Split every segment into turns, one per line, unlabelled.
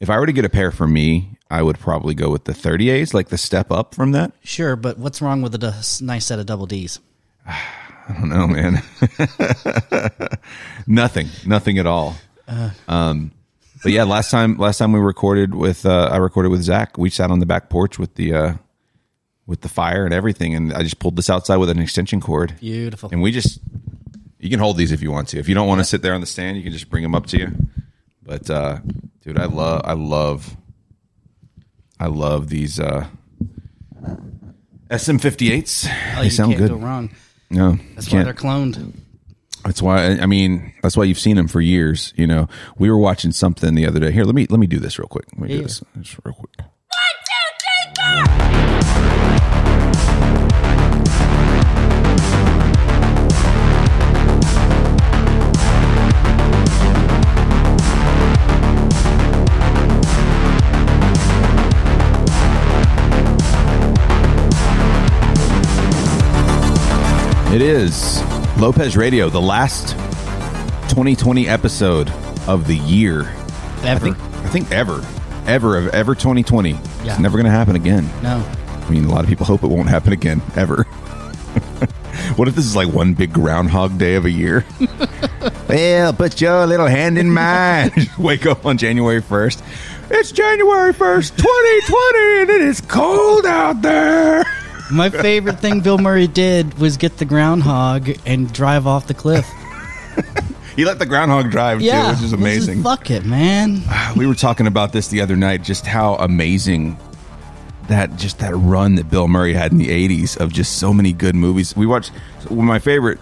If I were to get a pair for me, I would probably go with the 30As, like the step up from that.
Sure, but what's wrong with a d- nice set of double Ds?
I don't know, man. nothing, nothing at all. um, but yeah, last time, last time we recorded with, uh, I recorded with Zach. We sat on the back porch with the, uh, with the fire and everything, and I just pulled this outside with an extension cord.
Beautiful.
And we just, you can hold these if you want to. If you don't want to sit there on the stand, you can just bring them up to you. But uh, dude, I love, I love, I love these uh, SM58s.
Oh,
they
you
sound
can't
good.
go wrong.
No,
That's
can't.
why they're cloned.
That's why I mean that's why you've seen him for years. You know, we were watching something the other day. Here, let me let me do this real quick. Let me do
Yeah.
this just real quick. It is Lopez Radio, the last 2020 episode of the year. I
Ever.
think I think ever, ever of ever 2020.
Yeah.
It's never going to happen again.
No.
I mean, a lot of people hope it won't happen again ever. what if this is like one big Groundhog Day of a year? well, put your little hand in mine. Wake up on January 1st. It's January 1st, 2020, and it is cold out there.
My favorite thing Bill Murray did was get the groundhog and drive off the cliff.
He let the groundhog drive
Yeah.
too, which
this
is amazing.
fuck it, man.
we were talking about this the other night, just how amazing that just that run that Bill Murray had in the '80s of just so many good movies. We watched my favorite,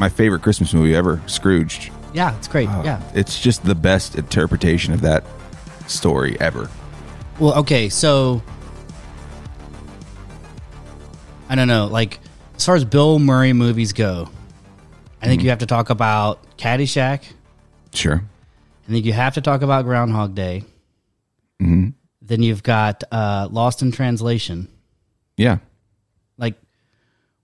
my favorite Christmas movie ever, Scrooged.
Yeah, it's great. Yeah.
It's just the best interpretation of that story ever.
Well, okay, so I don't know. Like as far as Bill Murray movies go, I
Hmm.
think you have to talk about Caddyshack.
Sure.
I think you have to talk about Groundhog Day.
Mm-hmm.
Then you've got uh, Lost in Translation.
Yeah.
Like,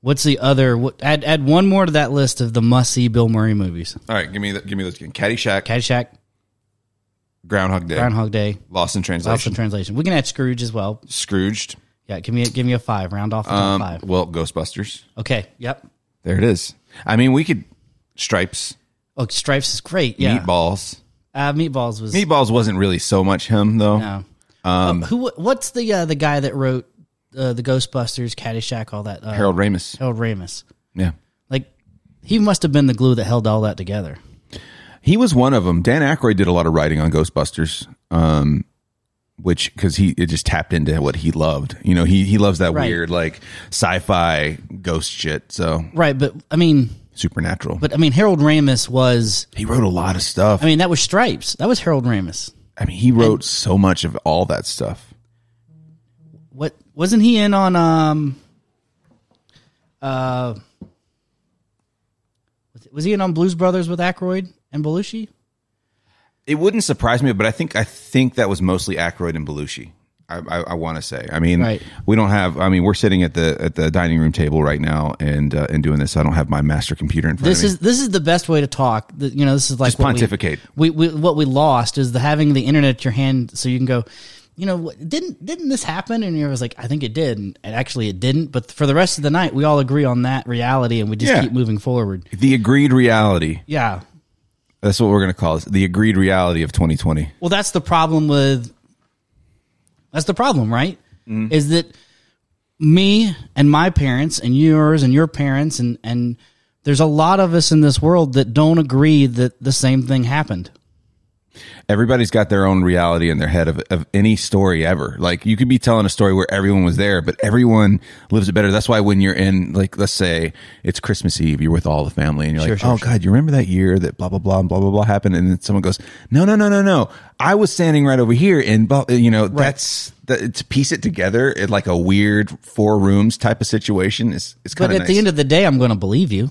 what's the other? What, add add one more to that list of the must see Bill Murray movies:
All right. Give me that. Give me those. again. Caddyshack,
Caddyshack,
Groundhog Day,
Groundhog Day,
Lost in Translation,
Lost in Translation. We can add Scrooge as well.
Scrooged.
Yeah, give me a, give me a five. Round off the top
Um,
five.
well, Ghostbusters.
Okay. Yep.
There it is. I mean, we could Stripes,
Oh, Stripes is great. Yeah.
Meatballs.
Uh, meatballs was
Meatballs wasn't really so much him though.
no. Um, who? What's the uh, the guy that wrote uh, the Ghostbusters, Caddyshack, all that? Uh,
Harold Ramis.
Harold Ramis.
Yeah.
Like he must have been the glue that held all that together.
He was one of them. Dan Aykroyd did a lot of writing on Ghostbusters, um, which because he it just tapped into what he loved. You know, he he loves that
Right.
weird like sci-fi ghost shit. So
Right, but I mean,
supernatural. But
but I mean, Harold Ramis was.
he wrote a lot of stuff.
I mean, that was Stripes. That was Harold Ramis.
he wrote so much of all that stuff.
What wasn't he in on? Um, uh, was- was he in on Blues Brothers with Aykroyd and Belushi?
It wouldn't surprise me, but I think I think that was mostly Aykroyd and Belushi. I, I, I want to say. I mean,
Right.
we don't have. I mean, we're sitting at the at the dining room table right now and uh, and doing this. I don't have my master computer in front
This
of me.
is this is the best way to talk. The- You know, this is like
Just
what we-
pontificate.
We, we what we lost is the having the internet at your hand, so you can go. You know, what- didn't didn't this happen? And you was like, I think it did, and actually it didn't. But for the rest of the night, we all agree on that reality, and we just
Yeah.
keep moving forward.
the agreed reality.
Yeah.
That's what we're going to call it. The agreed reality of 2020.
Well, that's the problem with. That's the problem, right?
Mm-hmm.
Is that me and my parents and yours and your parents and and there's a lot of us in this world that don't agree that the same thing happened.
Everybody's got their own reality in their head of, of any story ever. Like you could be telling a story where everyone was there, but everyone lives it better. That's why when you're in, like, let's say it's Christmas Eve, you're with all the family and you're like,
sure,
oh God, you remember that year that blah, blah, blah, and blah, blah, blah happened. And then someone goes, no, no, no, no, no. I was standing right over here. And, blah, you know, that's that, to piece it together in like a weird four rooms type of situation is, it's
But
kind
at
of nice.
the end of the day, I'm going to believe you.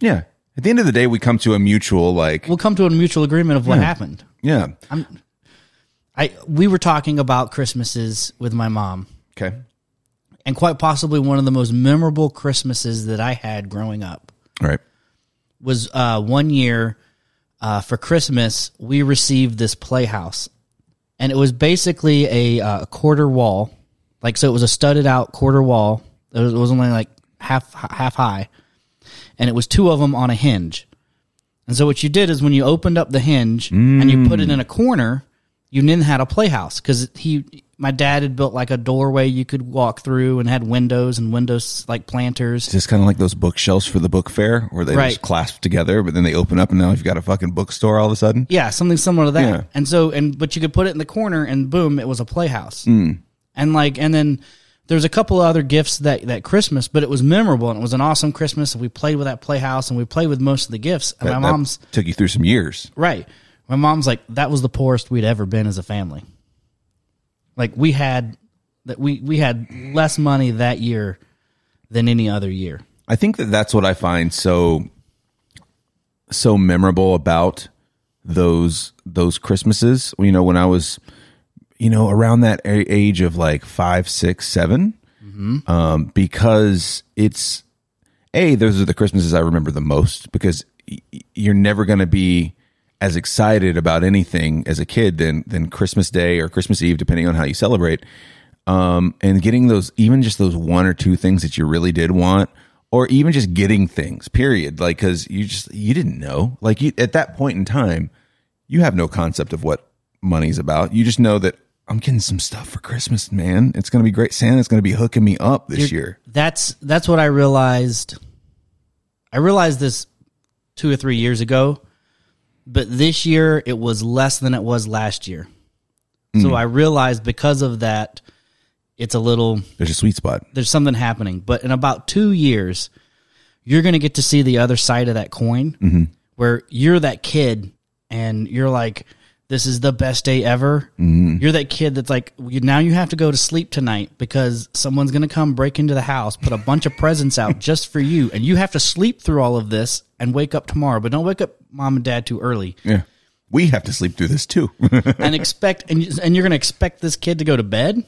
yeah. At the end of the day, we come to a mutual, like,
We'll come to a mutual agreement of what happened.
yeah.
I we were talking about Christmases with my mom,
okay.
and quite possibly one of the most memorable Christmases that I had growing up
All right.
was uh, one year uh, for Christmas we received this playhouse, and it was basically a uh, quarter wall, like so it was a studded out quarter wall. It was, it was only like half half high, and it was two of them on a hinge. And so what you did is when you opened up the hinge and you put it in a corner, you then had a playhouse because he, my dad had built like a doorway you could walk through and had windows and windows like planters.
Just kind of like those bookshelves for the book fair where they
Right.
just clasp together, but then they open up and now you've got a fucking bookstore all of a sudden.
Yeah, something similar to that.
Yeah.
And so, and but you could put it in the corner, and boom, it was a playhouse. Mm. And like, and then there's a couple of other gifts that that Christmas, but it was memorable and it was an awesome Christmas. And we played with that playhouse, and we played with most of the gifts. And
That-
my
that
mom's
took you through some years.
right. My mom's like, that was the poorest we'd ever been as a family. Like we had that we we had less money that year than any other year.
I think that that's what I find so so memorable about those those Christmases. You know, when I was you know around that a- age of like five, six, seven,
Mm-hmm.
um, because it's a those are the Christmases I remember the most because y- y- you're never going to be as excited about anything as a kid than than Christmas Day or Christmas Eve, depending on how you celebrate um, and getting those even just those one or two things that you really did want or even just getting things period like because you just you didn't know like you, at that point in time you have no concept of what money's about you just know that i'm getting some stuff for christmas man it's gonna be great santa's gonna be hooking me up this year
that's that's what I realized. I realized this two or three years ago, but this year it was less than it was last year. So I realized because of that, it's a little
there's a sweet spot
there's something happening. But in about two years, you're going to get to see the other side of that coin, where you're that kid and you're like, "This is the best day ever." You're that kid that's like, you- "Now you have to go to sleep tonight because someone's going to come break into the house, put a bunch of presents out just for you, and you have to sleep through all of this and wake up tomorrow." But don't wake up mom and dad too early
yeah we have to sleep through this too
and expect and you- and you're gonna expect this kid to go to bed.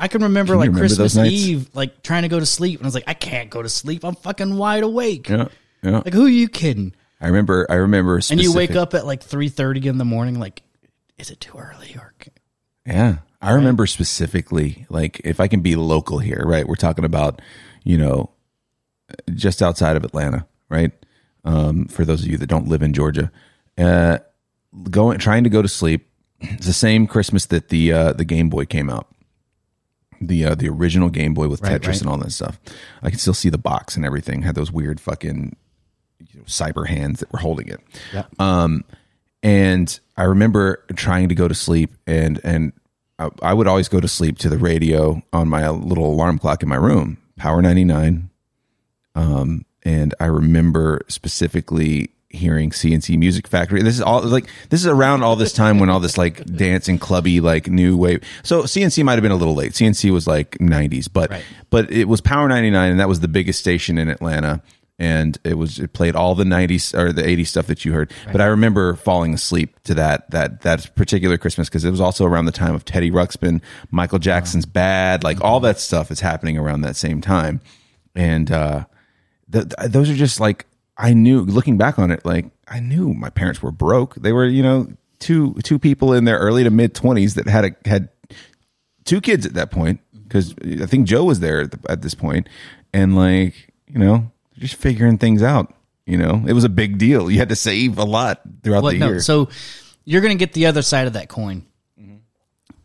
I can remember
Can you
like
remember those
Christmas
nights?
Eve, like trying to go to sleep, and I was like, I can't go to sleep. I'm fucking wide awake.
yeah yeah
Like, who are you kidding?
i remember i remember
And you wake
specific-
up at like three thirty in the morning. Like, is it too early? Or c-
Yeah. I remember specifically, like, if I can be local here, right? We're talking about, you know, just outside of Atlanta, right? Um, for those of you that don't live in Georgia, uh, going, trying to go to sleep. It's the same Christmas that the uh, the Game Boy came out, the uh, the original Game Boy with Tetris
right.
and all that stuff. I can still see the box and everything. Had those weird fucking you know, cyber hands that were holding it and I remember trying to go to sleep, and and I, I would always go to sleep to the radio on my little alarm clock in my room, Power ninety nine. Um, and I remember specifically hearing CNC Music Factory. This is all like this is around all this time when all this like dance and clubby like new wave. So CNC might have been a little late. CNC was like nineties, but
Right.
but it was Power 99 and that was the biggest station in Atlanta and it was it played all the 90s or the 80s stuff that you heard but I remember falling asleep to that that that particular Christmas because it was also around the time of Teddy Ruxpin, Michael Jackson's Bad, like all that stuff is happening around that same time and uh th- th- those are just like I knew looking back on it like I knew my parents were broke they were you know two two people in their early to mid 20s that had a had two kids at that point because I think Joe was there at, the, at this point, and like you know, just figuring things out. You know, it was a big deal. You had to save a lot throughout
what?
the
No.
year. Mm-hmm.
So you're gonna get the other side of that coin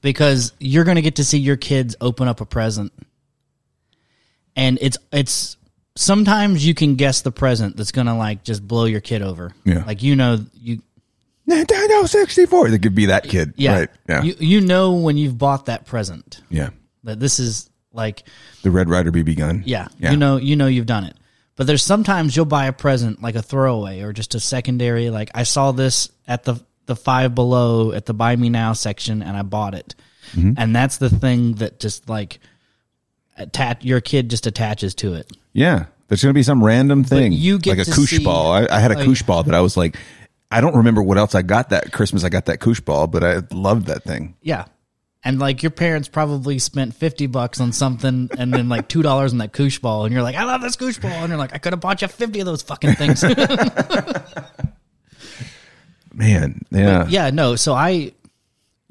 because you're gonna get to see your kids open up a present, and it's it's. Sometimes you can guess the present that's gonna like just blow your kid over.
Yeah.
Like you know you
Nintendo sixty four. That could be that kid.
Yeah.
Right. Yeah.
You you know when you've bought that present
yeah.
that this is like
The Red Rider BB gun.
yeah,
Yeah.
you know you know you've done it. But there's sometimes you'll buy a present like a throwaway or just a secondary like I saw this at the the five below at the buy me now section and I bought it.
Mm-hmm.
And that's the thing that just like attach your kid just attaches to it.
Yeah. There's going to be some random thing.
you get
like a
to
koosh
see-
ball. I, I had a koosh ball that I was like, I don't remember what else I got that Christmas. I got that koosh ball, but I loved that thing.
Yeah. And like your parents probably spent 50 bucks on something and then like $2 on that koosh ball. And you're like, I love this koosh ball. And you're like, I could have bought you 50 of those fucking things.
Man. Yeah. Uh.
yeah no so i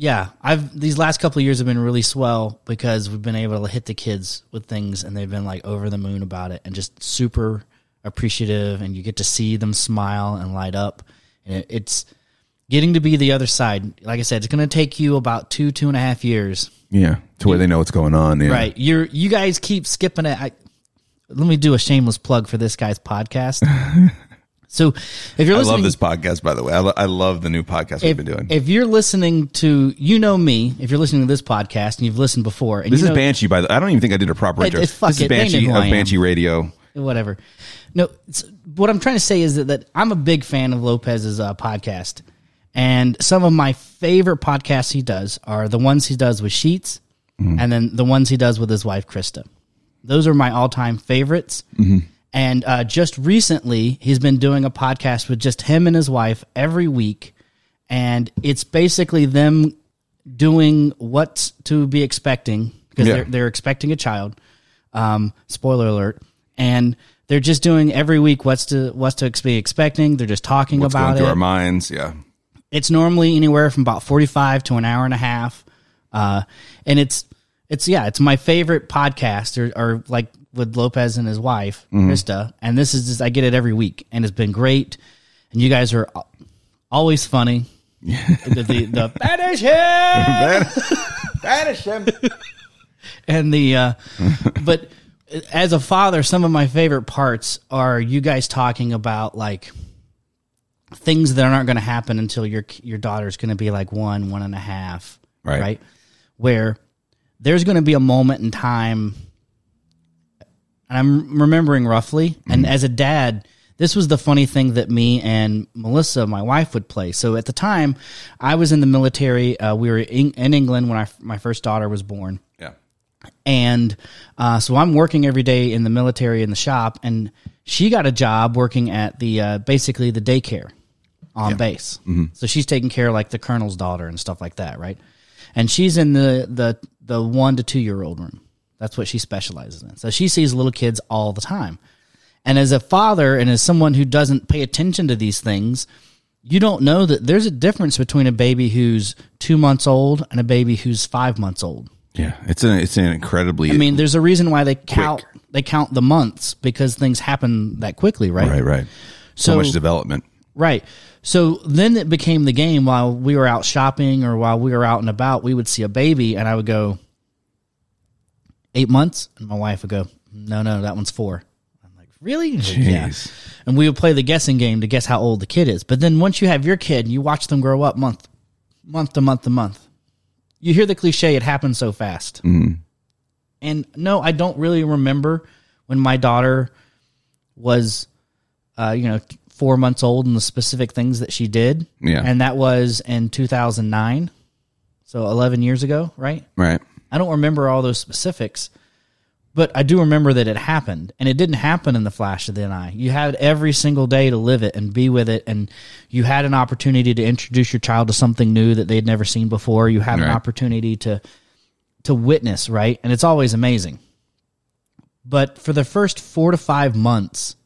yeah, I've these last couple of years have been really swell because we've been able to hit the kids with things and they've been like over the moon about it and just super appreciative and you get to see them smile and light up and it, it's getting to be the other side. Like I said, it's going to take you about two two and a half years,
Yeah, to where they know what's going on. Yeah.
right? You're you guys keep skipping it. I, let me do a shameless plug for this guy's podcast. so if you're
I
listening,
love this podcast, by the way. I, lo- I love the new podcast we've been doing.
if you're listening to, you know me, if you're listening to this podcast and you've listened before, and
this
you
is
know,
Banshee, by the I don't even think I did a proper
It-
intro.
it- fuck
this is
it, they
Banshee
knew who
of
I am.
Banshee Radio.
whatever. No, it's, what I'm trying to say is that, that I'm a big fan of Lopez's uh, podcast, and some of my favorite podcasts he does are the ones he does with Sheets,
Mm-hmm.
and then the ones he does with his wife Krista. Those are my all time favorites.
Mm-hmm.
And uh, just recently, he's been doing a podcast with just him and his wife every week, and it's basically them doing what's to be expecting because
Yeah.
they're they're expecting a child. Um, spoiler alert, and they're just doing every week what's to what's to ex- be expecting. They're just talking
What's going
about
through
it.
our minds? Yeah.
It's normally anywhere from about forty five to an hour and a half, uh, and it's it's yeah, it's my favorite podcast or, or like with Lopez and his wife Krista, and this is just, I get it every week, and it's been great. And you guys are al- always funny. the the, the finish him!
Banish them.
and the uh, but as a father some of my favorite parts are you guys talking about like things that aren't going to happen until your your daughter's going to be like one one and a half
Right.
right where there's going to be a moment in time and i'm remembering roughly and as a dad this was the funny thing that me and melissa my wife would play so at the time i was in the military uh, we were in, in england when I, my first daughter was born
Yeah.
and uh, so I'm working every day in the military in the shop, and she got a job working at the uh, basically the daycare on base. So she's taking care of like the colonel's daughter and stuff like that, right? And she's in the the the one to two year old room. That's what she specializes in. So she sees little kids all the time. And as a father and as someone who doesn't pay attention to these things, you don't know that there's a difference between a baby who's two months old and a baby who's five months old.
Yeah. It's an it's an incredibly
I mean, there's a reason why they count they count the months because things happen that quickly, right?
right, right. So,
So-
much development.
Right. So then it became the game while we were out shopping or while we were out and about, we would see a baby and I would go, eight months? And my wife would go, no, no, that one's four. I'm like, really? She's like, Yeah.
Jeez.
And we would play the guessing game to guess how old the kid is. But then once you have your kid and you watch them grow up month, month to month to month, you hear the cliche, it happens so fast. And no, I don't really remember when my daughter was uh, you know, four months old and the specific things that she did.
Yeah.
And that was in 2009. So 11 years ago, right?
Right.
I don't remember all those specifics, but I do remember that it happened. And it didn't happen in the flash of the eye. You had every single day to live it and be with it. And you had an opportunity to introduce your child to something new that they'd never seen before. You had an
Right.
opportunity to to witness, right? And it's always amazing. But for the first four to five months,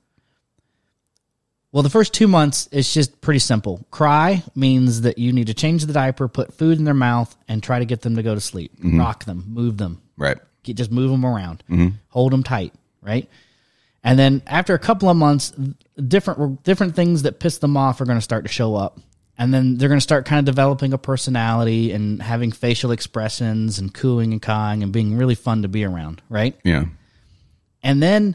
well, the first two months, it's just pretty simple. Cry means that you need to change the diaper, put food in their mouth, and try to get them to go to sleep. Rock them, move them,
Right.
Get- just move them around, hold them tight, right? And then after a couple of months, different different things that piss them off are going to start to show up, and then they're going to start kind of developing a personality and having facial expressions and cooing and cawing and being really fun to be around, right?
Yeah.
and then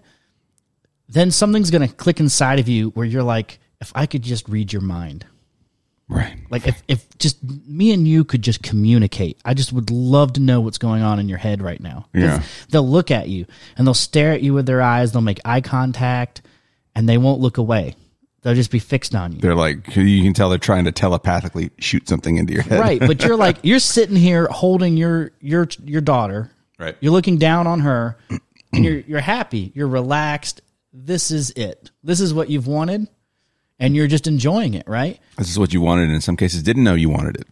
then something's going to click inside of you where you're like if i could just read your mind
Right.
like if, if just me and you could just communicate i just would love to know what's going on in your head right now 'Cause
Yeah.
they'll look at you and they'll stare at you with their eyes they'll make eye contact and they won't look away they'll just be fixed on you
They're like you can tell they're trying to telepathically shoot something into your head.
right but you're like you're sitting here holding your your your daughter
Right.
you're looking down on her and you're you're happy you're relaxed this is it this is what you've wanted and you're just enjoying it right
This is what you wanted and in some cases didn't know you wanted it.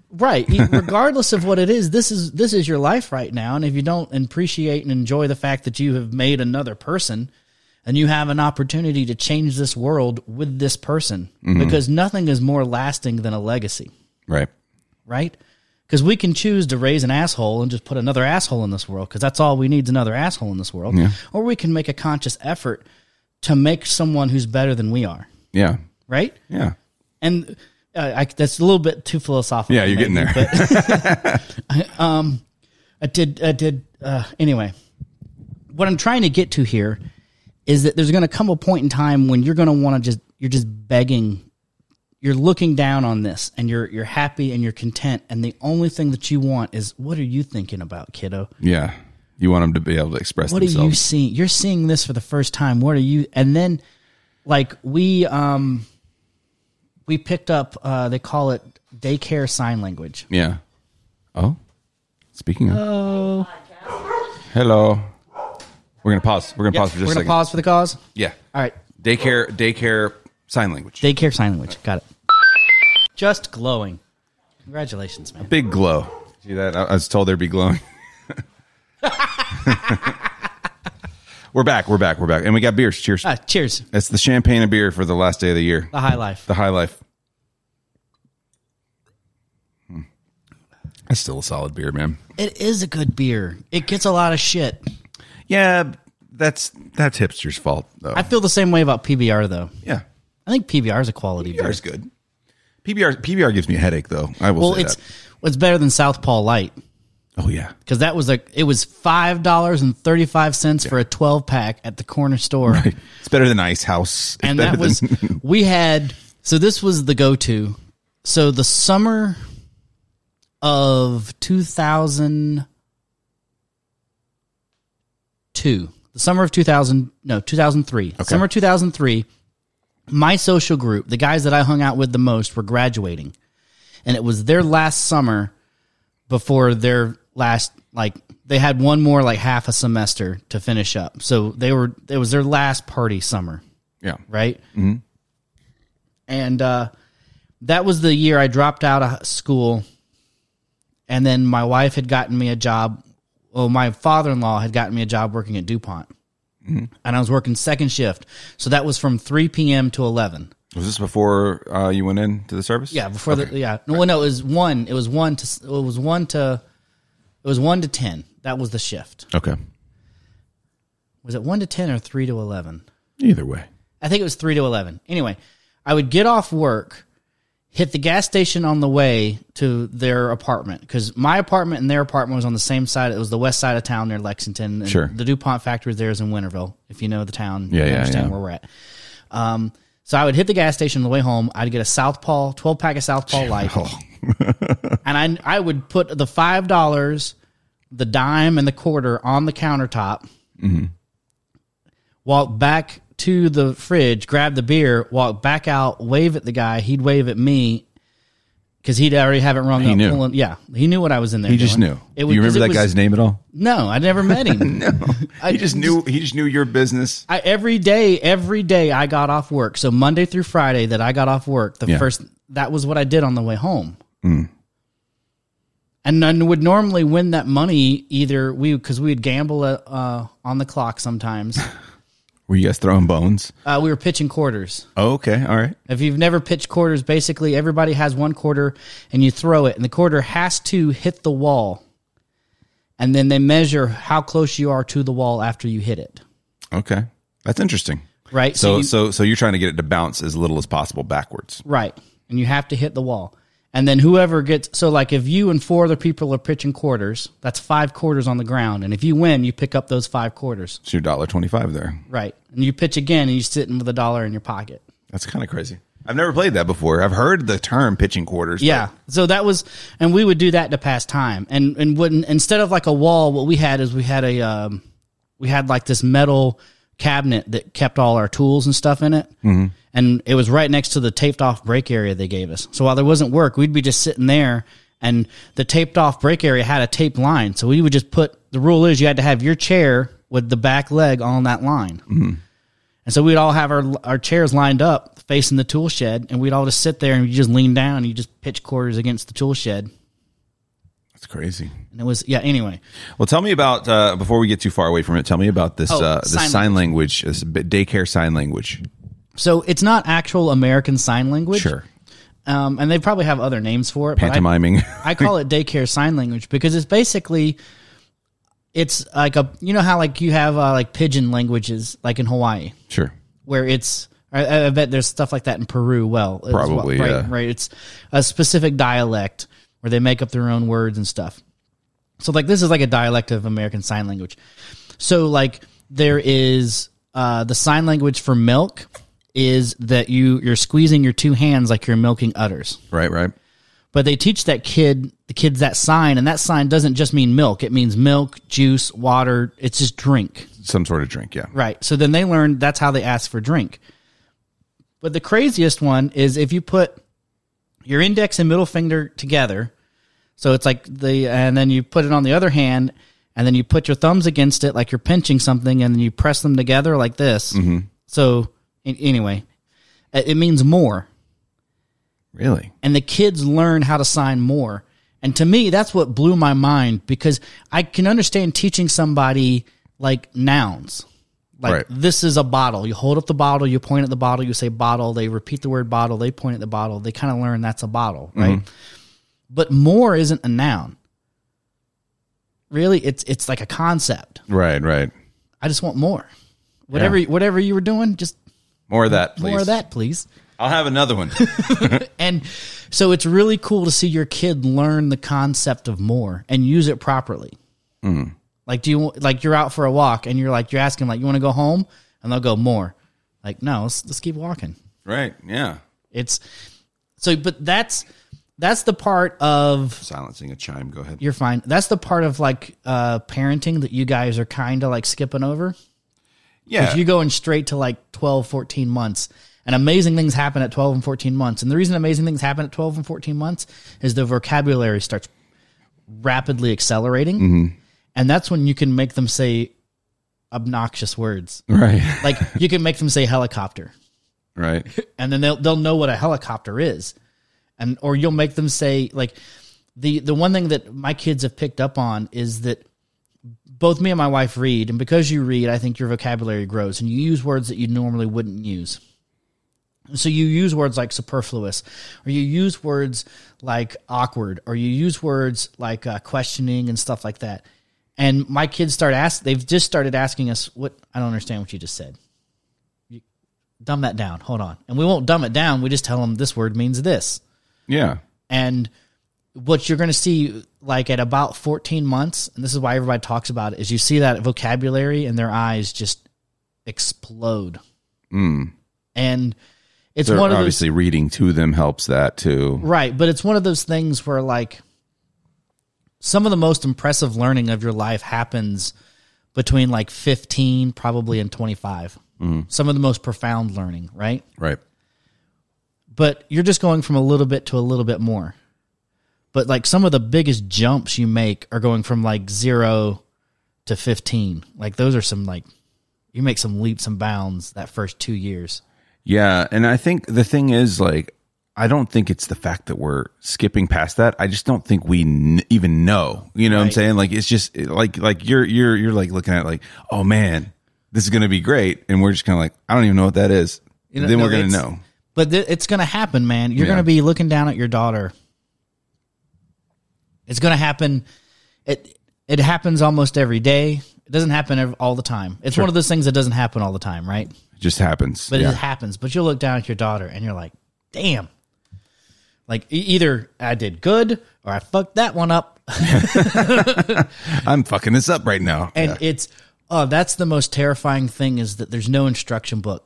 right E- regardless of what it is this is this is your life right now and if you don't appreciate and enjoy the fact that you have made another person and you have an opportunity to change this world with
Mm-hmm.
this person because nothing is more lasting than a legacy
Right.
right? Because we can choose to raise an asshole and just put another asshole in this world because that's all we need is another asshole in this world. Or we can make a conscious effort to make someone who's better than we are,
Yeah.
right?
Yeah.
And uh, I, that's a little bit too philosophical.
Yeah, you're getting
maybe,
there.
but- I did. I did. Uh, anyway, what I'm trying to get to here is that there's going to come a point in time when you're going to want to just you're just begging, you're looking down on this, and you're you're happy and you're content, and the only thing that you want is what are you thinking about, kiddo?
yeah. You want them to be able to express
What are you
themselves.
seeing? You're seeing this for the first time. What are you? And then, like we um, we picked up. Uh, they call it daycare sign language.
yeah. Oh. Speaking of. Hello.
Oh.
Hello. We're gonna pause. We're gonna pause for
We're
just a
gonna
second.
pause for the cause.
Yeah.
All right.
Daycare. Daycare sign language.
Daycare sign language. Got it. Just glowing. Congratulations, man.
Big glow. See that? I, I was told there'd be glowing. we're back. We're back. We're back. And we got beers. Cheers.
Ah, cheers.
It's the champagne and beer for the last day of the year.
The high life.
The high life. Hmm. That's still a solid beer, man.
It is a good beer. It gets a lot of shit.
Yeah, that's that's hipster's fault though.
I feel the same way about PBR though.
yeah,
I think PBR is a quality
PBR
beer.
is good. PBR PBR gives me a headache though. I will
Well,
say
it's
that.
well, it's better than South Paul Light
Oh yeah,
because that was like it was five dollars and thirty five cents for a twelve pack at the corner store,
it's better than Ice House. It's
and that
better
was
than-
we had. So this was the go to. So the summer of two thousand two, the summer of 2000, no, 2003, summer 2003, my social group, the guys that I hung out with the most were graduating. And it was their last summer before their last, like, they had one more, like, half a semester to finish up. So they were, it was their last party summer,
yeah.
right? Mm-hmm. And uh, that was the year I dropped out of school. And then my wife had gotten me a job. Well, my father in law had gotten me a job working at DuPont. And I was working second shift. So that was from 3 p.m. to 11.
Was this before uh, you went into the service?
Yeah, before the yeah. No, well, no, it was one. It was one to s- it was one to it was one to ten. That was the shift.
Okay.
Was it one to ten or three to eleven?
Either way.
I think it was three to eleven. Anyway, I would get off work, hit the gas station on the way to their apartment because my apartment and their apartment was on the same side. It was the west side of town near Lexington. And
Sure.
The DuPont factory there is in Winterville. If you know the town,
Yeah,
you
yeah,
understand
yeah.
where we're at. Um, so I would hit the gas station on the way home. I'd get a South Paul twelve pack of South Paul Light.
Oh,
and I I would put the five dollars, the dime, and the quarter on the countertop.
Mm-hmm.
Walk back to the fridge, grab the beer, walk back out, wave at the guy. He'd wave at me because he'd already have it rung up.
knew.
Pulling, yeah, he knew what I was in there.
he just
doing.
knew.
It
Do
was-
you
'cause
remember
it
that
was-
guy's name at all?
No, I never met him. no, I
He just knew. He just knew your business.
I, every day, every day I got off work. So Monday through Friday that I got off work, the
Yeah. Mm.
first that was what I did on the way home. And then would normally win that money either we because we would gamble uh, uh, on the clock sometimes.
Were you guys throwing bones?
uh, we were pitching quarters.
Oh, okay. All right.
If you've never pitched quarters, basically everybody has one quarter and you throw it, and the quarter has to hit the wall. And then they measure how close you are to the wall after you hit it.
Okay. That's interesting.
Right?
So
you-
so so you're trying to get it to bounce as little as possible backwards.
Right. And you have to hit the wall. And then whoever gets so like if you and four other people are pitching quarters, that's five quarters on the ground. And if you win, you pick up those five quarters.
It's your dollar twenty five there.
Right. And you pitch again and you sit in with a dollar in your pocket.
That's kind of crazy. I've never played that before. I've heard the term pitching quarters. but-
Yeah. So that was and we would do that to pass time. And and wouldn't instead of like a wall, what we had is we had a um we had like this metal cabinet that kept all our tools and stuff in it. Mm-hmm. And it was right next to the taped off break area they gave us. So while there wasn't work, we'd be just sitting there and the taped off break area had a taped line. So we would just put the rule is you had to have your chair with the back leg on that line. And so we'd all have our our chairs lined up facing the tool shed, and we'd all just sit there and you just lean down and you just pitch quarters against the tool shed.
that's crazy.
And it was yeah. Anyway,
Well, tell me about uh, before we get too far away from it. Tell me about this
Oh,
uh, the
sign
sign, language, this b- daycare sign language.
so it's not actual American Sign Language. um, and they probably have other names for it. but I-
Pantomiming.
I call it daycare sign language because it's basically it's like a you know how like you have uh, like pigeon languages like in Hawaii
sure.
where it's I, I bet there's stuff like that in Peru. Well, as well,
Probably,
right,
yeah.
right. It's a specific dialect where they make up their own words and stuff. So like this is like a dialect of American Sign Language. So like there is uh, the sign language for milk is that you you're squeezing your two hands like you're milking udders
Right, right.
but they teach that kid the kids that sign and that sign doesn't just mean milk it means milk juice water it's just drink
Some sort of drink, yeah.
right so then they learn that's how they ask for drink but the craziest one is if you put your index and middle finger together so it's like the and then you put it on the other hand and then you put your thumbs against it like you're pinching something and then you press them together like this so an- anyway it it means more
Really?
and the kids learn how to sign more. And to me, that's what blew my mind because I can understand teaching somebody like nouns. Like
Right.
this is a bottle. You hold up the bottle, you point at the bottle, you say bottle, they repeat the word bottle, they point at the bottle, they kind of learn that's a bottle,
Mm-hmm.
right? But more isn't a noun. Really, it's it's like a concept.
Right, right.
I just want more. Whatever whatever you were doing, just
More of that, please.
more of that, please.
I'll have another one.
And so it's really cool to see your kid learn the concept of more and use it properly. Like, do you like you're out for a walk and you're like you're asking like you want to go home and they'll go more. Like, no, let's let's keep walking.
right, yeah.
It's so, but that's that's the part of
Silencing a chime, go ahead.
you're fine. That's the part of like uh parenting that you guys are kind of like skipping over.
Yeah.
If you're going straight to like 12, 14 months, and amazing things happen at 12 and 14 months. And the reason amazing things happen at 12 and 14 months is the vocabulary starts rapidly accelerating. And that's when you can make them say obnoxious words.
right.
Like you can make them say helicopter,
Right.
and then they'll, they'll know what a helicopter is. And, or you'll make them say, like, the, the one thing that my kids have picked up on is that both me and my wife read, and because you read, I think your vocabulary grows and you use words that you normally wouldn't use. So you use words like superfluous, or you use words like awkward, or you use words like uh, questioning and stuff like that. And my kids start ask; they've just started asking us, "What? I don't understand what you just said." You- Dumb that down. Hold on, and we won't dumb it down. We just tell them this word means this
Yeah.
and what you're going to see like at about 14 months and this is why everybody talks about it is you see that vocabulary and their eyes just explode and it's
Hmm. They're
one of those
obviously reading to them helps that too.
right but it's one of those things where like some of the most impressive learning of your life happens between like 15 probably and 25
Hmm.
some of the most profound learning right
Right.
but you're just going from a little bit to a little bit more. But like some of the biggest jumps you make are going from like zero to 15. Like those are some like, you make some leaps and bounds that first two years.
Yeah, and I think the thing is like I don't think it's the fact that we're skipping past that. I just don't think we n- even know. You know what I'm saying? Like it's just it- like like you're you're you're like looking at it like, "Oh man, this is going to be great." And we're just kind of like, "I don't even know what that is."
know,
then
no,
we're going to
it's-
know.
But th- it's going to happen, man. You're
Yeah.
going to be looking down at your daughter. It's going to happen. It, it happens almost every day. It doesn't happen ev- all the time. It's one of those things that doesn't happen all the time, right?
It just happens.
but
yeah.
it happens. But you'll look down at your daughter and you're like, damn. Like e- either I did good or I fucked that one up.
I'm fucking this up right now.
And
Yeah.
it's oh, that's the most terrifying thing is that there's no instruction book.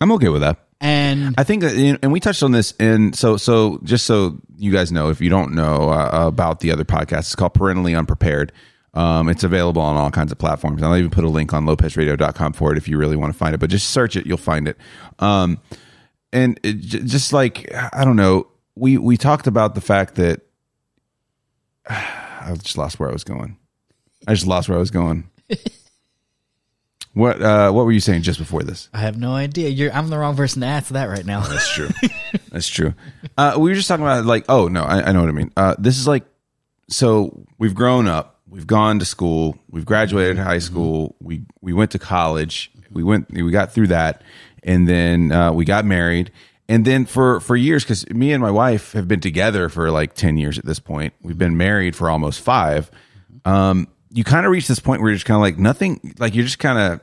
I'm okay with that.
And
I think, that- and and we touched on this, and so so just so you guys know, if you don't know uh, about the other podcast, it's called Parentally Unprepared. Um, it's available on all kinds of platforms. I'll even put a link on lopezradio.com for it if you really want to find it, but just search it, you'll find it. Um, and it, j- just like I don't know, we we talked about the fact that I just lost where I was going. I just lost where I was going. what uh, what were you saying just before this?
I have no idea. You're I'm the wrong person to ask that right now.
That's true. That's true. Uh, we were just talking about like, oh no, I, I know what I mean. Uh, this is like, so we've grown up, we've gone to school, we've graduated high school, we we went to college, we went, we got through that, and then uh, we got married, And then for for years, because me and my wife have been together for like ten years at this point. We've been married for almost five. Um, you kind of reach this point where you're just kind of like nothing. Like you're just kind of,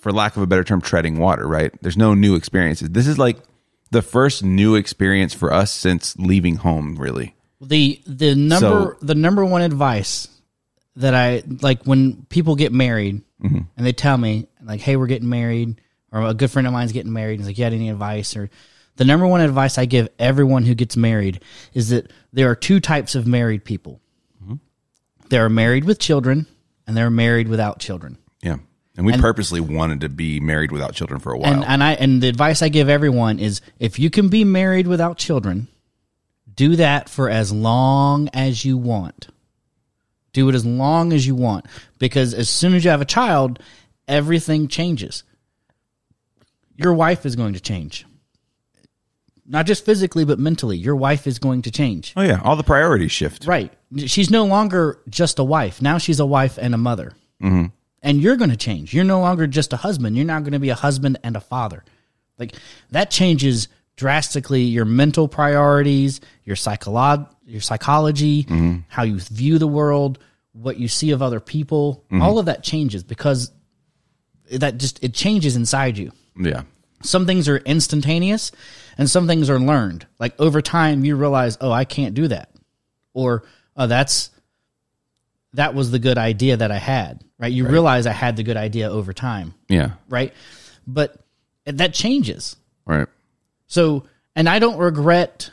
for lack of a better term, treading water. Right? There's no new experiences. This is like the first new experience for us since leaving home. Really.
the the number the number one advice that I like when people get married and they tell me like, "Hey, we're getting married," or a good friend of mine's getting married, and he's like, "You had any advice?" Or the number one advice I give everyone who gets married is that there are two types of married people. They are married with children, and they're married without children.
Yeah. And we purposely wanted to be married without children for a while.
And and I and the advice I give everyone is if you can be married without children, do that for as long as you want. Do it as long as you want because as soon as you have a child, everything changes. Your wife is going to change. Not just physically, but mentally. Your wife is going to change.
oh yeah, all the priorities shift.
Right. She's no longer just a wife. Now she's a wife and a mother. Mm-hmm. And you're going to change. You're no longer just a husband. You're now going to be a husband and a father. Like that changes drastically your mental priorities, your psycholo- your psychology, how you view the world, what you see of other people. All of that changes because that just it changes inside you
Yeah.
some things are instantaneous and some things are learned like over time you realize oh i can't do that or oh that's that was the good idea that i had right you realize i had the good idea over time
Yeah.
right but that changes
Right.
so and i don't regret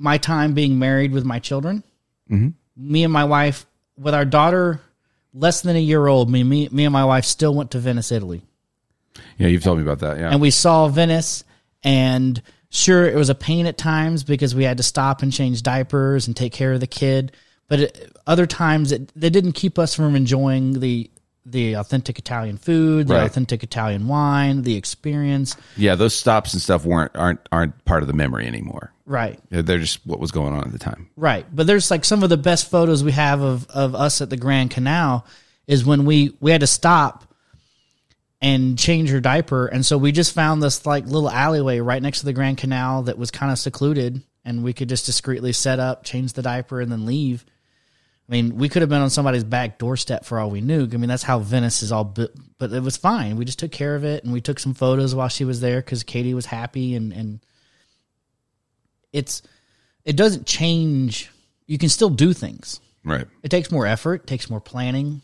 my time being married with my children me and my wife with our daughter less than a year old me, me me and my wife still went to venice italy
Yeah, you've told me about that. Yeah.
and we saw Venice and sure it was a pain at times because we had to stop and change diapers and take care of the kid but it, other times it, they didn't keep us from enjoying the the authentic Italian food the
Right.
authentic Italian wine the experience
yeah, those stops and stuff weren't aren't aren't part of the memory anymore.
right
Yeah, They're just what was going on at the time.
Right. But there's like some of the best photos we have of, of us at the Grand Canal is when we, we had to stop and change her diaper. And so we just found this like little alleyway right next to the Grand Canal that was kind of secluded and we could just discreetly set up, change the diaper, and then leave. I mean, we could have been on somebody's back doorstep for all we knew. I mean, that's how Venice is all, bu- but it was fine. We just took care of it and we took some photos while she was there because Katie was happy and, and it's, it doesn't change. You can still do things.
Right.
It takes more effort, takes more planning,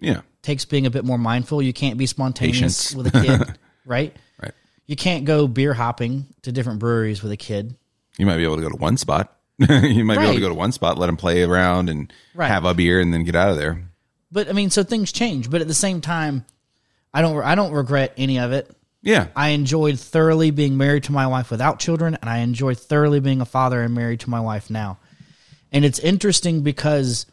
Yeah.
takes being a bit more mindful. You can't be spontaneous
Patience.
with a kid, right?
Right.
You can't go beer hopping to different breweries with a kid.
You might be able to go to one spot. you might be able
Right.
to go to one spot, let them play around and
Right.
have a beer and then get out of there.
But I mean, so things change. But at the same time, I don't I don't regret any of it.
Yeah.
I enjoyed thoroughly being married to my wife without children, and I enjoy thoroughly being a father and married to my wife now. And it's interesting because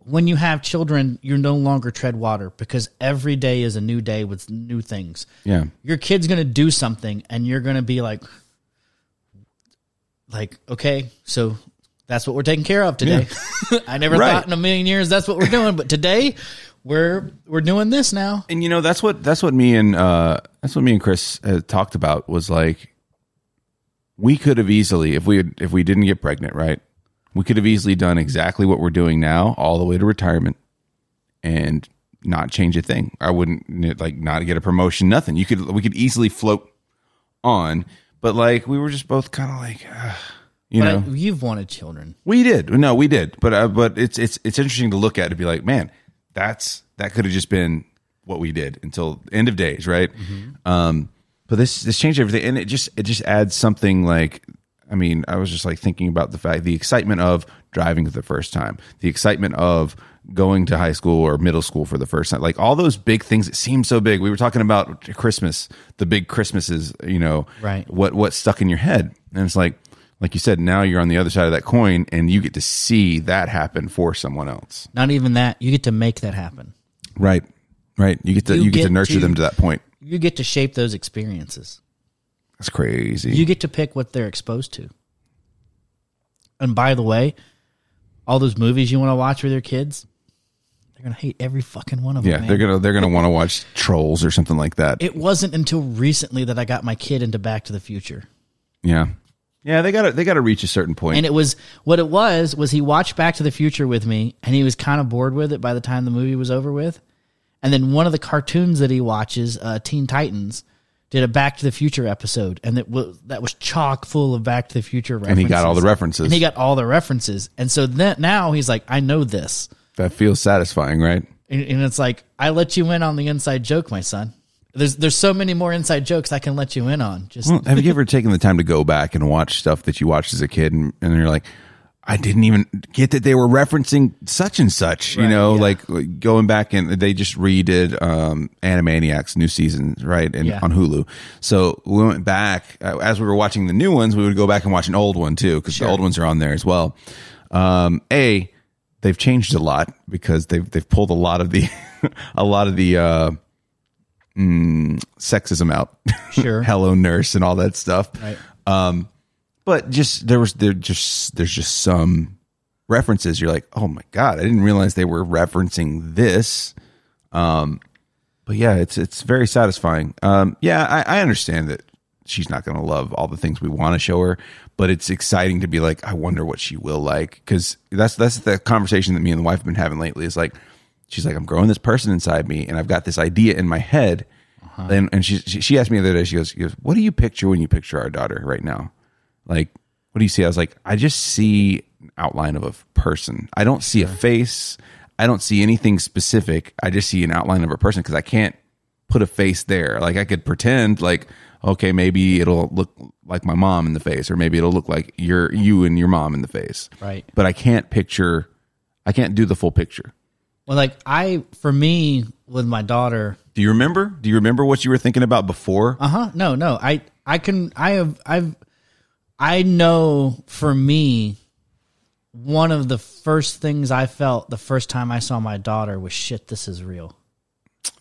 when you have children, you're no longer tread water because every day is a new day with new things.
Yeah.
Your kid's going to do something, and you're going to be like, like, okay, so that's what we're taking care of today. I never
Right.
thought in a million years that's what we're doing, but today we're we're doing this now.
And you know, that's what that's what me and uh that's what me and Chris uh, talked about was like we could have easily if we had, if we didn't get pregnant, right? We could have easily done exactly what we're doing now all the way to retirement and not change a thing. I wouldn't like not get a promotion, nothing. You could we could easily float on, but like we were just both kind of like ah, you know.
But I- you've wanted children.
We did. No, we did. But uh, but it's it's it's interesting to look at and be like, man, that's that could have just been what we did until end of days, right? Um, but this this changed everything, and it just it just adds something like. I mean, I was just like thinking about the fact, the excitement of driving for the first time, the excitement of going to high school or middle school for the first time, like all those big things that seem so big. We were talking about Christmas, the big Christmases, you know,
Right.
what what stuck in your head and it's like like you said now you're on the other side of that coin and you get to see that happen for someone else
Not even that. You get to make that happen.
right right you get to
You
you, get,
get
to nurture
to-
them to that point
You get to shape those experiences.
that's crazy
You get to pick what they're exposed to. And by the way, all those movies you want to watch with your kids, They're gonna hate every fucking one of
Yeah,
them. man.
they're gonna they're gonna want to watch Trolls or something like that.
it wasn't until recently that I got my kid into Back to the Future.
yeah, yeah, they gotta they gotta reach a certain point.
And it was what it was was he watched Back to the Future with me and he was kind of bored with it by the time the movie was over with. And then one of the cartoons that he watches, uh, Teen Titans, did a Back to the Future episode and that was that was chock full of Back to the Future references.
and he got all the references.
And he got all the references. And so then now he's like, I know this.
that feels satisfying, right?
And, and it's like, I let you in on the inside joke, my son. There's there's so many more inside jokes I can let you in on. Just
Well, have you ever taken the time to go back and watch stuff that you watched as a kid and, and you're like, I didn't even get that they were referencing such and such, you know, like, like going back and they just redid um, Animaniacs new season, right? And
Yeah.
on Hulu. So we went back uh, as we were watching the new ones, we would go back and watch an old one too, because the old ones are on there as well. Um, a, they've changed a lot because they've they've pulled a lot of the a lot of the uh, mm, sexism out.
sure.
Hello Nurse and all that stuff.
Right.
Um, but just there was there just there's just some references. You're like, oh my god, I didn't realize they were referencing this. Um, but yeah, it's it's very satisfying. Um, yeah, I, I understand that she's not going to love all the things we want to show her, but it's exciting to be like, I wonder what she will like because that's that's the conversation that me and the wife have been having lately. Is like, she's like, I'm growing this person inside me, and I've got this idea in my head. And, and she, she she asked me the other day. She goes, she goes, "What do you picture when you picture our daughter right now? Like, what do you see?" I was like, "I just see an outline of a f- person. I don't see a face. I don't see anything specific. I just see an outline of a person because I can't put a face there. Like, I could pretend like." Okay, maybe it'll look like my mom in the face, or maybe it'll look like your you and your mom in the face.
Right.
But I can't picture, I can't do the full picture.
Well, like I, for me, with my daughter,
Do you remember? Do you remember what you were thinking about before?
uh huh. No, no, I, I can, I have, I've, I know for me, one of the first things I felt the first time I saw my daughter was shit. This is real.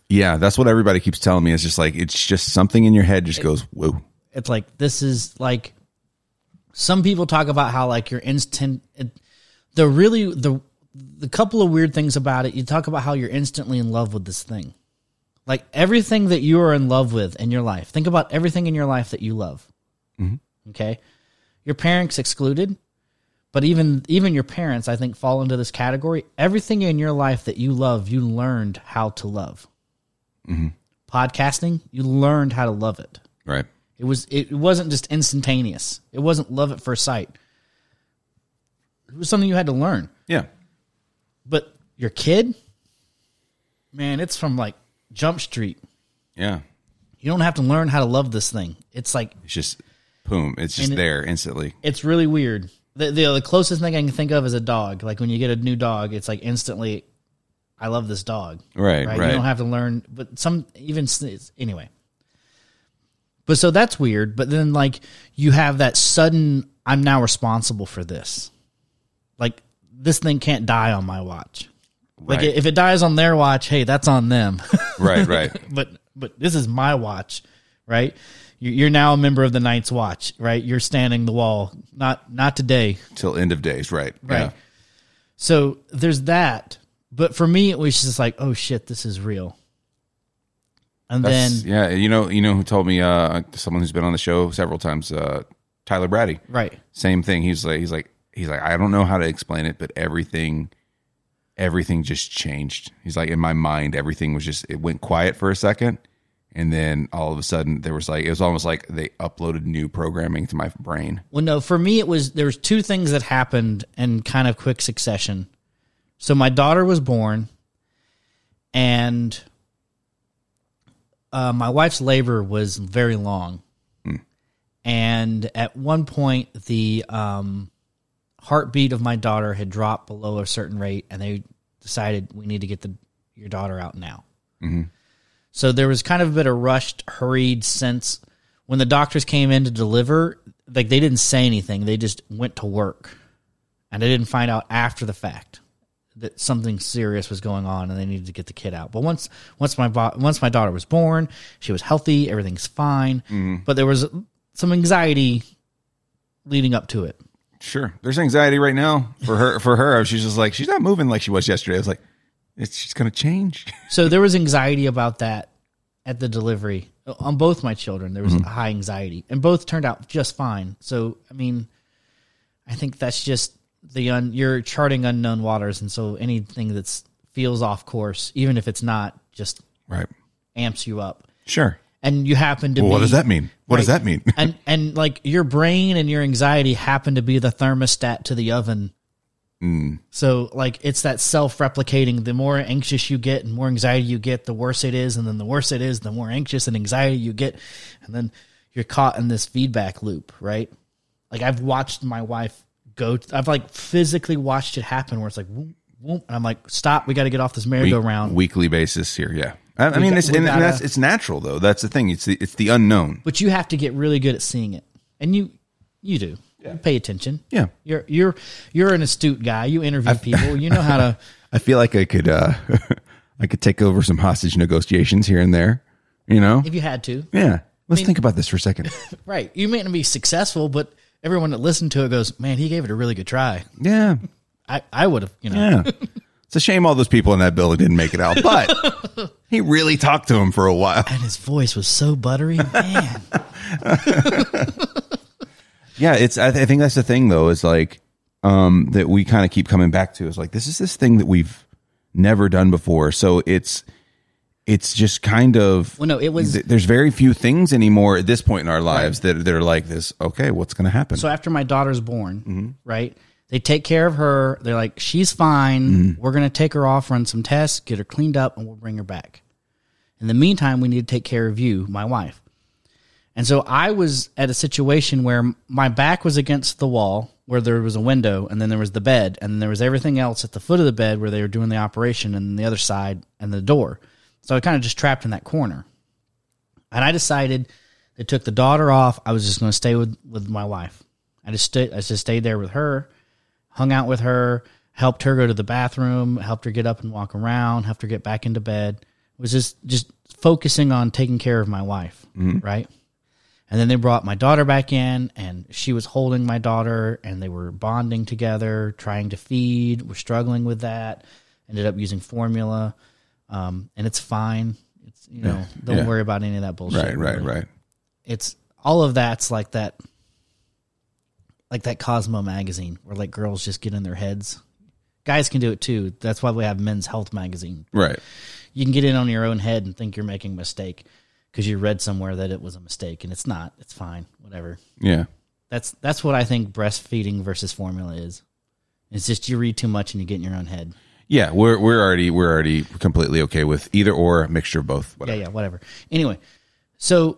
Yeah, that's what everybody keeps telling me. It's just like it's just something in your head just goes whoa.
It's like this is like. Some people talk about how like your instant, it, the really the the couple of weird things about it. You talk about how you're instantly in love with this thing, like everything that you are in love with in your life. Think about everything in your life that you love. okay your parents excluded but even even your parents i think fall into this category everything in your life that you love you learned how to love podcasting you learned how to love it
Right.
it was it wasn't just instantaneous it wasn't love at first sight it was something you had to learn
Yeah.
but your kid man it's from like jump street
Yeah.
you don't have to learn how to love this thing it's like
It's just boom. It's just
And it-
there instantly.
it's really weird. The, the the closest thing I can think of is a dog. Like when you get a new dog, it's like instantly, I love this dog.
Right, right.
You don't have to learn, but some even s- anyway. But so that's weird. But then like you have that sudden, I'm now responsible for this. Like this thing can't die on my watch. Like
Right.
if it dies on their watch, hey, that's on them.
right, right.
but but this is my watch, right? You- You're now a member of the Night's Watch, right? You're standing the wall, not not today,
Till end of days, right.
right?
Yeah.
So there's that. But for me, it was just like, oh shit, this is real. And
That's-
then
yeah, you know, you know who told me uh someone who's been on the show several times uh Tyler Brady.
right,
Same thing. He's like he's like he's like I don't know how to explain it, but everything everything just changed. He's like in my mind everything was just it went quiet for a second and then all of a sudden there was like it was almost like they uploaded new programming to my brain.
well, no, for me, it was there was two things that happened in kind of quick succession. So my daughter was born, and uh, my wife's labor was very long. And at one point, the um, heartbeat of my daughter had dropped below a certain rate, and they decided we need to get the your daughter out now. So there was kind of a bit of rushed, hurried sense when the doctors came in to deliver. Like they didn't say anything; they just went to work, and I didn't find out after the fact that something serious was going on, and they needed to get the kid out. But once once my bo- once my daughter was born, she was healthy, everything's fine. But there was some anxiety leading up to it.
Sure. There's anxiety right now for her. For her, she's just like she's not moving like she was yesterday. I was like, It's just going to change.
So there was anxiety about that at the delivery uh, on both my children. There was
Mm-hmm.
high anxiety, and both turned out just fine. So I mean, I think that's just the un, you're charting unknown waters, and so anything that's feels off course, even if it's not, just
Right.
amps you up.
Sure.
And you happen to
Well,
be
what does that mean? What does that mean?
and and like your brain and your anxiety happen to be the thermostat to the oven. So like it's that self-replicating. The more anxious you get and more anxiety you get, the worse it is, and then the worse it is, the more anxious and anxiety you get, and then you're caught in this feedback loop, right? Like I've watched my wife go. I've like physically watched it happen, where it's like, whoop, whoop, and I'm like, stop, we got to get off this merry-go-round.
Weekly basis here. Yeah. I, I mean, it's,
we
and
gotta-
that's, it's natural, though. That's the thing. It's the, it's the unknown.
but you have to get really good at seeing it, and you you do. You pay attention.
Yeah.
You're you're you're an astute guy. You interview people. You know how to.
I feel like I could, uh, I could take over some hostage negotiations here and there, you know?
If you had to,
Yeah. Let's think about this for a second.
right? You may not be successful, but everyone that listened to it goes, "Man, he gave it a really good try."
Yeah.
I I would have, you know.
Yeah. It's a shame all those people in that building didn't make it out, but he really talked to him for a while.
And his voice was so buttery, man.
Yeah, it's. I, th- I think that's the thing, though, is like um, that we kind of keep coming back to is like this is this thing that we've never done before. So it's it's just kind of.
Well, no, it was-
th- there's very few things anymore at this point in our lives that that are like this. Okay, what's going to happen?
so after my daughter's born, right? They take care of her. They're like, she's fine. We're gonna take her off, run some tests, get her cleaned up, and we'll bring her back. In the meantime, we need to take care of you, my wife. And so I was at a situation where m- my back was against the wall where there was a window and then there was the bed and then there was everything else at the foot of the bed where they were doing the operation and the other side and the door. So I kind of just trapped in that corner. And I decided they took the daughter off. I was just going to stay with, with my wife. I just stayed, I just stayed there with her, hung out with her, helped her go to the bathroom, helped her get up and walk around, helped her get back into bed. Was just just focusing on taking care of my wife, right? And then they brought my daughter back in, and she was holding my daughter, and they were bonding together, trying to feed. We're struggling with that. Ended up using formula, um, and it's fine. It's you know, don't
Yeah.
worry about any of that bullshit.
right, right, right.
It's all of that's like that, like that Cosmo magazine where like girls just get in their heads. Guys can do it too. That's why we have Men's Health magazine.
Right.
You can get in on your own head and think you're making a mistake because you read somewhere that it was a mistake, and it's not. It's fine. Whatever.
Yeah.
That's that's what I think breastfeeding versus formula is. It's just you read too much and you get in your own head.
Yeah. We're we're already we're already completely okay with either or a mixture of both. Whatever.
Yeah, yeah, whatever. Anyway, so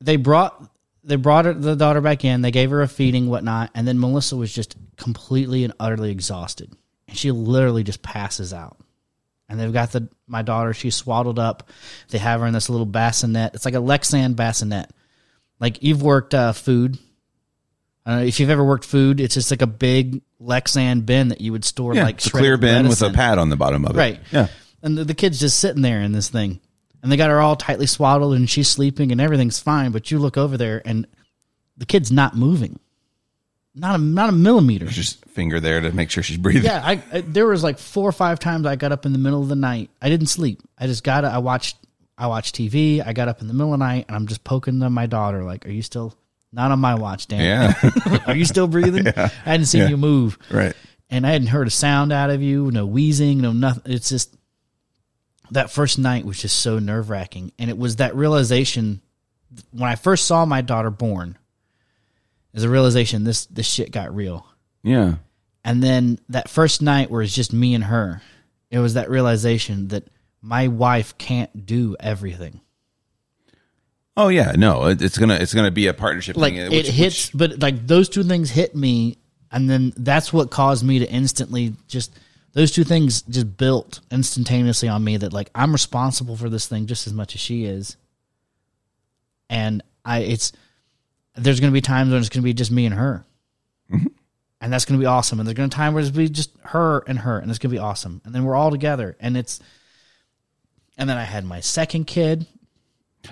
they brought they brought her, the daughter back in. They gave her a feeding, whatnot, and then Melissa was just completely and utterly exhausted, and she literally just passes out. And they've got the my daughter. She's swaddled up. They have her in this little bassinet. It's like a Lexan bassinet. Like you've worked uh, food. I don't know if you've ever worked food. It's just like a big Lexan bin that you would store
Yeah,
like
it's a
shredded
clear bin with a
lettuce in.
pad on the bottom of it.
Right.
Yeah.
And the, the kid's just sitting there in this thing. And they got her all tightly swaddled and she's sleeping and everything's fine. But you look over there and the kid's not moving. Not a, not a millimeter.
Just finger there to make sure she's breathing.
Yeah. I, I, there was like four or five times I got up in the middle of the night. I didn't sleep. I just got, I watched, I watched TV. I got up in the middle of the night and I'm just poking on my daughter. Like, are you still not on my watch, Dan?
Yeah.
Are you still breathing? I hadn't seen you move
right.
and I hadn't heard a sound out of you, no wheezing, no nothing. It's just that first night was just so nerve wracking. And it was that realization when I first saw my daughter born, is a realization this this shit got real.
Yeah.
And then that first night where it's just me and her, it was that realization that my wife can't do everything.
Oh yeah, no, it, it's gonna it's gonna be a partnership
Like
thing. uh,
it
which-
hits,
which-
but like those two things hit me, and then that's what caused me to instantly just those two things just built instantaneously on me that like I'm responsible for this thing just as much as she is, and I it's there's gonna be times when it's gonna be just me and her,
Mm-hmm.
and that's gonna be awesome, and there's gonna be time where it's gonna be just her and her, and it's gonna be awesome, and then we're all together, and it's, and then I had my second kid,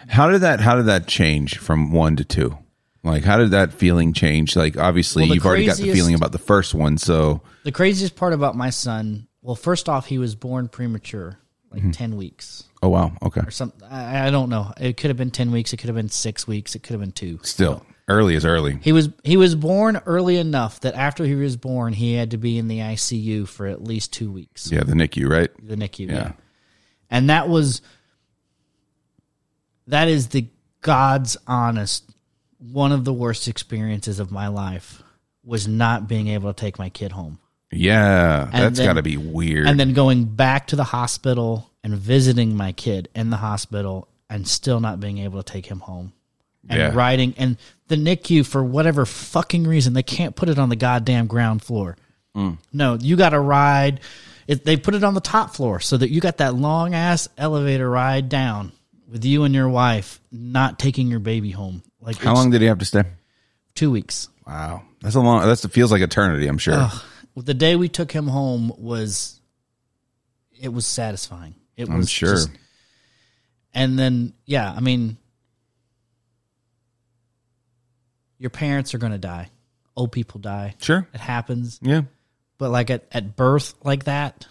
how did that how did that change from one to two? Like how did that feeling change? Like obviously
Well, the
you've already got the
craziest-
feeling about the first one, so
The craziest part about my son Well, first off, he was born premature, like ten weeks
Oh wow. Okay.
or something. I, I don't know. It could have been ten weeks. It could have been six weeks. It could have been two.
Still early is early.
He was he was born early enough that after he was born, he had to be in the ICU for at least two weeks.
Yeah, the NICU, right?
The NICU, yeah.
Yeah.
And that was that is the God's honest one of the worst experiences of my life was not being able to take my kid home.
Yeah, that's
then-
got to be weird.
And then going back to the hospital and visiting my kid in the hospital and still not being able to take him home. And
Yeah.
riding and the NICU for whatever fucking reason they can't put it on the goddamn ground floor.
Mm.
No, you got to ride. It, they put it on the top floor so that you got that long ass elevator ride down with you and your wife, not taking your baby home. Like
How
it's
long did he have to stay?
Two weeks.
Wow, that's a long. That's feels like eternity. I'm sure.
the day we took him home was it was satisfying it was
I'm sure.
just- and then yeah i mean your parents are going to die old people die
sure.
it happens
Yeah.
but like at, at birth like that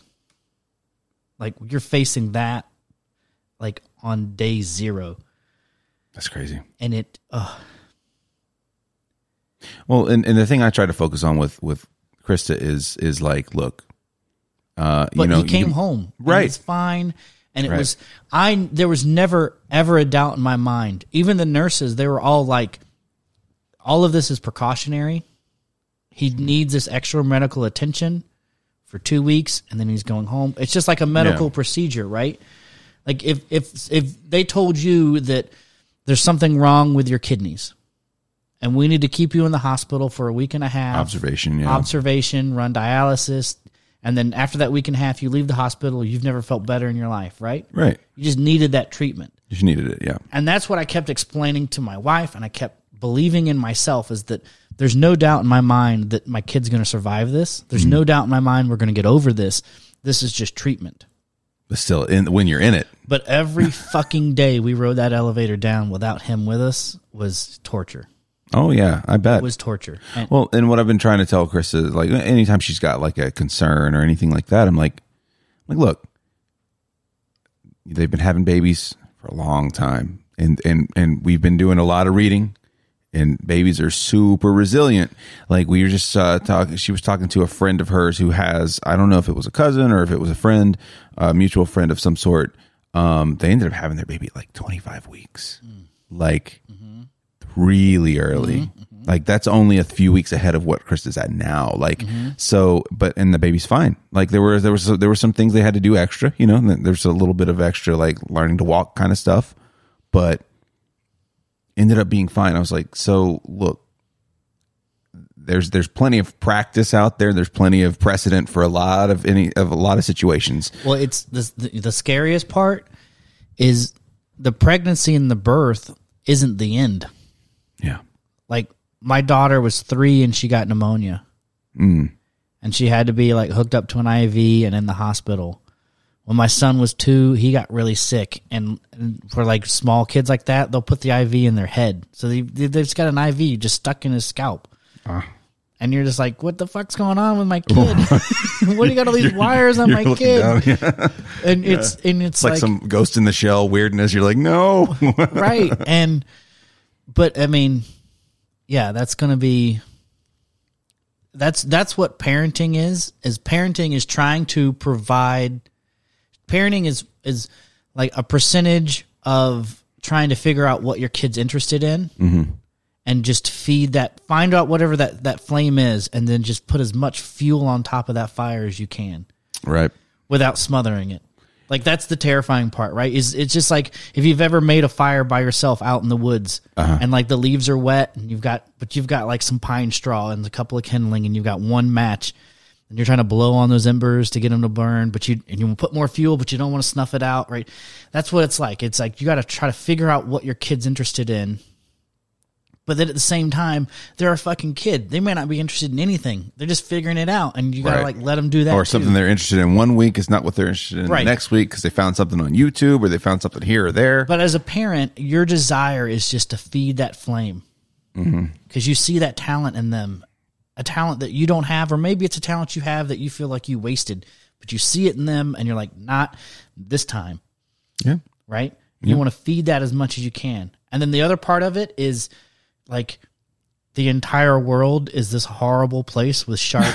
like you're facing that like on day zero
That's crazy.
and it uh,
Well, and, and the thing I try to focus on with with Krista is is like, look, uh,
but
you know,
he came
you-
home and
Right.
it's fine and it
Right.
was i there was never ever a doubt in my mind even the nurses they were all like all of this is precautionary he
Mm-hmm.
needs this extra medical attention for two weeks and then he's going home it's just like a medical
Yeah.
procedure right like if if if they told you that there's something wrong with your kidneys and we need to keep you in the hospital for a week and a half
observation. Yeah.
observation, run dialysis, and then after that week and a half, you leave the hospital. You've never felt better in your life, right?
right.
You just needed that treatment.
You just needed it. Yeah.
And that's what I kept explaining to my wife, and I kept believing in myself is that there's no doubt in my mind that my kid's going to survive this. There's no doubt in my mind we're going to get over this. This is just treatment.
But still, in when you're in it,
But every fucking day we rode that elevator down without him with us was torture.
oh yeah, I bet.
Was torture. And-
Well, and what I've been trying to tell Krista, is, like anytime she's got like a concern or anything like that, I'm like, like look, they've been having babies for a long time, and and and we've been doing a lot of reading, and babies are super resilient. Like we were just uh, talking, she was talking to a friend of hers who has, I don't know if it was a cousin or if it was a friend, a mutual friend of some sort. Um, they ended up having their baby at like 25 weeks, like really early.
Mm-hmm.
Like that's only a few weeks ahead of what Chris is at now. Like
Mm-hmm.
so, but and the baby's fine. Like there were there was there were some things they had to do extra. You know, and then there's a little bit of extra like learning to walk kind of stuff, but ended up being fine. I was like, so look, there's there's plenty of practice out there. There's plenty of precedent for a lot of any of a lot of situations.
Well, it's the, the the scariest part is the pregnancy and the birth isn't the end.
Yeah,
Like my daughter was three and she got pneumonia, mm. and she had to be like hooked up to an IV and in the hospital. When my son was two, he got really sick, and, and for like small kids like that, they'll put the IV in their head, so they they- they've just got an IV just stuck in his scalp. And you're just like, what the fuck's going Ah. on with my kid? what do you got all these wires on my
looking
kid?
down,
And it's and it's,
it's like, some Ghost in the Shell weirdness. You're like, no,
right and but i mean yeah that's gonna be that's that's what parenting is is parenting is trying to provide parenting is is like a percentage of trying to figure out what your kid's interested in
Mm-hmm.
and just feed that find out whatever that that flame is and then just put as much fuel on top of that fire as you can
right?
without smothering it. Like that's the terrifying part, right? Is it's just like if you've ever made a fire by yourself out in the woods
Uh-huh.
and like the leaves are wet and you've got but you've got like some pine straw and a couple of kindling and you've got one match and you're trying to blow on those embers to get them to burn, but you and you put more fuel, but you don't want to snuff it out, right? That's what it's like. It's like you got to try to figure out what your kid's interested in. But then at the same time, they're a fucking kid. They may not be interested in anything. They're just figuring it out, and you gotta
Right.
like let them do that
or
too.
something they're interested in one week is not what they're interested in
Right.
the next week because they found something on YouTube or they found something here or there.
But as a parent, your desire is just to feed that flame because you see that talent in them, a talent that you don't have, or maybe it's a talent you have that you feel like you wasted. but you see it in them and you're like, not this time,
Yeah.
right? You want to feed that as much as you can. And then the other part of it is like the entire world is this horrible place with sharp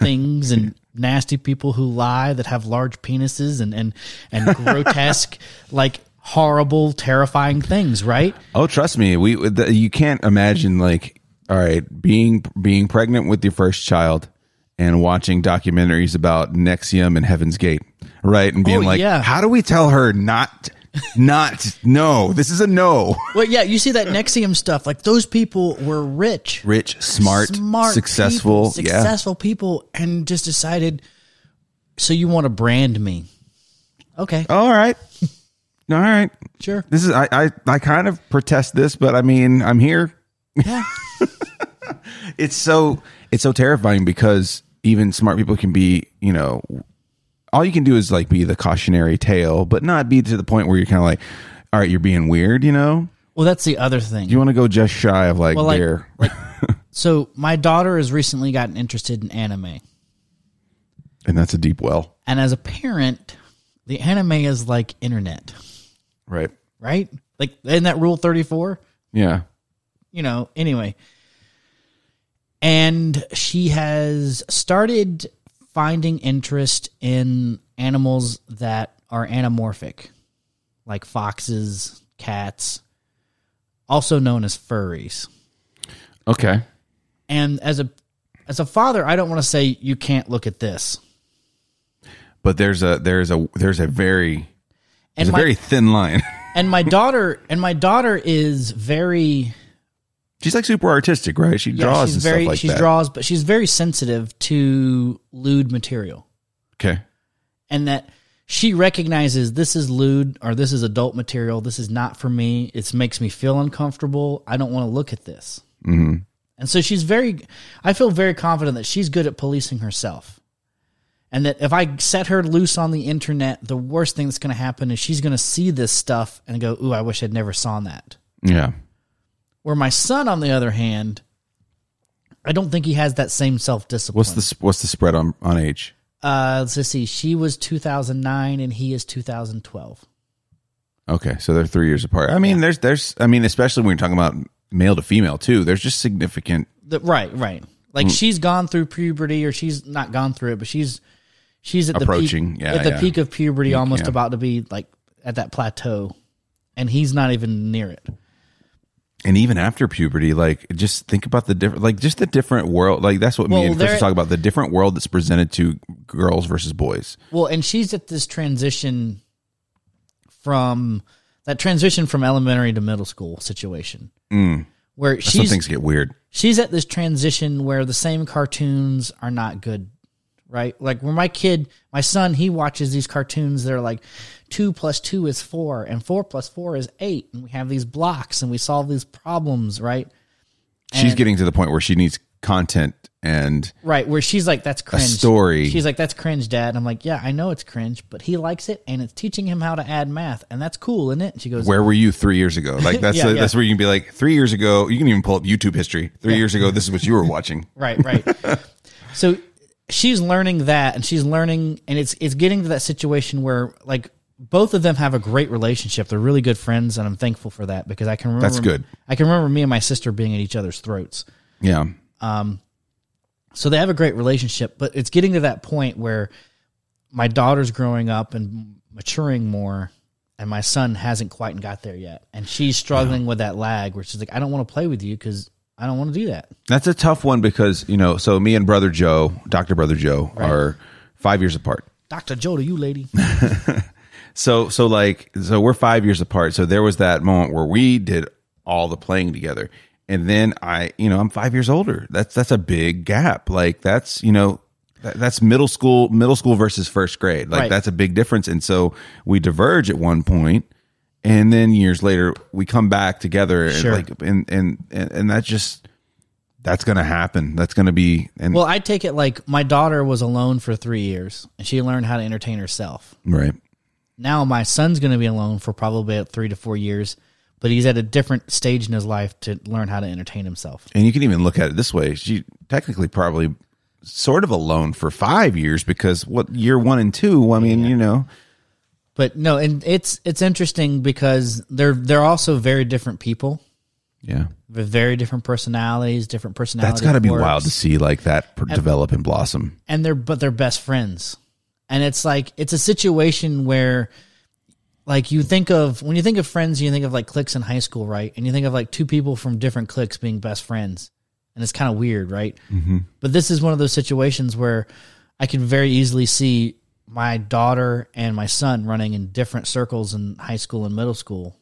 things and nasty people who lie that have large penises and and and grotesque like horrible terrifying things, right?
Oh, trust me, we the, you can't imagine like all right being being pregnant with your first child and watching documentaries about Nexium and Heaven's Gate, right? And being
Oh,
like,
yeah.
how do we tell her not, not no? This is a no.
Well, yeah, you see that Nexium stuff. Like those people were rich,
Rich, smart, successful,
people,
yeah.
successful people, and just decided. So you want to brand me? Okay,
All right, all right.
sure.
This is I, I I kind of protest this, but I mean I'm here.
Yeah,
it's so it's so terrifying because even smart people can be you know all you can do is like be the cautionary tale but not be to the point where you're kind of like all right you're being weird you know
Well, that's the other thing.
you want to go just shy of like
Well, like-
there
so my daughter has recently gotten interested in anime,
and that's a deep well
and as a parent, the anime is like internet,
right
right? Like in that rule thirty four.
yeah
you know, anyway. And she has started finding interest in animals that are anamorphic, like foxes, cats, also known as furries.
okay
And as a as a father, I don't want to say you can't look at this.
but there's a there's a there's a very there's
And
a
my
very thin line
and my daughter and my daughter is very
she's like super artistic right she
yeah,
draws
she's
and
very
stuff like
she
that
draws, but she's very sensitive to lewd material.
okay
and that she recognizes this is lewd or this is adult material. This is not for me. It makes me feel uncomfortable. I don't want to look at this. Mm-hmm. And so she's very, I feel very confident that she's good at policing herself. And that if I set her loose on the internet, the worst thing that's going to happen is she's going to see this stuff and go, Ooh, I wish I'd never saw that.
yeah
Where my son, on the other hand, I don't think he has that same self discipline.
what's the s- what's the spread on on age
Uh, let's see. She was 2009 and he is 2012.
Okay, so they're three years apart. I mean, there's there's I mean, especially when you're talking about male to female too. There's just significant.
The, right, right. Like
Mm.
she's gone through puberty, or she's not gone through it, but she's she's at the
Approaching,
peak,
yeah,
at the
yeah.
peak of puberty, almost
yeah.
about to be like at that plateau, and he's not even near it.
And even after puberty, like just think about the different, like just the different world. Like that's what
Well,
me and Chris
there-
were talking about. The different world that's presented to girls versus boys.
Well, and she's at this transition from that transition from elementary to middle school situation,
Mm.
where
Some
she's
things get weird.
she's at this transition where the same cartoons are not good right like where my kid my son he watches these cartoons that are like two plus two is four and four plus four is eight and we have these blocks and we solve these problems right
She's getting to the point where she needs content, and
right where she's like that's cringe
story.
she's like that's cringe dad and i'm like yeah i know it's cringe but he likes it and it's teaching him how to add math and that's cool isn't it and she goes
where were you three years ago? Like that's
Yeah, yeah.
that's where you can be like three years ago. You can even pull up YouTube history. Three years ago, this is what you were watching.
Right, right. so she's learning that and she's learning and it's it's getting to that situation where like both of them have a great relationship. They're really good friends and I'm thankful for that because I can remember
That's good.
I can remember me and my sister being at each other's throats.
Yeah,
So they have a great relationship, but it's getting to that point where my daughter's growing up and maturing more and my son hasn't quite got there yet. And she's struggling with that lag where she's like I don't want to play with you cuz I don't want to do that.
That's a tough one because you know. So me and brother Joe, Doctor Brother Joe, are five years apart.
Dr. Joe to you lady.
So so like so we're five years apart. So there was that moment where we did all the playing together, and then I you know I'm five years older. That's that's a big gap. Like that's you know that, that's middle school middle school versus first grade. Like
Right.
that's a big difference. And so we diverge at one point, and then years later we come back together.
Sure.
And like and and and, and that just. That's gonna happen. That's gonna be and
Well, I take it like my daughter was alone for three years and she learned how to entertain herself.
right.
Now my son's going to be alone for probably about three to four years, but he's at a different stage in his life to learn how to entertain himself.
and you can even look at it this way she technically probably sort of alone for five years because what year one and two, I mean, you know,
But no, and it's it's interesting because they're they're also very different people,
yeah.
with very different personalities, different personalities.
That's got to be wild to see like that pr- develop and blossom.
and they're but they're best friends and it's like it's a situation where like you think of when you think of friends you think of like cliques in high school right and you think of like two people from different cliques being best friends and it's kind of weird right mm-hmm. but this is one of those situations where i can very easily see my daughter and my son running in different circles in high school and middle school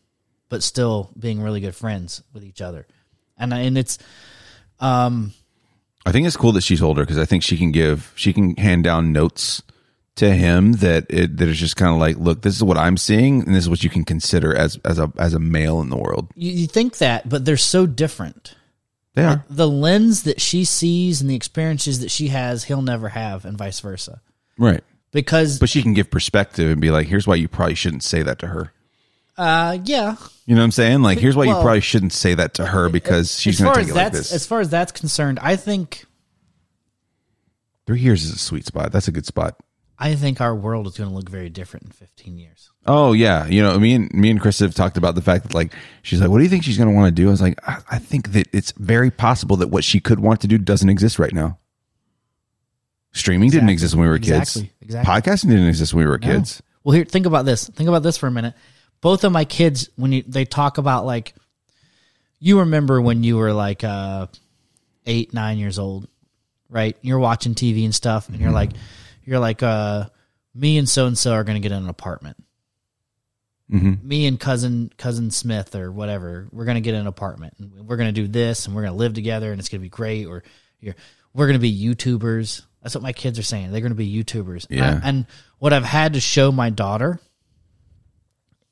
but still being really good friends with each other and I- and it's
I think it's cool that she's older because I think she can give she can hand down notes to him that it that is just kind of like, look, this is what I'm seeing, and this is what you can consider as as a as a male in the world.
you, you think that but they're so different
They are.
the lens that she sees and the experiences that she has, he'll never have, and vice versa.
Right.
Because,
But she can give perspective and be like, here's why you probably shouldn't say that to her.
uh, yeah,
You know what I'm saying? Like, here's why you
Well-
probably shouldn't say that to her because she's
as
going
far
to take
as
it like
that's
this.
as far as that's concerned, I think
Three years is a sweet spot. That's a good spot.
I think our world is going to look very different in fifteen years.
Oh yeah, you know me and me and Chris have talked about the fact that like she's like, what do you think she's going to want to do? I was like, I, I think that it's very possible that what she could want to do doesn't exist right now. Streaming didn't
Exactly.
exist when we were kids.
Exactly. Exactly.
Podcasting didn't exist when we were kids.
Well, here, think about this. Think about this for a minute. Both of my kids, when you, they talk about like, you remember when you were like uh, eight, nine years old, right? You're watching TV and stuff, and you're like, you're like, uh, me and so and so are going to get an apartment. Me and cousin cousin Smith or whatever, we're going to get an apartment, and we're going to do this, and we're going to live together, and it's going to be great. Or you're, we're going to be YouTubers. That's what my kids are saying. They're going to be YouTubers.
Yeah.
I- and what I've had to show my daughter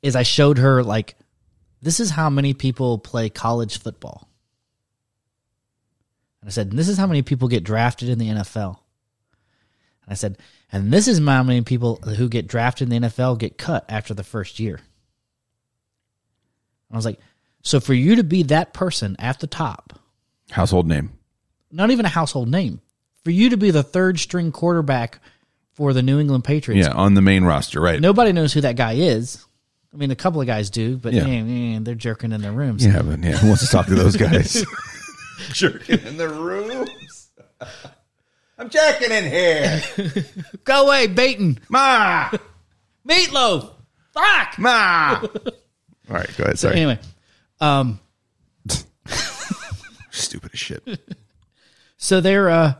is I showed her like this is how many people play college football. And I said, this is how many people get drafted in the NFL. And I said, and this is how many people who get drafted in the NFL get cut after the first year. And I was like, so for you to be that person at the top,
Household name.
not even a household name, for you to be the third string quarterback for the New England Patriots,
Yeah, on the main roster, right?
nobody knows who that guy is. I mean, a couple of guys do, but
Yeah.
eh, eh, they're jerking in their rooms.
Yeah, but yeah, who wants to talk to those guys? Jerking in the rooms. I'm checking in here.
Go away, Baton.
Ma,
Meatloaf. Fuck.
ma. All right, go ahead. Sorry,
Anyway, um,
stupid as shit.
so they're uh,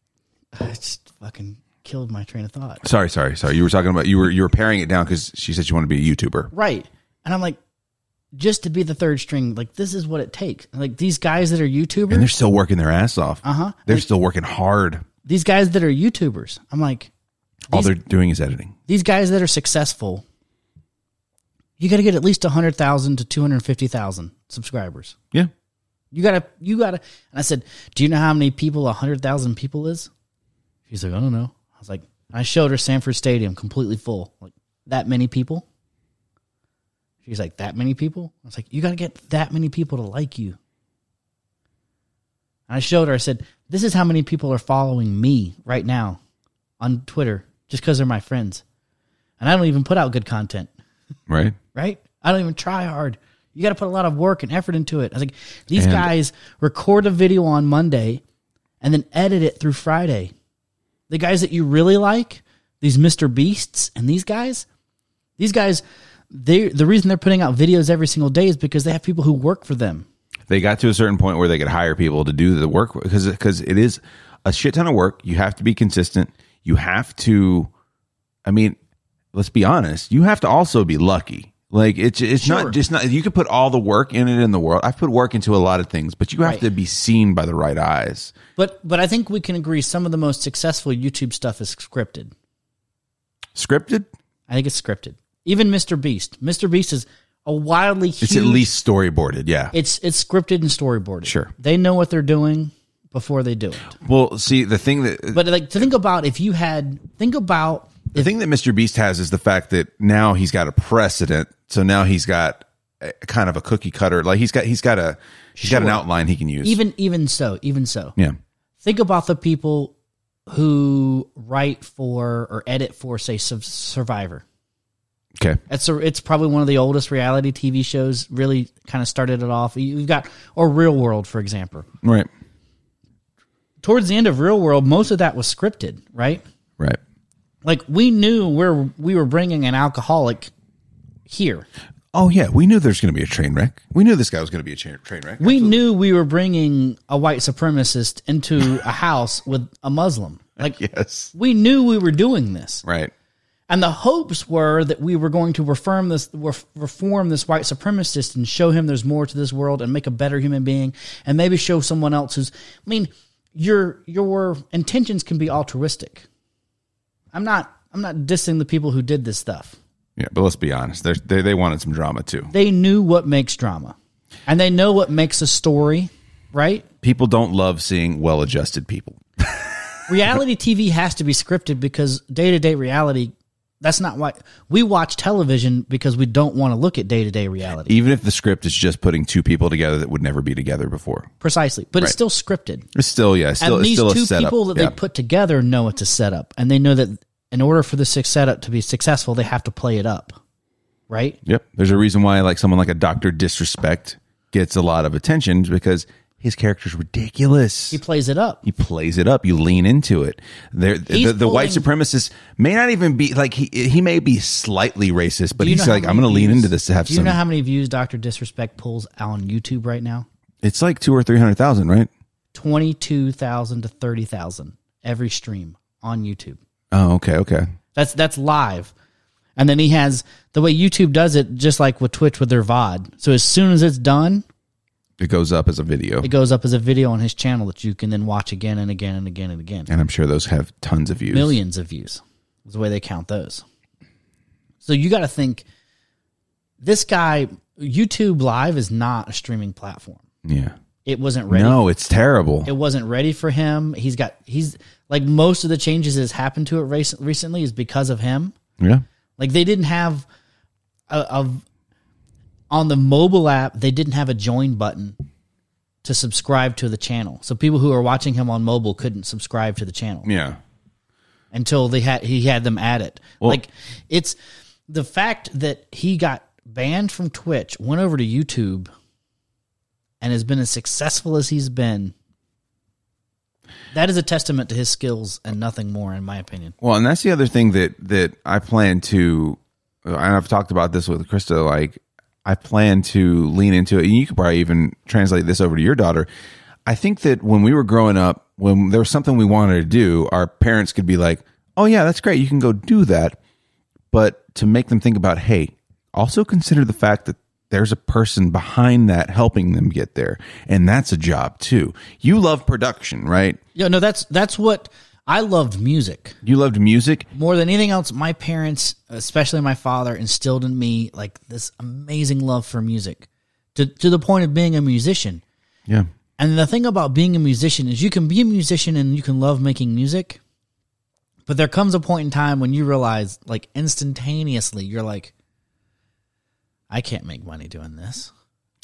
I just fucking killed my train of thought.
Sorry, sorry, sorry. You were talking about you were you were paring it down because she said she wanted to be a YouTuber.
Right. And I'm like, just to be the third string, like this is what it takes. And, like these guys that are
And they're
YouTubers,
still working their ass off. Uh huh. They're still working hard.
these guys that are YouTubers, I'm like,
All they're doing is editing.
these guys that are successful, you got to get at least 100,000 to 250,000 subscribers.
Yeah.
You gotta, you gotta. And I said, Do you know how many people, 100,000 people is? She's like, I don't know. I was like, I showed her Sanford Stadium completely full. Like, that many people? She's like, That many people? I was like, You gotta get that many people to like you. And I showed her, I said, This is how many people are following me right now on Twitter just because they're my friends. And I don't even put out good content
Right.
right? I don't even try hard. You got to put a lot of work and effort into it. I was like, these
And-
guys record a video on Monday and then edit it through Friday. The guys that you really like, these Mr. Beasts and these guys, these guys, they the reason they're putting out videos every single day is because they have people who work for them.
They got to a certain point where they could hire people to do the work because because it is a shit ton of work. You have to be consistent. You have to. I mean, let's be honest. You have to also be lucky. Like it's it's not just not. You could put all the work in it in the world. I've put work into a lot of things, but you have
Right.
to be seen by the right eyes.
But but I think we can agree some of the most successful YouTube stuff is scripted.
Scripted.
I think it's scripted. Even Mr. Beast. Mr. Beast is a wildly huge
It's at least storyboarded. Yeah.
It's it's scripted and storyboarded.
Sure.
They know what they're doing before they do it.
well, see, the thing that
But like to think about if you had think about
The thing that Mr. Beast has is the fact that now he's got a precedent. So now he's got a, kind of a cookie cutter. Like he's got he's got a he's got an
Sure.
outline he can use.
even even so, even so.
yeah,
Think about the people who write for or edit for, say, Su- Survivor.
Okay.
It's a, it's probably one of the oldest reality TV shows. Really, kind of started it off. You- You've got or Real World, for example.
Right.
Towards the end of Real World, most of that was scripted, right?
Right.
Like we knew where we were bringing an alcoholic here.
Oh yeah, we knew there's going to be a train wreck. We knew this guy was going to be a cha- train wreck.
We knew we were bringing a white supremacist into a house with a Muslim. Like
yes.
we knew we were doing this.
Right.
And the hopes were that we were going to reform this, ref- reform this white supremacist and show him there's more to this world and make a better human being and maybe show someone else who's, I mean, your, your intentions can be altruistic. I'm not, I'm not dissing the people who did this stuff.
Yeah, but let's be honest. They're, they they wanted some drama too.
They knew what makes drama and they know what makes a story, right?
People don't love seeing well-adjusted people.
reality TV has to be scripted because day to day reality. That's not why we watch television because we don't want to look at day to day reality.
Even if the script is just putting two people together that would never be together before.
Precisely, but it's still scripted.
It's still yeah, it's still
and
it's
these
still a
two
setup.
people that
yeah.
they put together know it's a setup, and they know that in order for this setup to be successful, they have to play it up, right?
Yep. There's a reason why like someone like a Doctor Disrespect gets a lot of attention because his character's ridiculous.
He plays it up.
he plays it up. You lean into it. There, the, the white supremacist may not even be like he. He may be slightly racist, but
Do you
he's
know how
like,
many
I'm going to lean
views-
into this to have
Do you
some.
know how many views Doctor Disrespect pulls on YouTube right now?
it's like two or three hundred thousand, right?
Twenty two thousand to thirty thousand every stream on YouTube.
Oh, okay, okay.
That's that's live. And then he has the way YouTube does it, just like with Twitch with their VOD. So as soon as it's done,
It goes up as a video,
it goes up as a video on his channel that you can then watch again and again and again and again.
and I'm sure those have tons of views.
Millions of views is the way they count those. So you got to think this guy, YouTube Live is not a streaming platform.
Yeah.
It wasn't ready.
No, it's terrible.
It wasn't ready for him. He's got, he's like most of the changes that's happened to it rec- recently is because of him.
yeah.
Like they didn't have a, a on the mobile app, they didn't have a join button to subscribe to the channel. So people who are watching him on mobile couldn't subscribe to the channel
Yeah.
until they had he had them at it. like it's the fact that he got banned from Twitch, went over to YouTube and has been as successful as he's been. That is a testament to his skills and nothing more in my opinion.
Well, and that's the other thing that that I plan to, and I've talked about this with Krista. Like, I plan to lean into it, and you could probably even translate this over to your daughter. I think that when we were growing up, when there was something we wanted to do, our parents could be like, "Oh yeah, that's great, you can go do that," but to make them think about, hey, also consider the fact that there's a person behind that helping them get there, and that's a job too. You love production, right?
Yeah, no, that's that's what I loved music
You loved music.
more than anything else. My parents, especially my father, instilled in me like this amazing love for music, to to the point of being a musician.
Yeah.
And the thing about being a musician is you can be a musician and you can love making music, but there comes a point in time when you realize, like instantaneously, you're like, I can't make money doing this.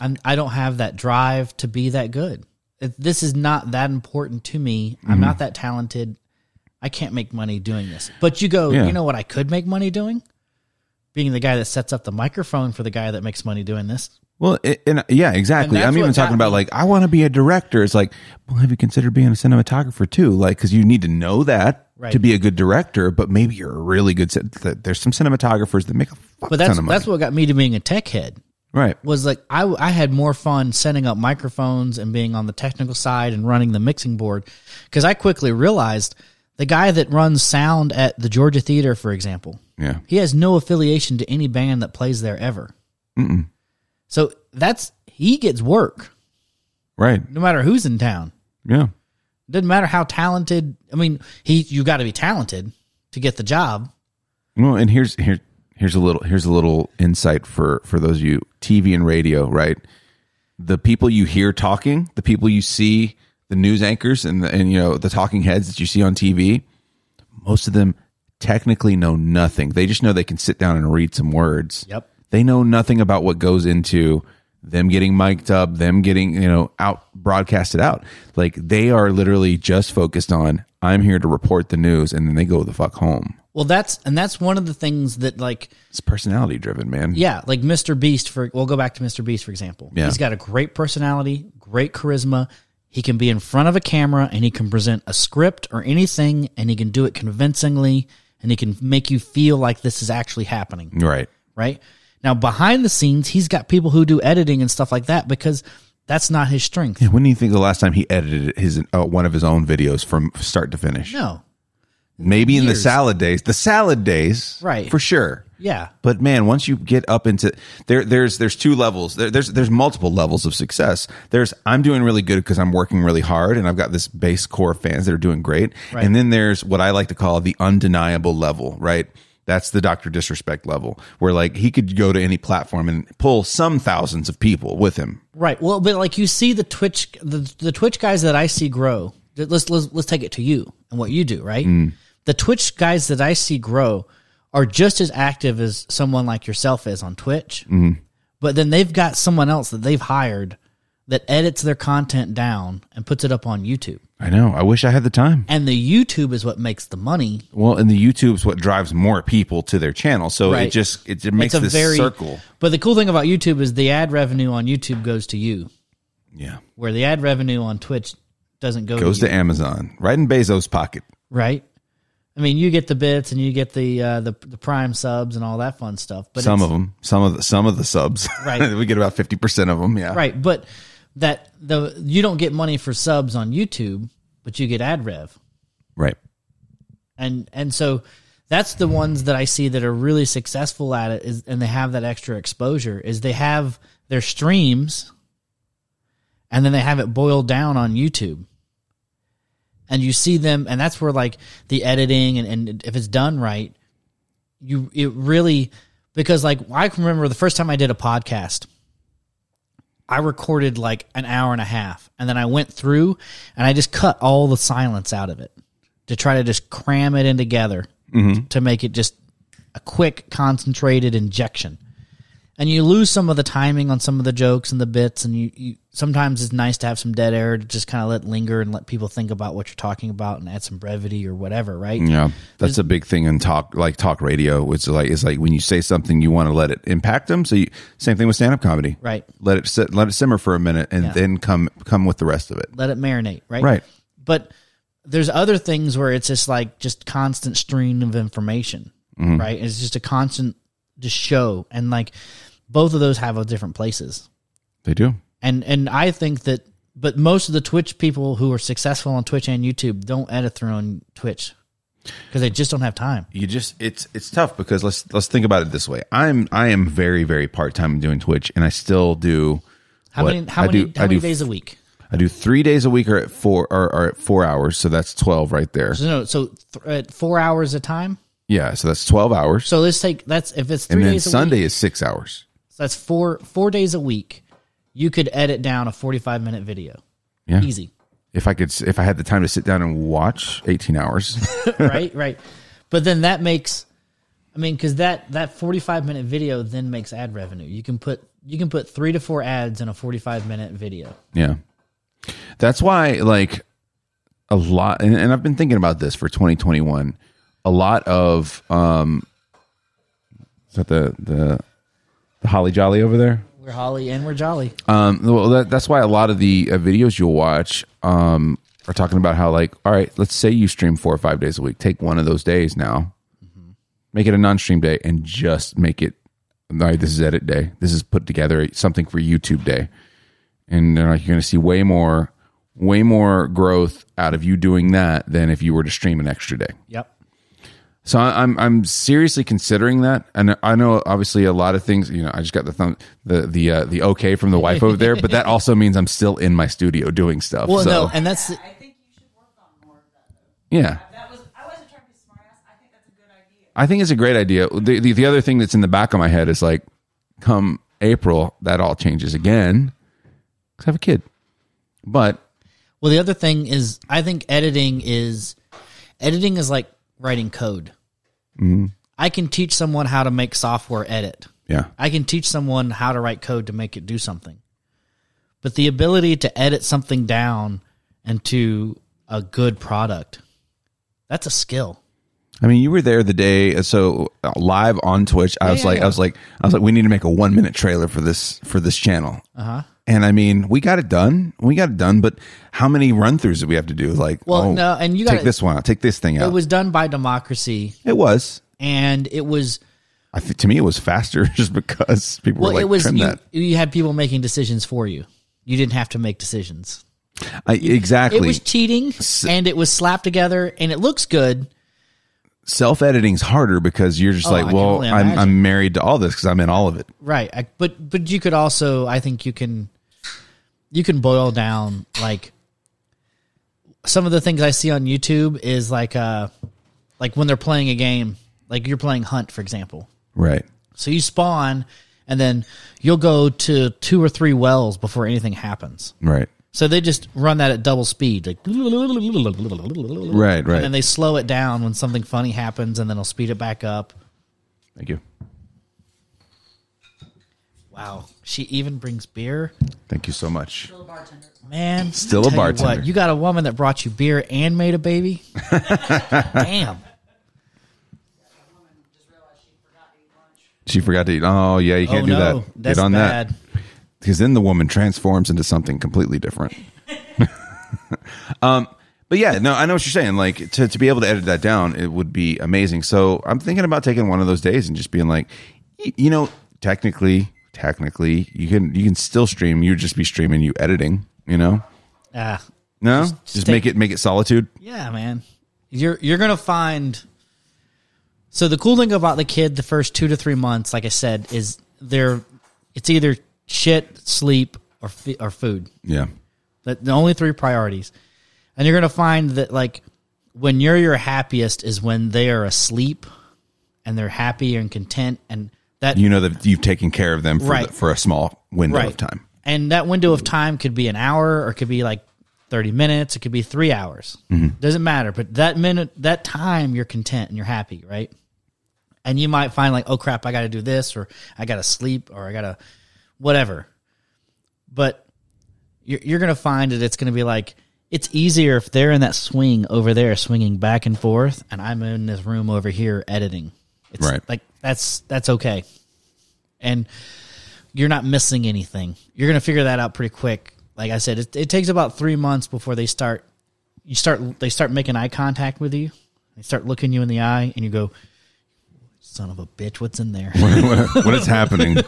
I'm, I don't have that drive to be that good. If This is not that important to me.
Mm-hmm.
I'm not that talented. I can't make money doing this. But you go,
Yeah.
you know what I could make money doing? Being the guy that sets up the microphone for the guy that makes money doing this.
Well, it, and yeah, exactly.
And that's
I'm even
what
talking
got
about
me.
like I want to be a director. It's like, well, have you considered being a cinematographer too? Like, because you need to know that
Right.
to be a good director. But maybe you're a really good. cin- th- There's some cinematographers that make a fuck
But that's
ton of money.
that's what got me to being a tech head.
right.
was like I, I had more fun setting up microphones and being on the technical side and running the mixing board because I quickly realized the guy that runs sound at the Georgia Theater, for example,
Yeah.
he has no affiliation to any band that plays there ever. So that's he gets work
Right.
no matter who's in town.
Yeah.
Doesn't matter how talented. I mean, he you got to be talented to get the job.
Well, and here's here here's a little here's a little insight for for those of you TV and radio, right? The people you hear talking, the people you see, the news anchors and the, and you know the talking heads that you see on TV, most of them technically know nothing. They just know they can sit down and read some words.
Yep.
They know nothing about what goes into them getting mic'd up, them getting, you know, out broadcasted out. Like they are literally just focused on, I'm here to report the news. And then they go the fuck home.
Well, that's and that's one of the things that like
It's personality driven, man.
yeah, like Mr. Beast for we'll go back to Mr. Beast for example.
Yeah.
He's got a great personality, great charisma. He can be in front of a camera and he can present a script or anything and he can do it convincingly and he can make you feel like this is actually happening
Right.
right? Now, behind the scenes, he's got people who do editing and stuff like that because that's not his strength.
When do you think the last time he edited his uh, one of his own videos from start to finish?
No,
Maybe in the
years.
salad days, the salad days,
Right.
For sure.
yeah,
But man, once you get up into there, there's there's two levels. There, there's there's multiple levels of success. There's I'm doing really good because I'm working really hard, and I've got this base core of fans that are doing great. And then there's what I like to call the undeniable level, right? That's the Doctor Disrespect level, where like he could go to any platform and pull some thousands of people with him.
right. Well, but like you see the Twitch, the, the Twitch guys that I see grow. th- Let's let's let's take it to you and what you do, right?
Mm.
The Twitch guys that I see grow are just as active as someone like yourself is on Twitch,
Mm-hmm.
but then they've got someone else that they've hired that edits their content down and puts it up on YouTube.
I know. I wish I had the time.
And the YouTube is what makes the money
Well, and the YouTube's what drives more people to their channel, so it
Right.
just it, it makes this circle.
But the cool thing about YouTube is the ad revenue on YouTube goes to you,
Yeah,
where the ad revenue on Twitch doesn't go
goes
to, you,
to Amazon, right in Bezos' pocket.
right. I mean, you get the bits and you get the uh, the the Prime subs and all that fun stuff. But
some
it's-
of them some of the some of the subs
Right.
we get about 50% of them yeah
right? But that the you don't get money for subs on YouTube, but you get ad rev,
right
and and so that's the ones that I see that are really successful at it, is, and they have that extra exposure. Is they have their streams, and then they have it boiled down on YouTube, and you see them, and that's where like the editing and, and if it's done right, you it really because like I can remember the first time I did a podcast. I recorded like an hour and a half and then I went through and I just cut all the silence out of it to try to just cram it in together to make it just a quick, concentrated injection. And you lose some of the timing on some of the jokes and the bits, and you, you sometimes it's nice to have some dead air to just kind of let linger and let people think about what you're talking about and add some brevity or whatever, right?
yeah that's a big thing in talk like talk radio which is like is like when you say something you want to let it impact them so you same thing with stand-up comedy
Right.
let it sit let it simmer for a minute and then come come with the rest of it
let it marinate, right?
Right.
But there's other things where it's just like just constant stream of information,
Mm-hmm.
right? It's just a constant just show, and like both of those have a different places,
they do
and and I think that, but most of the Twitch people who are successful on Twitch and YouTube don't edit their own Twitch because they just don't have time.
you just it's it's tough because let's let's think about it this way i'm i am very very part-time doing twitch and i still do
How
what-
many how
I
many
do-
how
I
many
do
days a week?
i do three days a week or at four or, or at four hours so that's 12 right there
So no, so th- at four hours a time.
yeah so that's 12 hours
So let's take that's if it's three
and then
days a week.
sunday is six hours
So that's four four days a week. You could edit down a forty five minute video.
Yeah.
Easy.
If I could, s- if I had the time to sit down and watch 18 hours,
right, right. But then that makes I mean, because that that forty five minute video then makes ad revenue. You can put you can put three to four ads in a forty five minute video.
yeah. That's why, like, a lot, and, and I've been thinking about this for 2021. A lot of, um, is that the, the, the Holly Jolly over there?
We're Holly and we're Jolly.
Um, well, that, that's why a lot of the uh, videos you'll watch um, are talking about how, like, all right, let's say you stream four or five days a week. Take one of those days now, make it a non-stream day, and just make it. All right, this is edit day. This is put together something for YouTube day, and they're like, you're going to see way more, way more growth out of you doing that than if you were to stream an extra day.
Yep.
So I- I'm I'm seriously considering that, and I know obviously a lot of things. You know, I just got the thumb, the the uh, the okay from the wife over there, but that also means I'm still in my studio doing stuff.
Well
so
no, and that's
I think you should work on more of that. Though.
yeah,
That was I wasn't trying to be smart ass. I think that's a good idea.
I think it's a great idea. The, the the other thing that's in the back of my head is like, come April, that all changes again. 'Cause I have a kid, but
well the other thing is I think editing is editing
Mm-hmm.
is like writing code. I can teach someone how to make software edit.
Yeah.
I can teach someone how to write code to make it do something. But the ability to edit something down into a good product, that's a skill.
I mean, you were there the day, so uh, live on Twitch. I was
yeah,
like,
yeah.
I was like, I was like, we need to make a one minute trailer for this for this channel. Uh-huh. And I mean, we got it done. We got it done. But how many run throughs did we have to do? Like, oh,
Well, no, and you
take
gotta-
this one out, take this thing out.
It was done by democracy
It was.
and it was
I th- to me, it was faster just because people
well
were like,
it was
trim
you,
that.
you had people making decisions for you. You didn't have to make decisions.
I, exactly.
It was cheating and it was slapped together and it looks good.
Self editing's harder because you're just
Oh, I
like,
can
well,
only
I'm,
imagine.
I'm married to all this because I'm in all of it.
right I, but but you could also i think you can you can boil down like some of the things i see on youtube is like uh like when they're playing a game like you're playing hunt for example
Right.
so you spawn and then you'll go to two or three wells before anything happens
Right.
so they just run that at double speed like
Right. Right.
and then they slow it down when something funny happens and then they'll speed it back up
Thank you.
wow she even brings beer
Thank you so much.
Still a bartender.
Man,
Still a
tell you what,
bartender.
You, got a woman that brought you beer and made a baby. Damn.
The woman just realized she forgot to eat lunch.
She forgot to eat. Oh yeah, you can't
oh
do
no,
that.
that's
Get on
bad.
that because then the woman transforms into something completely different. um, but yeah, no, I know what you're saying. Like to to be able to edit that down, it would be amazing. So I'm thinking about taking one of those days and just being like, y- you know, technically, technically, you can you can still stream. You just be streaming you editing. You know,
Ah,
no, just,
take-
make it make it solitude.
yeah, man. You're you're gonna find. So the cool thing about the kid, the first two to three months, like I said, is they're it's either shit, sleep, or f- or food.
Yeah,
That the only three priorities, and you're gonna find that like when you're your happiest is when they are asleep, and they're happy and content, and that
you know that you've taken care of them for,
Right.
the, for a small window of time.
And that window of time could be an hour or it could be like 30 minutes, it could be 3 hours.
Mm-hmm.
Doesn't matter, but that minute that time you're content and you're happy, right? And you might find like, "Oh crap, I got to do this or I got to sleep or I got to whatever." But you're, you're going to find that it's going to be like it's easier if they're in that swing over there swinging back and forth and I'm in this room over here editing. It's
Right.
like that's that's okay. And you're not missing anything. You're going to figure that out pretty quick. Like I said, it, it takes about three months before they start. You start. They start making eye contact with you. They start looking you in the eye, and you go, "Son of a bitch, what's in there?"
what is happening?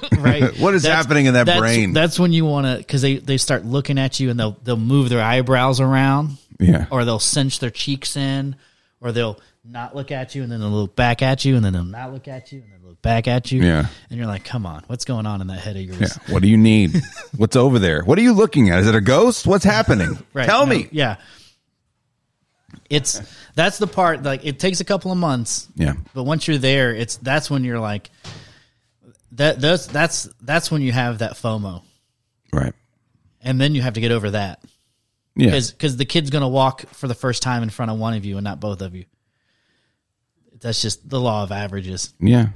right?
What is happening in that
that's-
brain?
That's when you want to, because they they start looking at you, and they'll they'll move their eyebrows around,
yeah.
or they'll cinch their cheeks in, or they'll not look at you, and then they'll look back at you, and then they'll not look at you, and then look back at you.
Yeah.
And you're like, "Come on, what's going on in that head of yours?"
Yeah. What do you need? What's over there? What are you looking at? Is it a ghost? What's happening?
Right.
Tell
no,
me.
Yeah. It's that's the part like it takes a couple of months,
Yeah.
but once you're there, it's that's when you're like that that's that's that's when you have that FOMO.
Right.
And then you have to get over that
Yeah.
cuz cuz the kid's going to walk for the first time in front of one of you and not both of you. That's just the law of averages.
Yeah.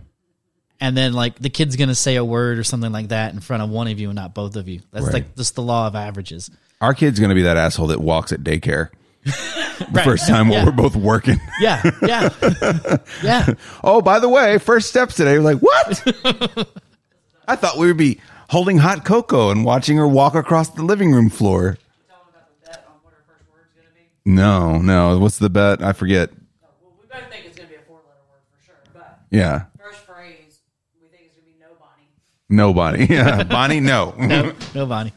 And then like the kid's going to say a word or something like that in front of one of you and not both of you. That's
Right.
like just the law of averages.
Our kid's going to be that asshole that walks at daycare. The first time while
Yeah.
we're both working.
Yeah. Yeah. yeah.
Oh, by the way, first steps today. We're like, what? I thought we would be holding hot cocoa and watching her walk across the living room floor.
Tell them about the bet on what her first word's gonna be.
No, no. What's the bet? I forget.
No, well, we both think it's gonna be a four-letter word for sure. But
Yeah.
first phrase, we think it's gonna be no Bonnie.
Nobody. Yeah. Bonnie, no.
No, Bonnie.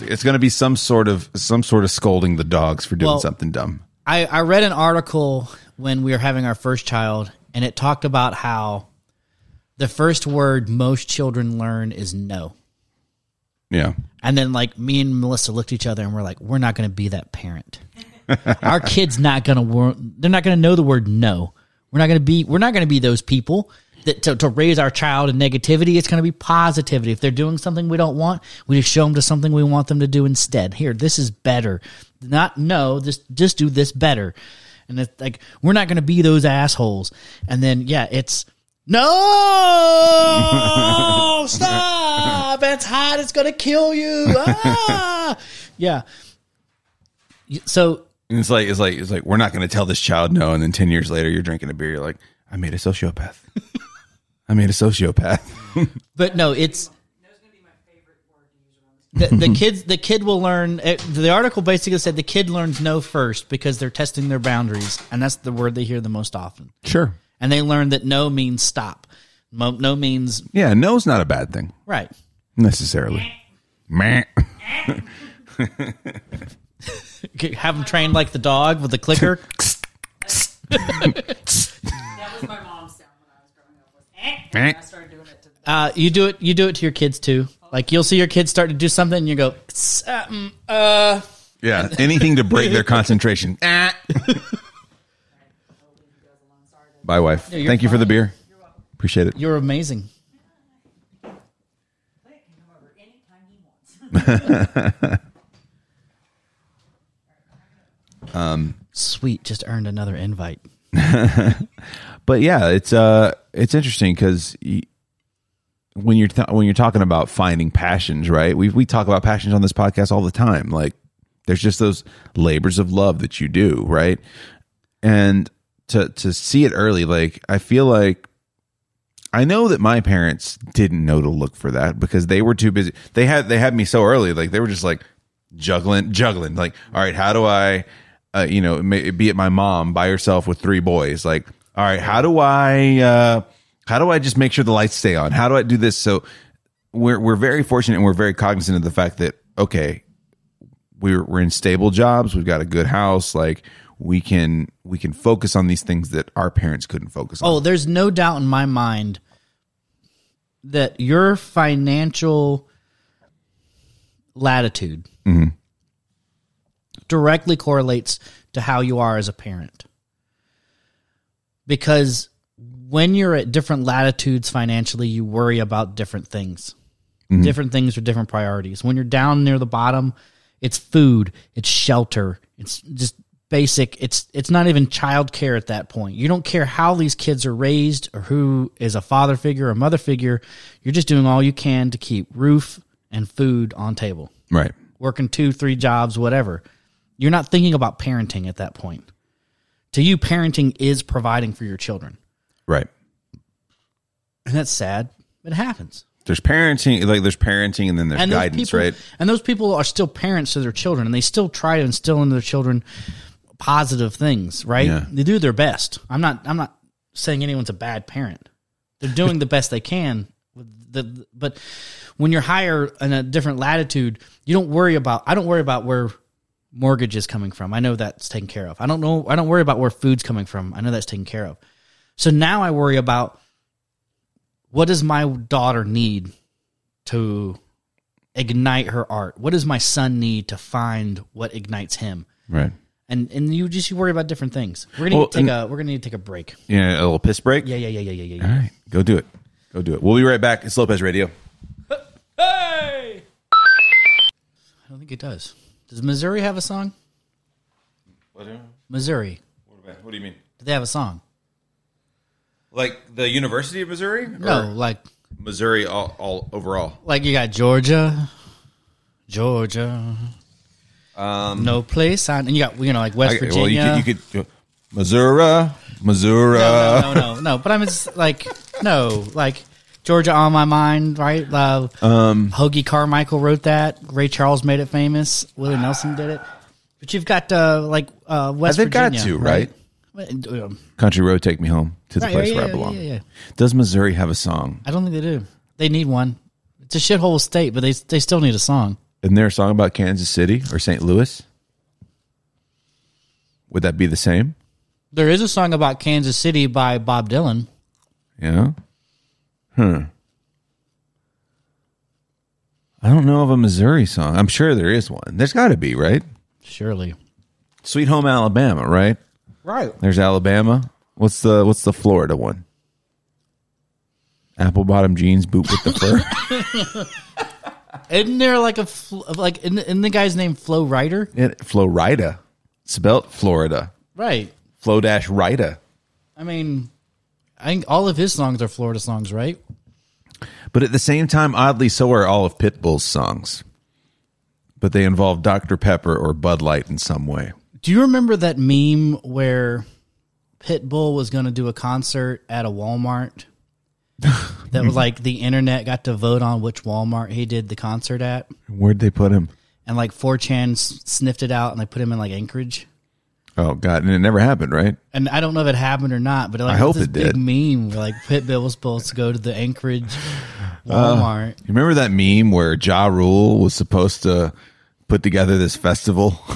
It's going to be some sort of some sort of scolding the dogs for doing
Well-
something dumb.
I, I read an article when we were having our first child, and it talked about how the first word most children learn is no.
Yeah.
And then, like, me and Melissa looked at each other and we're like, we're not going to be that parent. our kid's not going to, wor- they're not going to know the word no. We're not going to be, we're not going to be those people that to, to raise our child in negativity. It's going to be positivity. If they're doing something we don't want, we just show them to something we want them to do instead. Here, this is better. Not no, just, just do this better. And it's like, we're not going to be those assholes. And then, yeah, it's, no! it's gonna kill you. Ah! yeah. Y- So
And it's like it's like it's like we're not going to tell this child no, and then ten years later you're drinking a beer. You're like, I made a sociopath. I made a sociopath.
but no, it's the, the kids. The kid will learn. eh, The article basically said the kid learns no first because they're testing their boundaries, and that's the word they hear the most often.
Sure.
And they learn that no means stop. Mo- No means
Yeah, no's not a bad thing
right.
necessarily. Meh.
Have them trained like the dog with the clicker.
That was my mom's sound when I was growing up. Was eh.
Meh.
And I started doing it to the
Uh, you do it. You do it to your kids too. Like you'll see your kids start to do something, and you go, "Tss, uh, mm, uh,
Yeah, anything to break their concentration. Ah. Bye, wife.
you're
Thank you for the beer. Appreciate it.
"You're amazing."
click and come over anytime he wants.
Sweet, just earned another invite.
but yeah, it's uh, it's interesting because when you're th- when you're talking about finding passions, right? We we talk about passions on this podcast all the time. Like, there's just those labors of love that you do, right? And to to see it early, like I feel like I know that my parents didn't know to look for that because they were too busy. They had they had me so early, like they were just like juggling, juggling. Like, all right, how do I, uh, you know, may, be it my mom by herself with three boys? Like, all right, how do I, uh, how do I just make sure the lights stay on? How do I do this? So we're we're very fortunate and we're very cognizant of the fact that okay, we're we're in stable jobs, we've got a good house, like we can we can focus on these things that our parents couldn't focus on.
Oh, there's no doubt in my mind that your financial latitude directly correlates to how you are as a parent. Because when you're at different latitudes financially, you worry about different things. Different things are different priorities. When you're down near the bottom, it's food, it's shelter, it's just basic. It's it's not even childcare at that point. You don't care how these kids are raised or who is a father figure or mother figure. You're just doing all you can to keep roof and food on table
Right.
working two, three jobs, whatever. You're not thinking about parenting at that point. To you, parenting is providing for your children.
Right.
And that's sad. It happens.
There's parenting, like there's parenting, and then there's
And those
guidance,
people,
right?
And those people are still parents to their children and they still try to instill into their children positive things, right?
Yeah.
They do their best. I'm not I'm not saying anyone's a bad parent. They're doing the best they can. with The, but when you're higher in a different latitude, you don't worry about I don't worry about where mortgage is coming from. I know that's taken care of. I don't know I don't worry about where food's coming from. I know that's taken care of. So now I worry about what does my daughter need to ignite her art? What does my son need to find what ignites him?
Right.
And and you just you worry about different things. We're gonna
Well,
need to take
and-
a we're gonna need to take a break.
Yeah, a little piss break.
Yeah, yeah, yeah, yeah, yeah, yeah.
All right, go do it. Go do it. We'll be right back. It's Lopez Radio.
I don't think it does. Does Missouri have a song?
What
Missouri.
do you mean?
Do they have a song?
Like the University of Missouri?
No, like
Missouri all, all overall.
like you got Georgia. Georgia. Um No place on and you got you know like West
I-
Virginia.
Well, you could, you could Missouri, Missouri.
no, no, no, no, no. But I'm just like, no, like Georgia on my mind, right? Uh, um, Hoagie Carmichael wrote that. Ray Charles made it famous. Willie Nelson did it. But you've got uh, like uh, West
They've got to,
Virginia,
right?
Well, um,
Country Road, take me home to the
Right,
place
yeah,
where I
yeah,
belong.
yeah, yeah.
Does Missouri have a song?
I don't think they do. They need one. It's a shithole state, but they they still need a song.
Isn't there a song about Kansas City or St. Louis? Would that be the same?
There is a song about Kansas City by Bob Dylan.
Yeah. Hmm. I don't know of a Missouri song. I'm sure there is one. There's got to be, right?
Surely,
Sweet Home Alabama, right?
right?
There's Alabama. What's the what's the Florida one? Apple bottom jeans, boot with the fur.
Isn't there like a fl- like in, in the guy's name Flo Rider?
it, Florida, spelt Florida.
Right.
Flo dash Rida.
I mean, I think all of his songs are Florida songs, right?
But at the same time, oddly, so are all of Pitbull's songs. But they involve Dr. Pepper or Bud Light in some way.
Do you remember that meme where Pitbull was going to do a concert at a Walmart? that was like the internet got to vote on which Walmart he did the concert at,
Where'd they put him?
and like 4chan s- sniffed it out and they put him in like Anchorage.
Oh, God. And it never happened, right?
And I don't know if it happened or not, but like
I
it
hope
was this
it
big
did.
meme where like Pitbull was supposed to go to the Anchorage
Uh,
Walmart.
You remember that meme where Ja Rule was supposed to put together this festival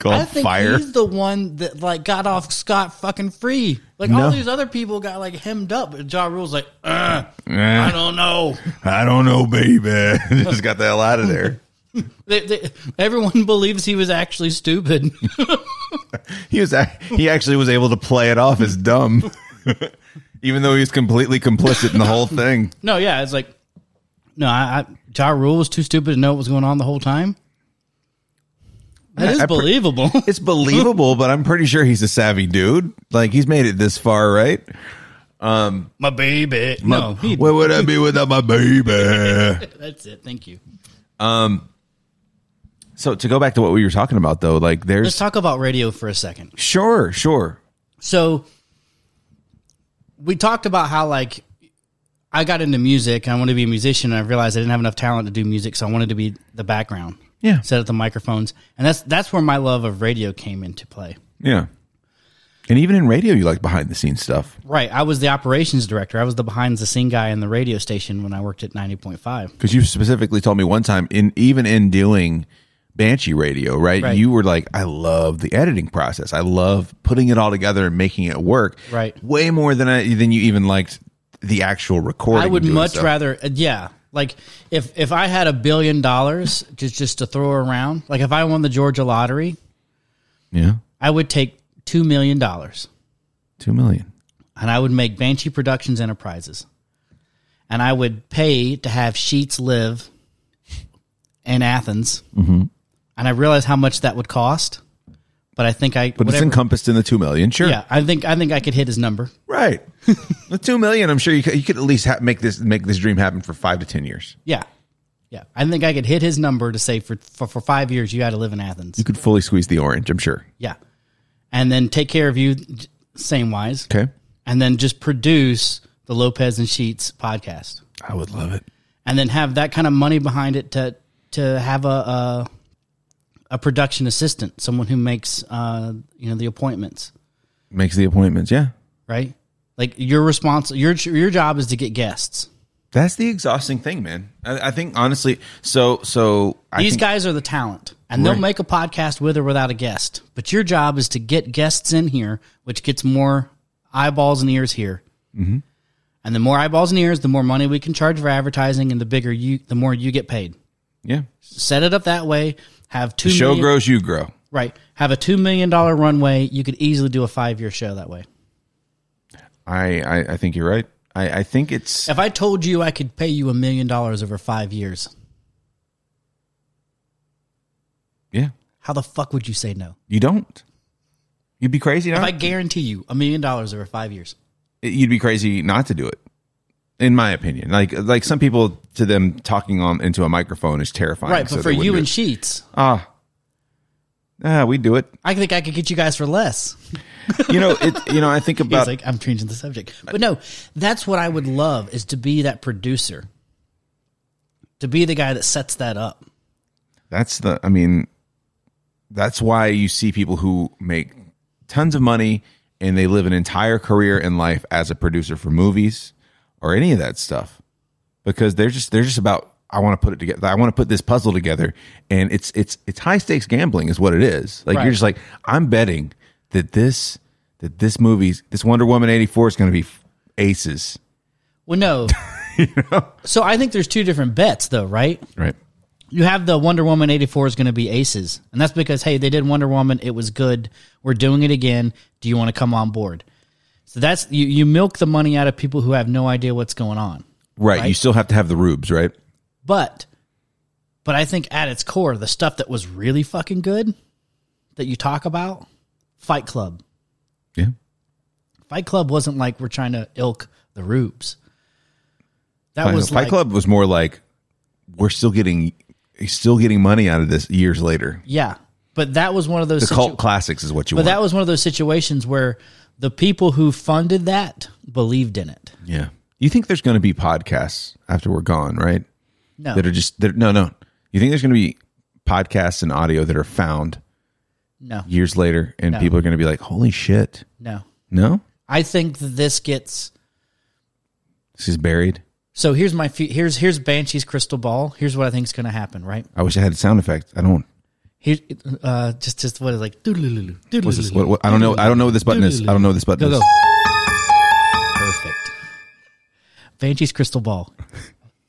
I
called
think
Fire?
he's the one that like got off scot fucking free. Like all
No.
these other people got like hemmed up. but Ja Rule's like, "Uh, I
Eh,
don't know.
I don't know, baby. Just got the hell out of there.
They, they, everyone believes he was actually stupid.
He was ac- he actually was able to play it off as dumb, even though he was completely complicit in the whole thing.
no, yeah, it's like, no, I, I, Ja Rule was too stupid to know what was going on the whole time. That
Yeah,
is
I pre-
believable.
It's believable, but I'm pretty sure he's a savvy dude. Like he's made it this far, right?
my baby. no, he,
Where would I be without my baby?
that's it. Thank you.
So to go back to what we were talking about, though, like
Let's
there's
talk about radio for a second.
sure, sure,
So we talked about how like I got into music. I wanted to be a musician, and I realized I didn't have enough talent to do music, so I wanted to be the background.
Yeah.
set up the microphones, and that's that's where my love of radio came into play.
yeah. And even in radio, you like behind the scenes stuff.
Right, I was the operations director. I was the behind the scene guy in the radio station when I worked at ninety point five.
because you specifically told me one time in even in doing banshee radio right?
Right.
you were like i love the editing process i love putting it all together and making it work
Right.
way more than i than you even liked the actual recording
I
and
would
doing
much
stuff.
rather, uh, yeah. Like if if I had a billion dollars just just to throw around, like if I won the Georgia lottery,
yeah
I would take two million dollars.
two million
and I would make Banshee Productions Enterprises, and I would pay to have Sheets live in Athens, mm-hmm. and I realized how much that would cost, but I think I
but it's encompassed in the two million sure
yeah, I think I think I could hit his number.
right the two million i'm sure you could, you could at least ha- make this make this dream happen for five to ten years
Yeah, yeah, I think I could hit his number to say for for, for five years you got to live in Athens.
you could fully squeeze the orange i'm sure
Yeah, and then take care of you j- same wise,
okay
and then just produce the Lopez and Sheets podcast.
i would love it
and then have that kind of money behind it to to have a a, a production assistant, someone who makes uh, you know the appointments,
makes the appointments yeah
right? Like your responsible your your job is to get guests.
that's the exhausting thing man i, I think honestly so so I
These
think-
guys are the talent, and they'll
Right.
make a podcast with or without a guest. But your job is to get guests in here, which gets more eyeballs and ears here. Mm-hmm. And the more eyeballs and ears, the more money we can charge for advertising, and the bigger you, the more you get paid.
yeah
Set it up that way. Have two
show
million-
grows, you grow.
Right. Have a two million dollar runway. You could easily do a five year show that way.
I, I, I think you're right. I, I think it's
If I told you I could pay you a million dollars over five years,
yeah.
how the fuck would you say no?
You don't. You'd be crazy.
If
Not,
I guarantee you a million dollars over five years,
you'd be crazy not to do it. In my opinion, like like some people to them talking on into a microphone is terrifying.
right?
so
But for
they wouldn't
you
do
and
it.
Sheets,
ah, ah, we do it.
I think I could get you guys for less.
You know, it. You know, I think
He's
about
like, I'm changing the subject, but no, that's what I would love is to be that producer, to be the guy that sets that up.
that's the. I mean, that's why you see people who make tons of money and they live an entire career in life as a producer for movies or any of that stuff because they're just they're just about I want to put it together. I want to put this puzzle together, and it's it's it's high stakes gambling is what it is. Like
Right.
you're just like I'm betting that this that this movie's this Wonder Woman eighty four is going to be f- aces,
Well, no. So I think there's two different bets, though, right?
right?
you have the Wonder Woman 84 is going to be aces. And that's because, hey, they did Wonder Woman. It was good. We're doing it again. Do you want to come on board? So that's, you, you milk the money out of people who have no idea what's going on.
right? You
Right.
still have to have the rubes, right?
But, but I think at its core, the stuff that was really fucking good that you talk about, Fight Club.
Yeah.
Fight Club wasn't like we're trying to ilk the rubes. That
Fight,
was
Fight
like,
Club was more like we're still getting he's still getting money out of this years later.
yeah, but that was one of those
The
situ-
cult classics is what you
But
want.
that was one of those situations where the people who funded that believed in it.
yeah. You think there's going to be podcasts after we're gone, right?
No,
That are just that no no. You think there's going to be podcasts and audio that are found
no,
years later and people are going to be like, "Holy shit."
no.
No?
I think that this gets.
This is buried.
So here's my fe- here's here's Banshee's crystal ball. Here's what I think is going to happen. Right
I wish I had a sound effect. I don't
here, uh, just just what is like. doodle-loo-loo,
What's this?
doodle-loo-loo.
What, what, I don't know. I don't know what this button is. I don't know what this button
Go go.
is.
Perfect. Banshee's crystal ball.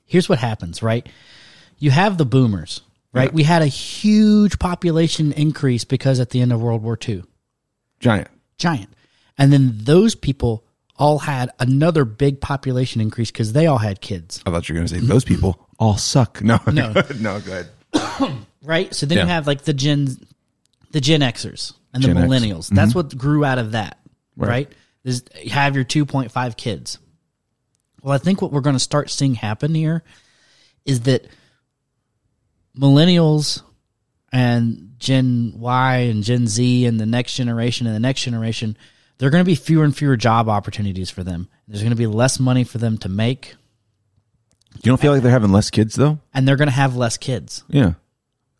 Here's what happens, right? You have the boomers, right? We had a huge population increase because at the end of World War II,
Giant.
giant. And then those people all had another big population increase because they all had kids,
I thought you were going to say those people all suck. No, no, no. Go ahead.
right? So then
Yeah.
you have like the Gen, the Gen Xers and the
Gen X. Mm-hmm.
Millennials. That's what grew out of that, right? Is you have your 2.5 kids. Well, I think what we're going to start seeing happen here is that millennials and Gen Y and Gen Z and the next generation and the next generation, there are going to be fewer and fewer job opportunities for them. There's going to be less money for them to make,
You don't feel like they're having less kids though?
and they're going to have less kids.
Yeah,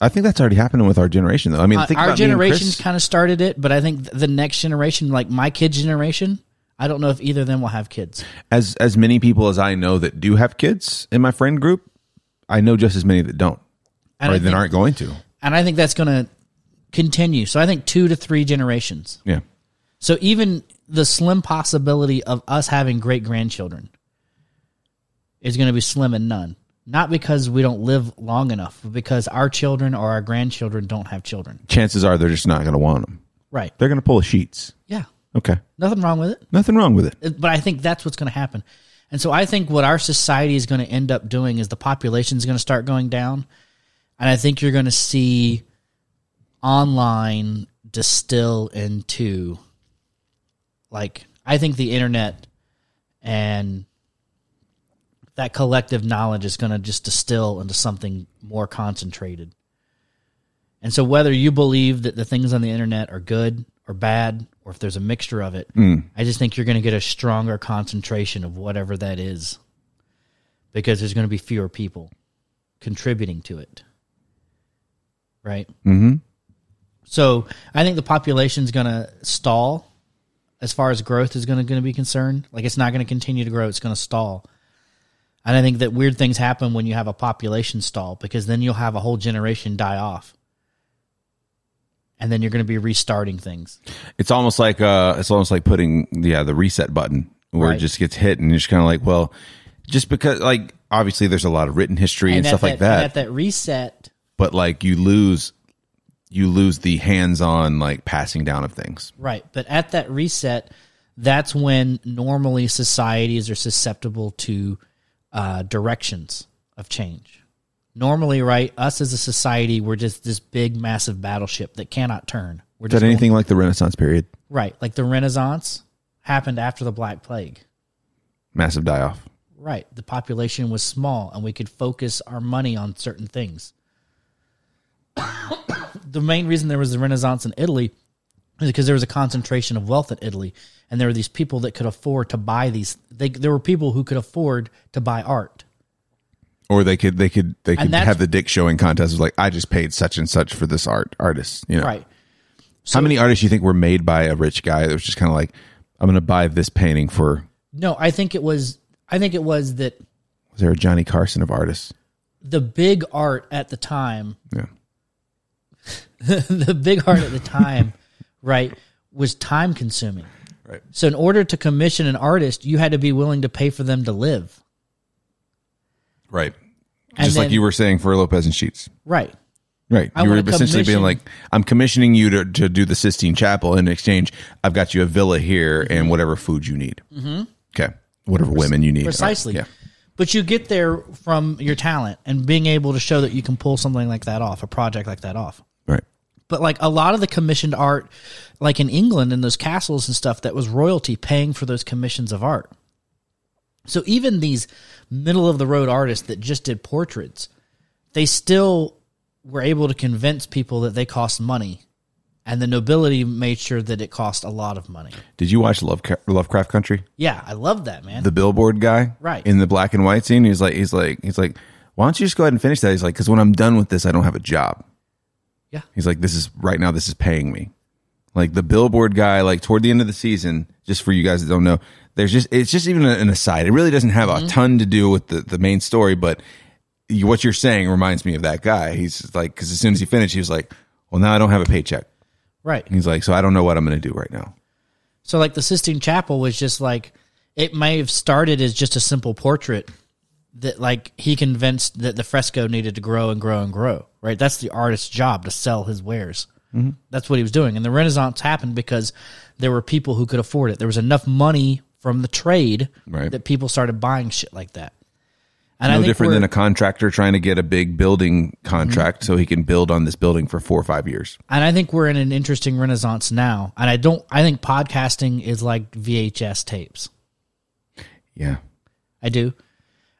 I think that's already happening with our generation though. I mean,
Uh,
think
our
about me and
generation
Chris.
kind of started it, but I think th- the next generation, like my kids' generation, I don't know if either of them will have kids.
as as many people as I know that do have kids in my friend group, I know just as many that don't
And
or
I
that
think-
aren't going to.
And I think that's going to continue. So I think two to three generations.
Yeah,
So even the slim possibility of us having great grandchildren is going to be slim and none. Not because we don't live long enough, but because our children or our grandchildren don't have children.
chances are they're just not going to want them.
Right.
They're going to pull sheets.
Yeah.
Okay,
Nothing wrong with it.
nothing wrong with it.
but I think that's what's going to happen. And so I think what our society is going to end up doing is the population is going to start going down, and I think you're going to see online distill into like I think the internet and that collective knowledge is going to just distill into something more concentrated. And so whether you believe that the things on the internet are good or bad or if there's a mixture of it, I just think you're going to get a stronger concentration of whatever that is because there's going to be fewer people contributing to it. Right? Mhm. So, I think the population's going to stall as far as growth is going to going to be concerned. Like it's not going to continue to grow, it's going to stall. And I think that weird things happen when you have a population stall because then you'll have a whole generation die off. And then you're going to be restarting things.
It's almost like uh, it's almost like putting yeah the reset button where it
Right.
just gets hit and you're just kind of like, well, just because like obviously there's a lot of written history and,
at
stuff like
and
that,
at that reset,
but like you lose you lose the hands-on like passing down of things.
Right. But at that reset, that's when normally societies are susceptible to uh, directions of change. Normally, right, us as a society, we're just this big, massive battleship that cannot turn. We're
Is
just
that anything like the Renaissance period?
right. Like the Renaissance happened after the Black Plague.
Massive die-off.
Right. The population was small and we could focus our money on certain things. the main reason there was the Renaissance in Italy is because there was a concentration of wealth in Italy and there were these people that could afford to buy these they, there were people who could afford to buy art.
Or they could they could they could
that's-
have the dick showing contest. It was like I just paid such and such for this art artist. You know,
Right.
how many artists you think were made by a rich guy that was just kind of like, I'm going to buy this painting for?
No, I think it was I think it was that
Was there a Johnny Carson of artists?
the big art at the time
Yeah,
the big art at the time, right, was time consuming.
Right.
So in order to commission an artist, you had to be willing to pay for them to live.
right.
And
just like
then-
you were saying for Lopez and Sheets.
Right.
Right.
I
you were
wanna
essentially being
commission-
like, I'm commissioning you to, to do the Sistine Chapel in exchange. I've got you a villa here
Mm-hmm.
and whatever food you need. Mm-hmm. Okay. Whatever women you need.
Precisely.
Yeah.
But you get there from your talent and being able to show that you can pull something like that off, a project like that off.
Right.
But like a lot of the commissioned art, like in England and those castles and stuff, that was royalty paying for those commissions of art. So even these middle of the road artists that just did portraits, they still were able to convince people that they cost money. And the nobility made sure that it cost a lot of money.
Did you watch Lovecraft, Lovecraft Country?
Yeah, I love that, man.
The billboard guy,
Right.
in the black and white scene. He's like, he's like, he's like, why don't you just go ahead and finish that? He's like, because when I'm done with this, I don't have a job.
Yeah.
He's like, this is right now. This is paying me. Like the billboard guy, like toward the end of the season, just for you guys that don't know, there's just it's just even an aside. It really doesn't have
Mm-hmm.
a ton to do with the the main story, but you, what you're saying reminds me of that guy. He's just like, because as soon as he finished, he was like, well, now I don't have a paycheck.
right.
He's like, so I don't know what I'm going to do right now.
So like the Sistine Chapel was just like it may have started as just a simple portrait that like he convinced that the fresco needed to grow and grow and grow. Right? That's the artist's job to sell his wares.
Mm-hmm.
That's what he was doing. And the Renaissance happened because there were people who could afford it. There was enough money from the trade
Right.
that people started buying shit like that. And I
no
think
different
we're-
than a contractor trying to get a big building contract so he can build on this building for four or five years.
and I think we're in an interesting renaissance now. And I don't I think podcasting is like VHS tapes.
Yeah.
I do.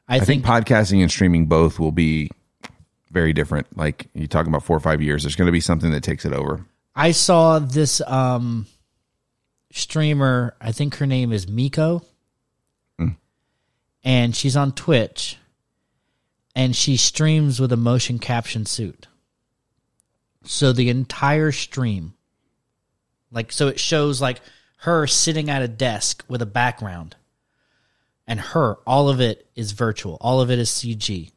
I,
I think
think
podcasting and streaming both will be very different. Like you're talking about four or five years, there's going to be something that takes it over.
I saw this um streamer, I think her name is Miko.
Hmm.
And she's on Twitch and she streams with a motion caption suit. So the entire stream like so it shows like her sitting at a desk with a background. And her, all of it is virtual. All of it is CG.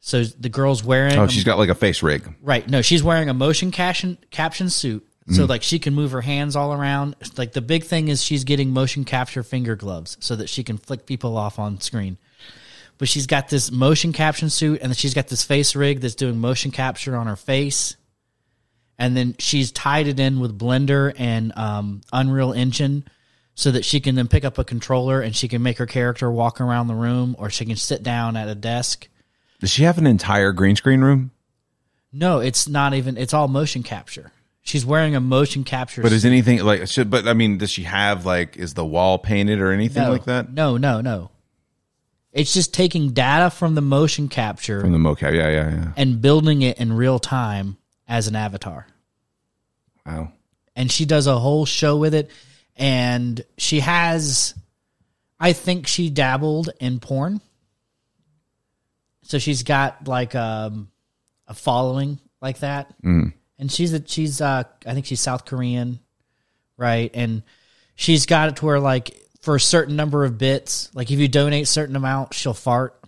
So the girl's wearing
Oh,
a
she's got like a face rig.
Right. No, she's wearing a motion caption caption suit. So like she can move her hands all around. Like the big thing is she's getting motion capture finger gloves so that she can flick people off on screen. But she's got this motion caption suit and then she's got this face rig that's doing motion capture on her face. And then she's tied it in with Blender and um, Unreal Engine so that she can then pick up a controller and she can make her character walk around the room or she can sit down at a desk.
Does she have an entire green screen room?
No, it's not even. It's all motion capture. She's wearing a motion capture.
But is anything like? Should, but I mean, does she have like? Is the wall painted or anything
no,
like that
No, no, no. It's just taking data from the motion capture
from the mocap? Yeah, yeah, yeah.
and building it in real time as an avatar.
Wow.
and she does a whole show with it and she has i think she dabbled in porn so she's got like um, a following like that mm. and she's a, she's uh, i think she's south korean right and she's got it to where like for a certain number of bits like if you donate a certain amount she'll fart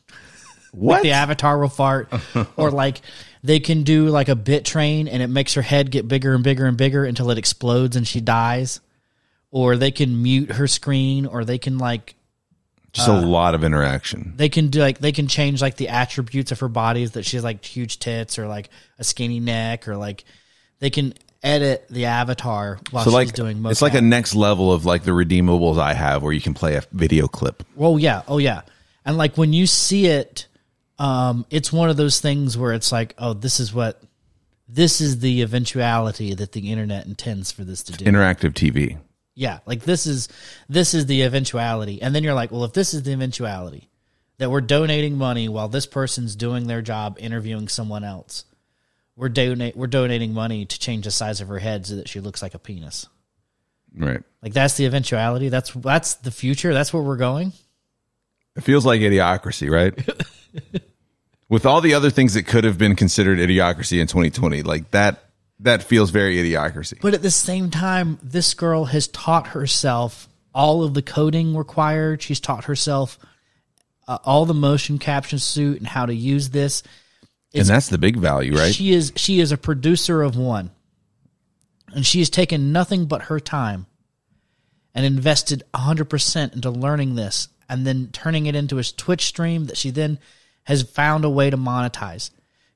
What?
the avatar will fart or like they can do like a bit train and it makes her head get bigger and bigger and bigger until it explodes and she dies or they can mute her screen or they can like
Just a lot of interaction.
they can do like they can change like the attributes of her bodies that she has like huge tits or like a skinny neck or like they can edit the avatar while
So
she's
like,
doing most
it's like a next level of like the redeemables I have, where you can play a video clip.
Oh yeah, oh yeah, and like when you see it, um, it's one of those things where it's like, oh, this is what, this is the eventuality that the internet intends for this to do.
interactive TV.
yeah, like this is this is the eventuality, and then you're like, well, if this is the eventuality, that we're donating money while this person's doing their job interviewing someone else, we're donate we're donating money to change the size of her head so that she looks like a penis.
Right.
Like that's the eventuality. That's that's the future. That's where we're going.
It feels like idiocracy, right? With all the other things that could have been considered idiocracy in 2020, like that that feels very idiocracy.
But at the same time, this girl has taught herself all of the coding required. She's taught herself uh, all the motion caption suit and how to use this.
and that's the big value, right?
She is she is a producer of one, and she has taken nothing but her time and invested hundred percent into learning this, and then turning it into a Twitch stream that she then has found a way to monetize.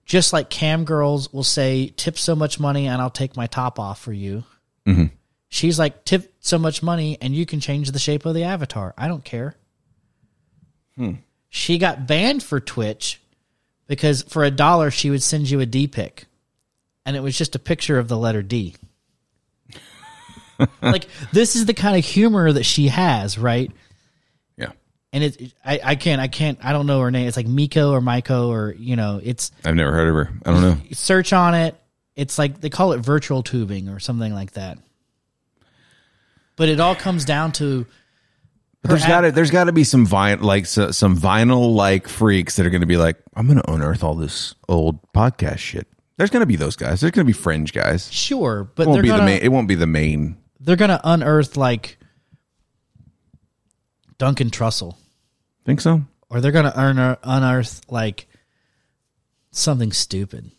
Just like cam girls will say, "Tip so much money and I'll take my top off for you." She's like, "Tip so much money and you can change the shape of the avatar. I don't care." She got banned for Twitch because for a dollar she would send you a D pic, and it was just a picture of the letter D. like this is the kind of humor that she has, right?
yeah.
and it's I, I can't I can't I don't know her name. It's like Miko or Miko or you know it's
I've never heard of her. I don't know.
search on it. It's like they call it virtual tubing or something like that. But it all comes down to
But there's got to there's got to be some vi- like so, some vinyl like freaks that are going to be like, I'm going to unearth all this old podcast shit. There's going to be those guys. There's going to be fringe guys.
sure,
It
but
won't
they're
be
gonna
the main. It won't be the main.
they're gonna unearth like Duncan Trussell,
Think so?
or they're gonna unear- unearth like something stupid.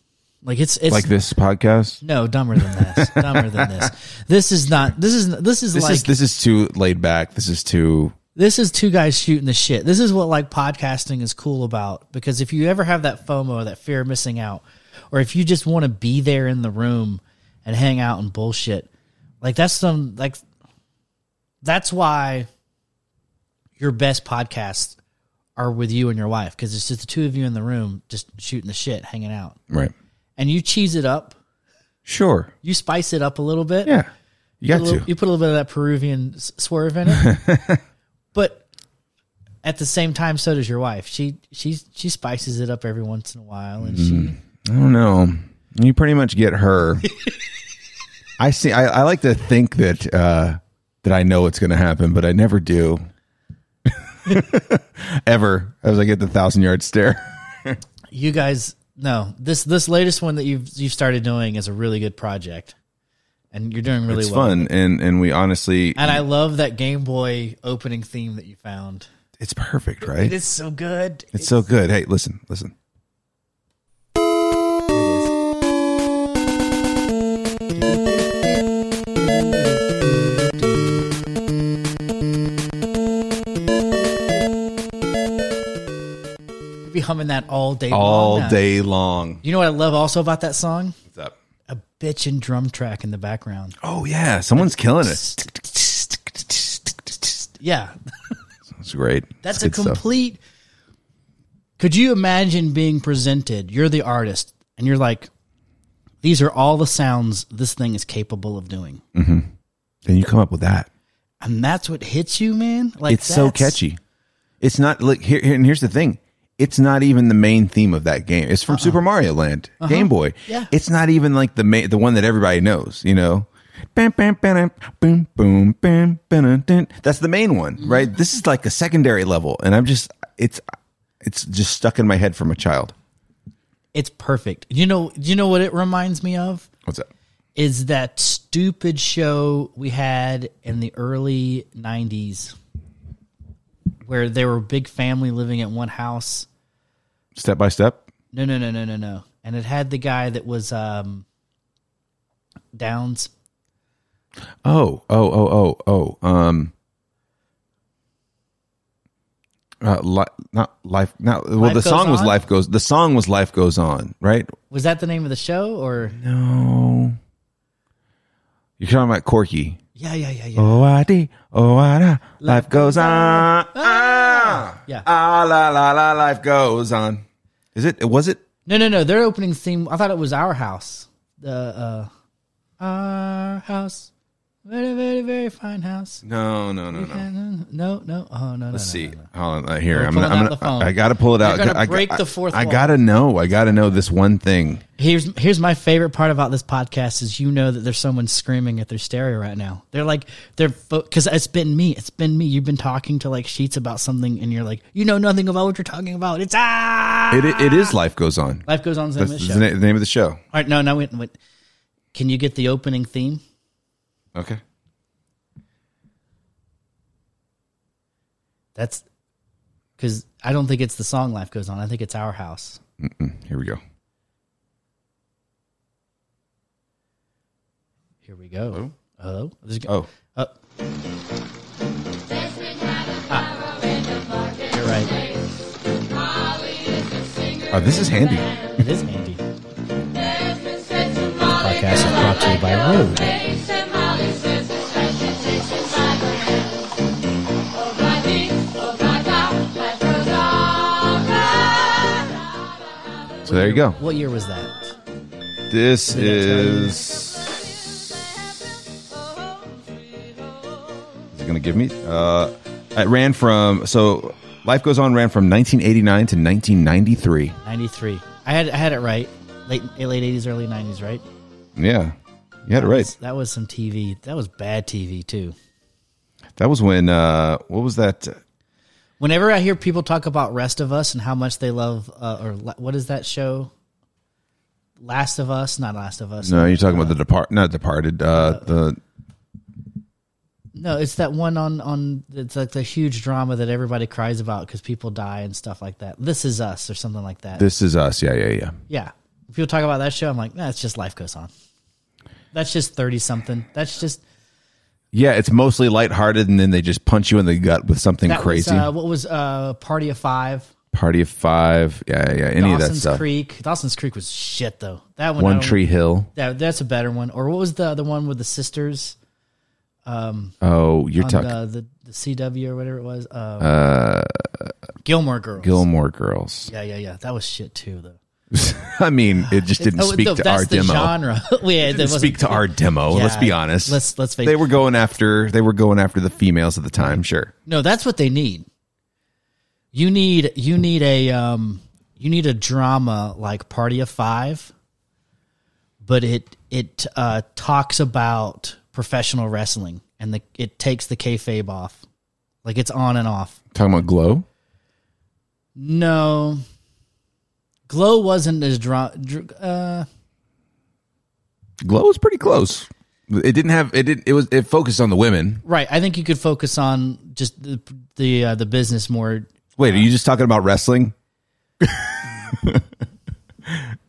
Like it's it's
Like this podcast?
no dumber than this, dumber than this. This is not. This is this is
This
like
is this is too laid back. This is too.
this is two guys shooting the shit. This is what like podcasting is cool about because if you ever have that FOMO, that fear of missing out, or if you just want to be there in the room and hang out and bullshit, like that's some like that's why your best podcasts are with you and your wife because it's just the two of you in the room just shooting the shit, hanging out,
Right.
and you cheese it up,
Sure.
you spice it up a little bit,
Yeah. You got
a little-
to.
you put a little bit of that Peruvian s- swerve in it, but at the same time, so does your wife. She she she spices it up every once in a while,
Mm-hmm.
and she
I don't know. You pretty much get her. I see. I, I like to think that uh, that I know what's going to happen, but I never do. Ever as I get the thousand yard stare.
you guys no this this latest one that you've you've started doing is a really good project, and you're doing really
It's
well.
fun, and and we honestly,
And I love that Game Boy opening theme that you found.
it's perfect,
It
right?
is so good.
It's so good. Hey, listen, listen.
You'd be humming that all day. long
All
now.
day long.
You know what I love also about that song?
What's up?
A bitchin' drum track in the background.
Oh yeah, someone's killing it.
Yeah,
It's great.
That's
It's
a
good stuff.
complete. Could you imagine being presented? You're the artist, and you're like, these are all the sounds this thing is capable of doing,
Then you come up with that.
and that's what hits you, man. Like
It's so
that's-
catchy. It's not look here, here and here's the thing. It's not even the main theme of that game. It's from Super Mario Land, Game Boy.
Uh-uh. Uh-huh. Yeah.
It's not even like the main, the one that everybody knows, you know. Bam, bam, bam, boom, boom, bam, bam, dun. That's the main one,
Mm-hmm.
right? This is like a secondary level, and I'm just it's it's just stuck in my head from a child.
It's perfect. You know. You know what it reminds me of
What's up?
is that stupid show we had in the early '90s, where they were a big family living at one house.
Step by step.
No, no, no, no, no, no. And it had the guy that was um, Downs.
Oh, oh, oh, oh, oh. Um. Uh, li- not life. Not well.
Life
the
Goes
song was
On?
"Life Goes." The song was "Life Goes On," right?
Was that the name of the show or
No. You're talking about Corky.
Yeah, yeah, yeah, yeah.
Oh, I D. Oh,
ah,
I da. Life goes on. Ah.
Yeah.
Ah, la, la, la. Life goes on. Is it? Was it?
No, no, no. Their opening theme. I thought it was Our House. The uh, Our House, very, very, very fine house.
No, no, no, no.
No, no, no. Oh no,
Let's
no,
see.
no, no.
Hold on, uh, here,
We're
I'm gonna,
pulling
I'm gonna,
out the phone.
I, I gotta pull it out.
gonna
I,
break
I-
the fourth
I
wall.
gotta know. I gotta know this one thing.
Here's here's my favorite part about this podcast is you know that there's someone screaming at their stereo right now. They're like they're because it's been me. It's been me. You've been talking to like sheets about something, and you're like, you know nothing about what you're talking about. It's ah.
It, it is life goes on.
Life goes on.
That's the, na- the name of the show.
All right, no, no, wait, wait. Can you get the opening theme?
Okay.
That's because I don't think it's the song "Life Goes On." I think it's our house.
Here we go.
Here we go. Hello. There's a-
Oh,
oh, you're right.
oh this is handy.
It is Andy. Podcast is brought to you by Road.
So there you go.
What year was that?
This
Did I tell you?
is. Is it gonna give me? Uh, It ran from so Life Goes On ran from 1989 to 1993.
93. I had I had it right. Late late 80s, early 90s, right?
Yeah, you had it right.
That was some TV. That was bad TV too.
That was when uh, what was that?
Whenever I hear people talk about Rest of Us and how much they love, uh, or la- what is that show? Last of Us, not Last of Us.
No, you're talking about the depart, not Departed. Uh, the
No, it's that one on on. It's like the huge drama that everybody cries about because people die and stuff like that. This is Us or something like that.
This Is uh, Us. Yeah, yeah, yeah.
yeah, people talk about that show. I'm like, nah, it's just life goes on. That's just thirty something. That's just
Yeah, it's mostly lighthearted, and then they just punch you in the gut with something
that
crazy.
Was, uh, what was uh, Party of Five?
Party of Five. Yeah, yeah. Any of that
Dawson's
stuff.
Creek. Dawson's Creek was shit though. That one. I
One
don't-
Tree Hill.
That, that's a better one. Or what was the the one with the sisters
Oh, you're
on
talking
the, the the CW or whatever it was? Um,
Uh,
Gilmore Girls.
Gilmore Girls.
yeah, yeah, yeah. That was shit too though.
I mean, it just didn't
Oh,
speak
no,
to
that's
our
the
demo.
genre. yeah,
Didn't speak to our demo. let's
Yeah,
be honest.
let's- let's face-
They were going after. They were going after the females at the time. Sure.
No, that's what they need. You need you need a um you need a drama like Party of Five, but it it uh, talks about professional wrestling and the it takes the kayfabe off, like it's on and off.
Talking about Glow.
No, Glow wasn't as drama. Dr- uh,
Glow was pretty close. It didn't have. It did. It was. It focused on the women.
right, I think you could focus on just the the, uh, the business more.
Wait, are you just talking about wrestling?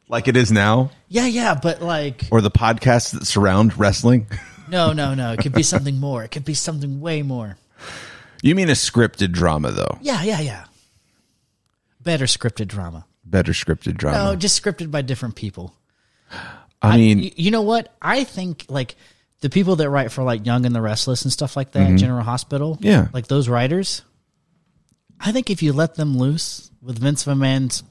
like it is now,
Yeah, yeah, but like
or the podcasts that surround wrestling?
no, no, no. It could be something more. It could be something way more.
You mean a scripted drama, though?
Yeah, yeah, yeah. Better scripted drama.
Better scripted drama.
No, just scripted by different people.
I mean,
Y- You know what? I think like the people that write for like Young and the Restless and stuff like that, General Hospital.
Yeah.
Like those writers. I think if you let them loose with Vince McMahon's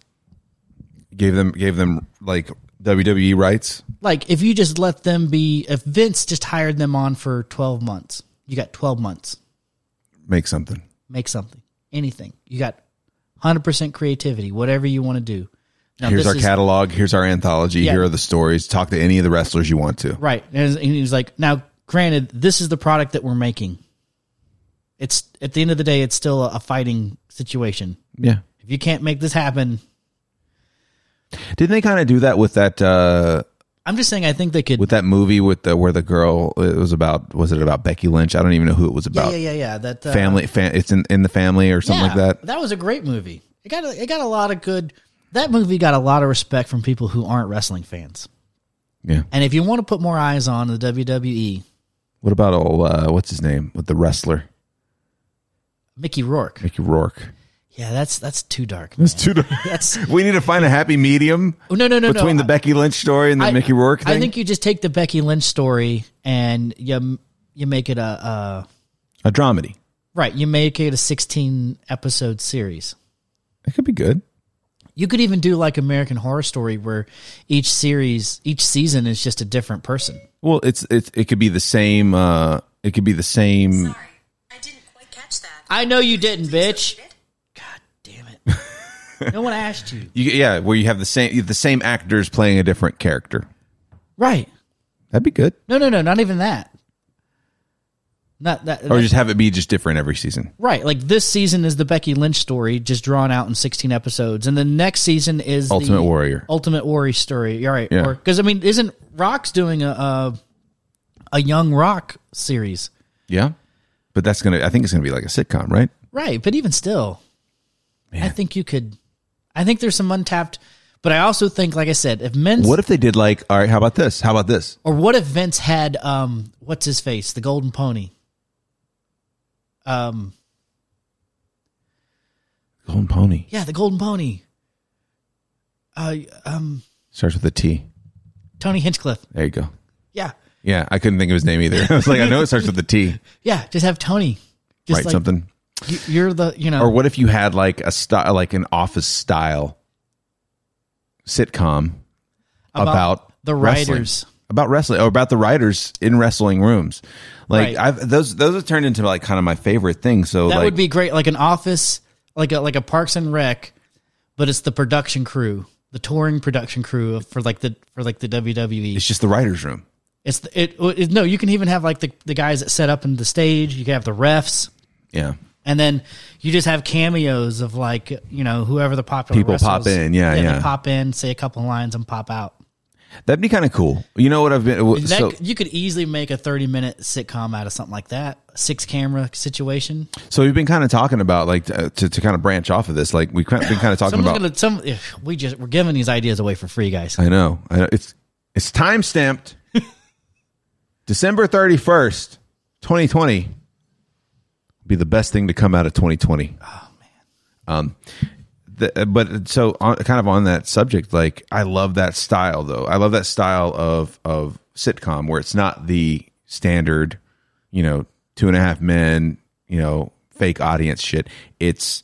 gave them gave them like WWE rights.
like if you just let them be if Vince just hired them on for 12 months. You got 12 months.
Make something.
Make something. Anything. You got 100% creativity, whatever you want to do. Now,
Here's
this
our
is-
catalog. Here's our anthology.
Yeah.
Here are the stories. Talk to any of the wrestlers you want to.
Right. And he was like, now, granted, this is the product that we're making. It's at the end of the day, it's still a, a fighting situation.
Yeah.
If you can't make this happen,
Didn't they kind of do that with that uh
I'm just saying, I think they could.
with that movie with the where the girl it was about was it about Becky Lynch? I don't even know who it was
yeah,
about.
yeah, yeah, yeah. That uh,
Family fa- it's in in the family or something
yeah,
like that.
That was a great movie. It got a, it got a lot of good. That movie got a lot of respect from people who aren't wrestling fans.
Yeah.
And if you want to put more eyes on the E, WWE,
What about old uh what's his name with the wrestler?
Mickey Rourke.
Mickey Rourke.
Yeah, that's that's too dark. man.
too
That's
We need to find a happy medium
Oh, no, no, no, no.
between the
I-
Becky Lynch story and the
I-
Mickey Rourke thing.
I think you just take the Becky Lynch story and you you make it a, a
a dramedy.
right. You make it a sixteen episode series.
It could be good.
You could even do like American Horror Story, where each series, each season is just a different person.
Well, it's it's it could be the same uh it could be the same
Sorry, I didn't quite catch that.
I know you didn't, bitch.
Repeat it?
God damn it! no one asked you.
You, yeah, where you have the same you have the same actors playing a different character.
Right?
That'd be good.
No, no, no. Not even that. Not that.
Or just have it be just different every season.
Right, like this season is the Becky Lynch story, just drawn out in sixteen episodes, and the next season is the
Ultimate Warrior.
Ultimate Warrior story. You're right,
Yeah.
because I mean, isn't Rock's doing a, a a young Rock series?
Yeah. But that's gonna I think it's gonna be like a sitcom, right?
Right, but even still, I think you could. I think there's some untapped, but I also think, like I said, if Vince
What if they did like, all right, how about this? How about this?
or what if Vince had um, what's his face, the Golden Pony, um,
Golden Pony.
yeah, the Golden Pony, uh, um,
Starts with a T.
Tony Hinchcliffe,
There you go.
yeah.
Yeah, I couldn't think of his name either. I was like, I know it starts with a T.
Yeah, just have Tony. Just
Write
like,
something.
y- You're the you know.
Or what if you had like a style like an office style sitcom about,
the
wrestling.
writers.
about wrestling or about the writers in wrestling rooms. Like
Right.
I've those those have turned into like kind of my favorite thing. So
That
like
would be great, like an office, like a like a Parks and Rec, but it's the production crew, the touring production crew of- for like the for like the WWE.
it's just the writers room.
It's the, it, it no, you can even have like the the guys that set up in the stage. You can have the refs,
Yeah.
and then you just have cameos of like you know whoever the popular
People pop
wrestlers-
in, yeah,
they
yeah.
pop in, say a couple lines, and pop out.
That'd be kind of cool. You know what I've been w-
That,
so
you could easily make a thirty-minute sitcom out of something like that, six camera situation.
so we've been kind of talking about like uh, to to kind of branch off of this. Like we've kind of been kind of talking
Someone's
about
gonna some. ugh, We just we're giving these ideas away for free, guys.
I know. I know. It's it's time stamped. December thirty first, twenty twenty. Be the best thing to come out of twenty twenty. Oh man. Um, the, uh, but so on, kind of on that subject, like I love that style though. I love that style of of sitcom where it's not the standard, you know, two and a half men, you know, fake audience shit. It's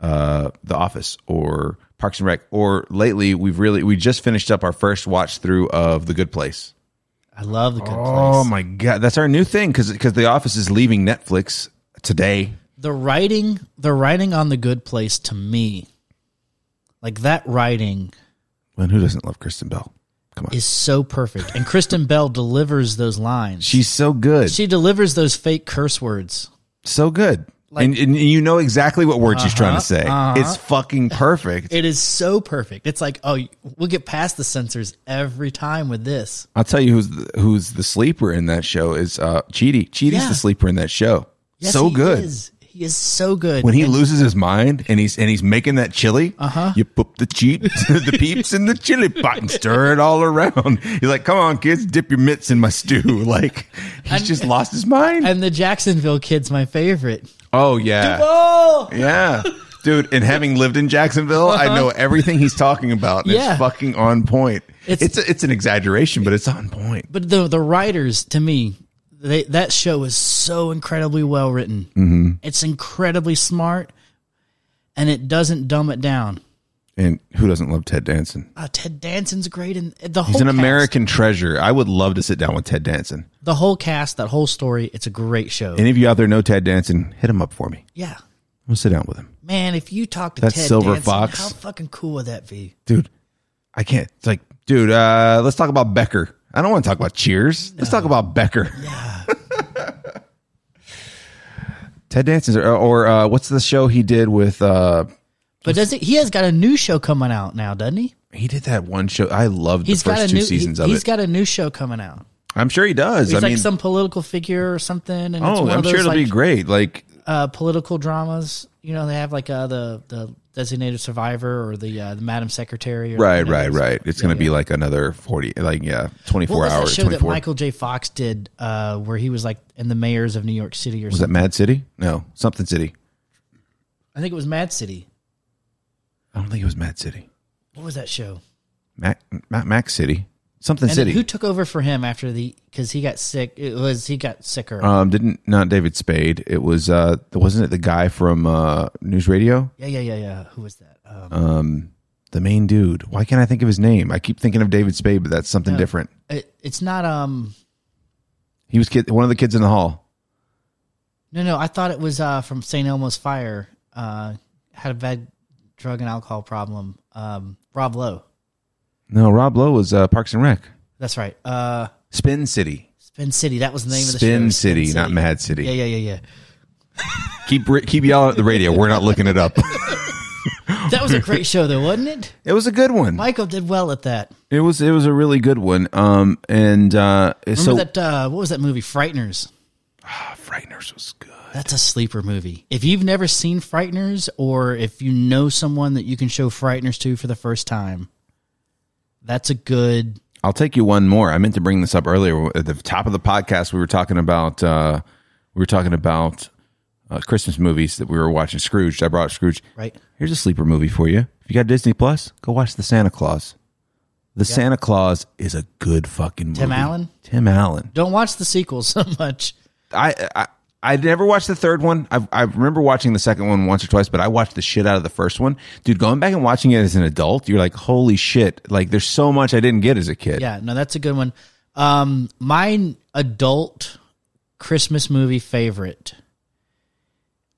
uh, The Office or Parks and Rec, or lately we've really we just finished up our first watch through of The Good Place.
I love the good
Oh
place.
my god, that's our new thing because The Office is leaving Netflix today.
The writing, the writing on the good place to me, like that writing
And who doesn't love Kristen Bell? Come on,
is so perfect, and Kristen Bell delivers those lines.
she's so good,
she delivers those fake curse words.
so good. and, and you know exactly what word she's
Uh-huh,
trying to say. It's fucking perfect.
It is so perfect. It's like, oh, we'll get past the censors every time with this.
I'll tell you who's the, who's the sleeper in that show is uh, Cheaty. Cheaty's
Yeah.
the sleeper in that show.
Yes,
so
he
good.
is. He is so good.
when he loses his mind and he's and he's making that chili, uh-huh. you put the cheap the peeps in the chili pot and stir it all around. He's like, "Come on, kids, dip your mitts in my stew." Like he's just lost his mind.
and the Jacksonville kid's my favorite.
oh yeah,
Oh,
yeah, dude. And having lived in Jacksonville, I know everything he's talking about. And
Uh-huh. Yeah.
It's fucking on point. It's
It's-
it's, a, it's an exaggeration, but it's on point.
but the the writers to me they, that show is so incredibly well written mm-hmm. it's incredibly smart and it doesn't dumb it down
And who doesn't love Ted Danson?
uh, ted danson's great and the whole
He's an
cast-
American treasure. I would love to sit down with Ted Danson.
the whole cast that whole story it's a great show
Any of you out there know Ted Danson? Hit him up for me.
yeah
We'll sit down with him.
man if you talk to
That's
ted
Silver
Danson,
Fox.
how fucking cool would that be
dude, I can't. It's like, dude, uh, let's talk about Becker. I don't want to talk about Cheers. Let's talk about Becker. Yeah. Ted Danson's, or, or uh, what's the show he did with? Uh,
but does it, he has got a new show coming out now doesn't he
he did that one show. I loved
He's
the first
got a
two
new
seasons
he,
of
has
it.
got a new show coming out
I'm sure he does.
he's
I
like
mean,
some political figure or something and it's
oh,
one
I'm
of those,
sure it'll
like,
be great. Like,
uh, political dramas. You know, they have like uh, the the designated survivor or the uh, the madam secretary. Or
right,
whatever it
right,
is.
right. It's
Yeah,
going to be
yeah.
like another forty, like yeah, twenty
What
four
was that
hours.
show
Twenty
that
four.
Michael J. Fox did, uh, where he was like in the mayors of New York City or
Was that
something?
Mad City? No, something City.
I think it was Mad City.
I don't think it was Mad City.
What was that show?
Mac, Mac, Mac City. Something
And
City.
who took over for him after the? Because he got sick. It was he got sicker.
Um, didn't not David Spade. It was uh, wasn't it the guy from uh, News Radio,
yeah, yeah, yeah, yeah. Who was that? Um,
the main dude? Why can't I think of his name? I keep thinking of David Spade, but that's something different.
it, it's not. Um,
He was kid, one of the kids in the hall.
no, no. I thought it was uh, from St. Elmo's Fire. Uh, had a bad drug and alcohol problem. Um, Rob Lowe.
No, Rob Lowe was uh, Parks and Rec.
That's right. Uh,
Spin City,
Spin City. That was the name of the show.
Spin City, not Mad City.
Yeah, yeah, yeah,
Keep re- keep yelling at the radio. We're not looking it up.
yeah. That was a great show, though, wasn't it?
it was a good one.
Michael did well at that.
It was it was a really good one. Um, and uh, so
Remember that? Uh, what was that movie? Frighteners.
Frighteners was good.
That's a sleeper movie. If you've never seen Frighteners, or if you know someone that you can show Frighteners to for the first time, that's a good.
I'll take you one more. I meant to bring this up earlier at the top of the podcast. We were talking about uh, we were talking about uh, Christmas movies that we were watching. Scrooge. I brought up Scrooge.
Right.
Here's a sleeper movie for you. If you got Disney Plus, go watch The Santa Claus. The Santa Claus is a good fucking movie.
Tim Allen?
Tim Allen.
Don't watch the sequel so much.
I I, I never watched the third one. I I remember watching the second one once or twice, but I watched the shit out of the first one. Dude, going back and watching it as an adult, you're like, holy shit! Like, there's so much I didn't get as a kid.
Yeah, no, that's a good one. Um, my adult Christmas movie favorite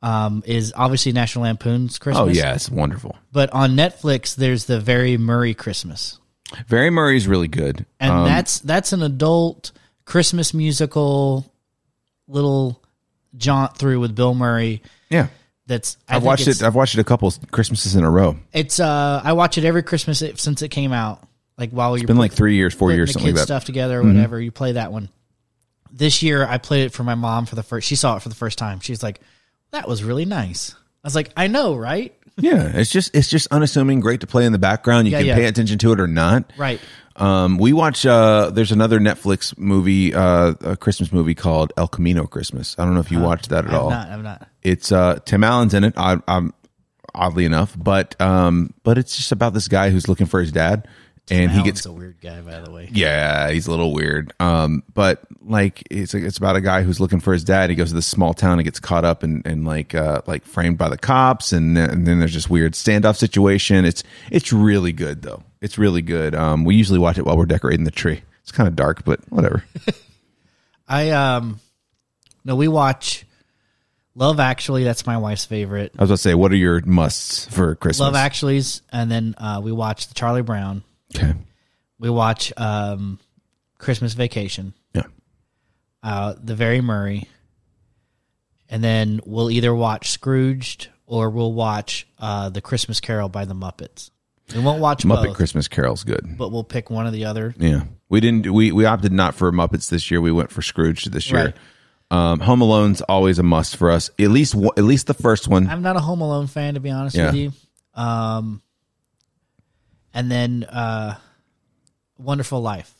um, is obviously National Lampoon's Christmas.
Oh yeah, it's wonderful.
But on Netflix, there's the Very Murray Christmas,
Very Murray's really good.
and
Um,
that's that's an adult Christmas musical, little jaunt through with Bill Murray.
yeah.
That's I
I've
think
watched
it's-
it. uh, I've watched it a couple Christmases in a row.
It's uh, I watch it every Christmas it- since it came out. Like while you're
Been like three years, four
putting
years,
the
something
kids
like that. Mm-hmm.
stuff together or whatever. You play that one. This year, I played it for my mom for the first. She saw it for the first time. She's like, "That was really nice." I was like, "I know, right?
Yeah, it's just it's just unassuming, great to play in the background. You
Yeah,
can
yeah.
pay attention to it or not.
Right?
Um, we watch. Uh, there's another Netflix movie, uh, a Christmas movie called El Camino Christmas. I don't know if you watched that at all.
I'm Uh, not. I'm not."
It's uh, Tim Allen's in it. I, I'm oddly enough, but um, but it's just about this guy who's looking for his dad, and he gets
a weird guy, by the way.
yeah, he's a little weird. Um, but like it's it's about a guy who's looking for his dad. He goes to this small town and gets caught up and and like uh like framed by the cops and then- and then there's this weird standoff situation. It's it's really good though. It's really good. Um, we usually watch it while we're decorating the tree. It's kind of dark, but whatever.
I um, no, we watch Love Actually. That's my wife's favorite.
I was about to say, what are your musts for Christmas?
Love Actually's, and then uh, we watch the Charlie Brown.
Okay.
We watch um, Christmas Vacation.
Yeah.
uh, The Very Murray, and then we'll either watch Scrooged or we'll watch uh, The Christmas Carol by the Muppets. We won't watch
Muppet
both,
Christmas Carol's good.
but we'll pick one or the other.
Yeah. We didn't we we opted not for Muppets this year. We went for Scrooge this year.
Right.
Um, Home Alone's always a must for us. At least one- at least the first one.
I'm not a Home Alone fan, to be honest
Yeah.
with you. Um, and then uh, Wonderful Life.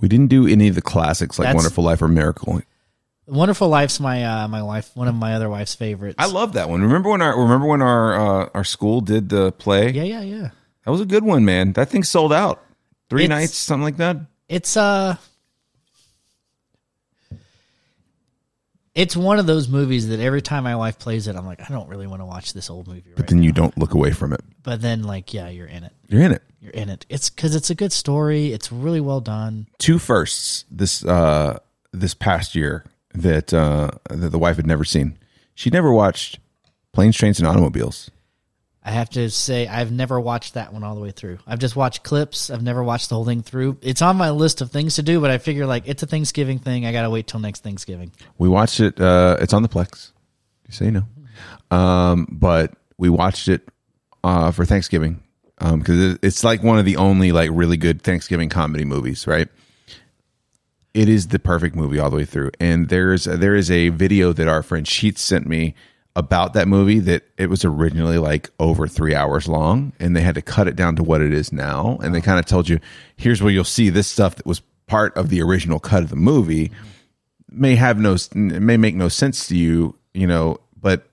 We didn't do any of the classics like
That's-
Wonderful Life or Miracle.
Wonderful Life's my uh, my wife, one of my other wife's favorites.
I love that one. Remember when our remember when our uh, our school did the play?
yeah, yeah, yeah.
That was a good one, man. That thing sold out. Three
It's-
nights, something like that.
it's uh it's one of those movies that every time my wife plays it i'm like i don't really want to watch this old movie right
Then you don't look away from it.
but then like yeah you're in it
You're in it.
you're in it it's because it's a good story it's really well done
Two firsts this uh this past year that uh that the wife had never seen. She never watched Planes, Trains and Automobiles.
i have to say i've never watched that one all the way through i've just watched clips i've never watched the whole thing through it's on my list of things to do but i figure like it's a thanksgiving thing i gotta wait till next thanksgiving
We watched it. Uh, it's on the Plex, just so you know. Um, but we watched it uh, for Thanksgiving because it, it's like one of the only like really good Thanksgiving comedy movies, right? It is the perfect movie all the way through, and there's there is a video that our friend Sheets sent me about that movie that it was originally like over three hours long, and they had to cut it down to what it is now, and they kind of told you here's where you'll see this stuff that was part of the original cut of the movie may have no it may make no sense to you you know but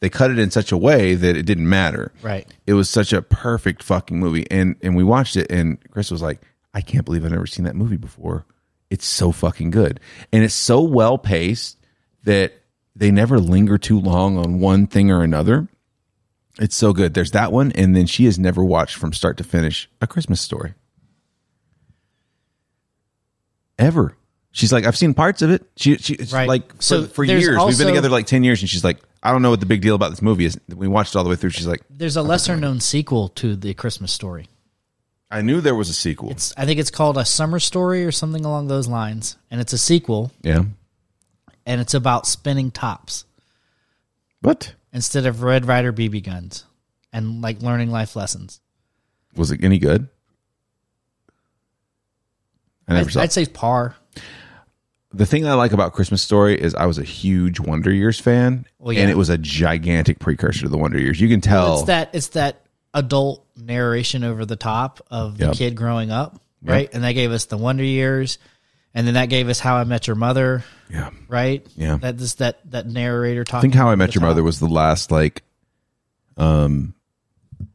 they cut it in such a way that it didn't matter
Right.
it was such a perfect fucking movie and and we watched it and chris was like i can't believe i've never seen that movie before it's so fucking good and it's so well paced that they never linger too long on one thing or another it's so good there's that one and then she has never watched from start to finish a christmas story ever. She's like, I've seen parts of it. She, she it's
Right.
like for,
So
for
there's
years. We've
also-
been together like ten years, and she's like, I don't know what the big deal about this movie is. We watched it all the way through. She's like,
there's a lesser known sequel to the christmas story
I knew there was a sequel.
It's- I think it's called a summer story or something along those lines, and it's a sequel,
yeah.
and it's about spinning tops
What
instead of Red Rider BB guns, and like learning life lessons.
was it any good? I never
I'd,
saw.
I'd say par.
the thing I like about Christmas Story is I was a huge Wonder Years fan,
Well, yeah.
and it was a gigantic precursor to the Wonder Years. You can tell
It's that it's that adult narration over the top of the
Yep.
kid growing up, right? And that gave us the Wonder Years, and then that gave us How I Met Your Mother,
Yeah.
right?
Yeah.
that just that that narrator
I
talking.
think How I
over
Met
the
Your
top.
Mother was the last like, um,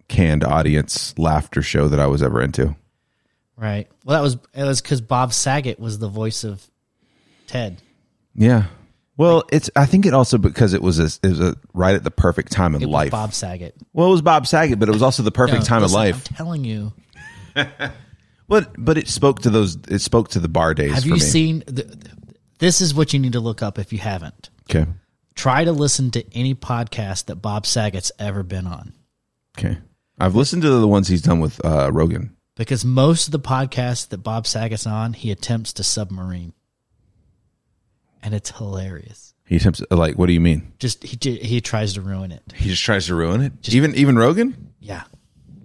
canned audience laughter show that I was ever into.
right. Well, that was it was because Bob Saget was the voice of Ted.
Yeah. Well, it's. I think it also because it was a, it was a, right at the perfect time in
It was
life.
Bob Saget.
Well, it was Bob Saget, but it was also the perfect
No,
time of
listen,
life.
I'm telling you,
But but it spoke to those. It spoke to the bar days.
Have
for
you
me.
seen? The, this is what you need to look up if you haven't.
Okay.
Try to listen to any podcast that Bob Saget's ever been on,
Okay. I've listened to the ones he's done with uh, Rogan.
because most of the podcasts that Bob Saget's on, he attempts to submarine, and it's hilarious.
He attempts like, what do you mean?
Just he ju- he tries to ruin it.
He just tries to ruin it. even even Rogan.
Yeah,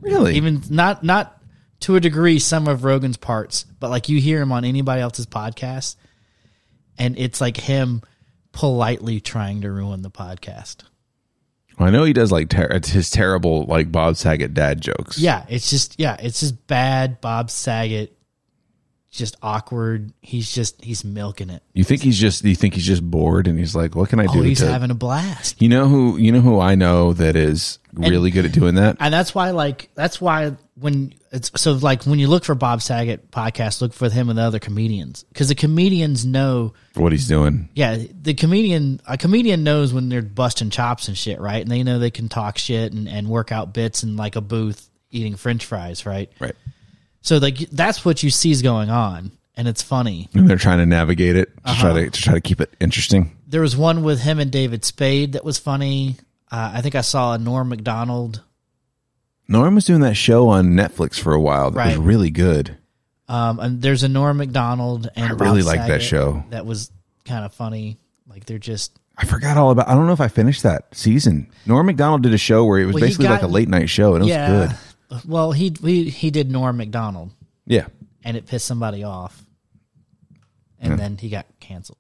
Really?
even not not to a degree some of Rogan's parts, but like you hear him on anybody else's podcast, and it's like him politely trying to ruin the podcast.
I know he does like ter- it's his terrible like Bob Saget dad jokes.
Yeah, it's just yeah, it's just bad Bob Saget just awkward. He's just he's milking it.
You think he's just you think he's just bored and he's like, what can I do?
oh, he's
to-"
having a blast.
you know who you know who I know that is really good at doing that.
And that's why like that's why when it's so like when you look for Bob Saget podcast, look for him and the other comedians cuz the comedians know
what he's doing.
yeah, the comedian a comedian knows when they're busting chops and shit, right? And they know they can talk shit and, and work out bits in like a booth eating french fries, right?
Right.
So like that's what you see is going on and it's funny.
And they're trying to navigate it to
Uh-huh.
try to to try to keep it interesting.
there was one with him and David Spade that was funny. Uh, I think I saw a Norm Macdonald.
Norm was doing that show on Netflix for a while. That was
Right.
really good.
Um, and there's a Norm Macdonald and
I really
Bob
like that
Saget
show.
That was kind of funny. Like they're just
I forgot all about. I don't know if I finished that season. Norm Macdonald did a show where it was
Well, he
basically like a
got-
late night show, and it
yeah.
was good.
Well, he, he he did Norm Macdonald
Yeah.
and it pissed somebody off, and then he got canceled.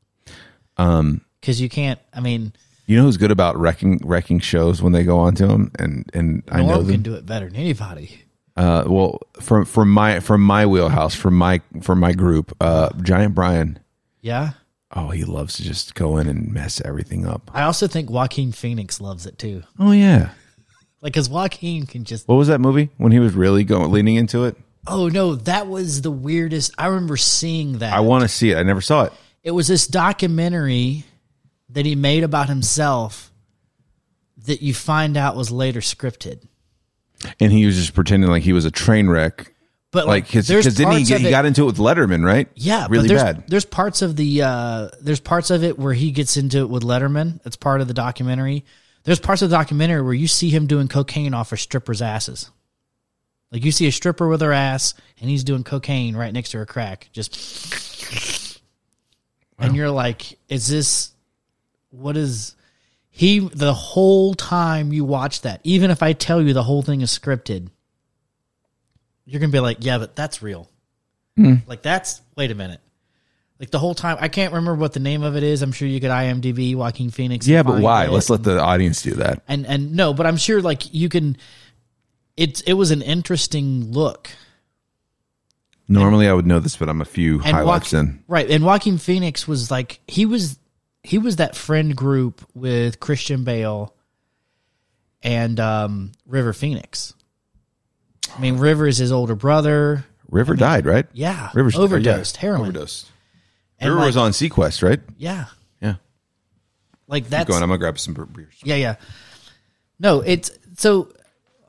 Um, because you can't. I mean,
You know who's good about wrecking wrecking shows when they go onto them, and and I know
Norm
them.
can do it better than anybody.
Uh, well, from from my from my wheelhouse, from my from my group, uh, Giant Brian.
Yeah.
Oh, he loves to just go in and mess everything up.
I also think Joaquin Phoenix loves it too.
Oh yeah.
Like, cause Joaquin can just
What was that movie when he was really going leaning into it?
Oh no, that was the weirdest. I remember seeing that.
I want to see it. I never saw it.
it was this documentary that he made about himself that you find out was later scripted.
And he was just pretending like he was a train wreck.
But
Like
like,
because
there's
then he,
parts
get,
of
he
it-
got into it with Letterman, right?
yeah, but
really
there's,
bad.
There's parts of the uh, there's parts of it where he gets into it with Letterman. That's part of the documentary. There's parts of the documentary where you see him doing cocaine off a stripper's asses. Like you see a stripper with her ass, and he's doing cocaine right next to her crack, just. And you're like, is this? What is? He the whole time you watch that, even if I tell you the whole thing is scripted, you're gonna be like, yeah, but that's real.
Hmm.
Like that's wait a minute. Like the whole time, I can't remember what the name of it is. I'm sure you could IMDb Joaquin Phoenix. and
Yeah, but
find
why?
it.
Let's let the audience do that.
and and no, but I'm sure like you can. It's it was an interesting look.
Normally, I would know this, but I'm a few
And
highlights
Joaqu-
in.
right, and Joaquin Phoenix was like he was he was that friend group with Christian Bale and um, River Phoenix. I mean, River is his older brother.
River died, right?
Yeah,
River's
overdosed
yeah,
heroin.
Overdosed.
And,
River was
like,
on Sequest, right?
Yeah,
Yeah.
like that's
Go on. I'm gonna grab some beers.
Yeah, yeah. No, it's so.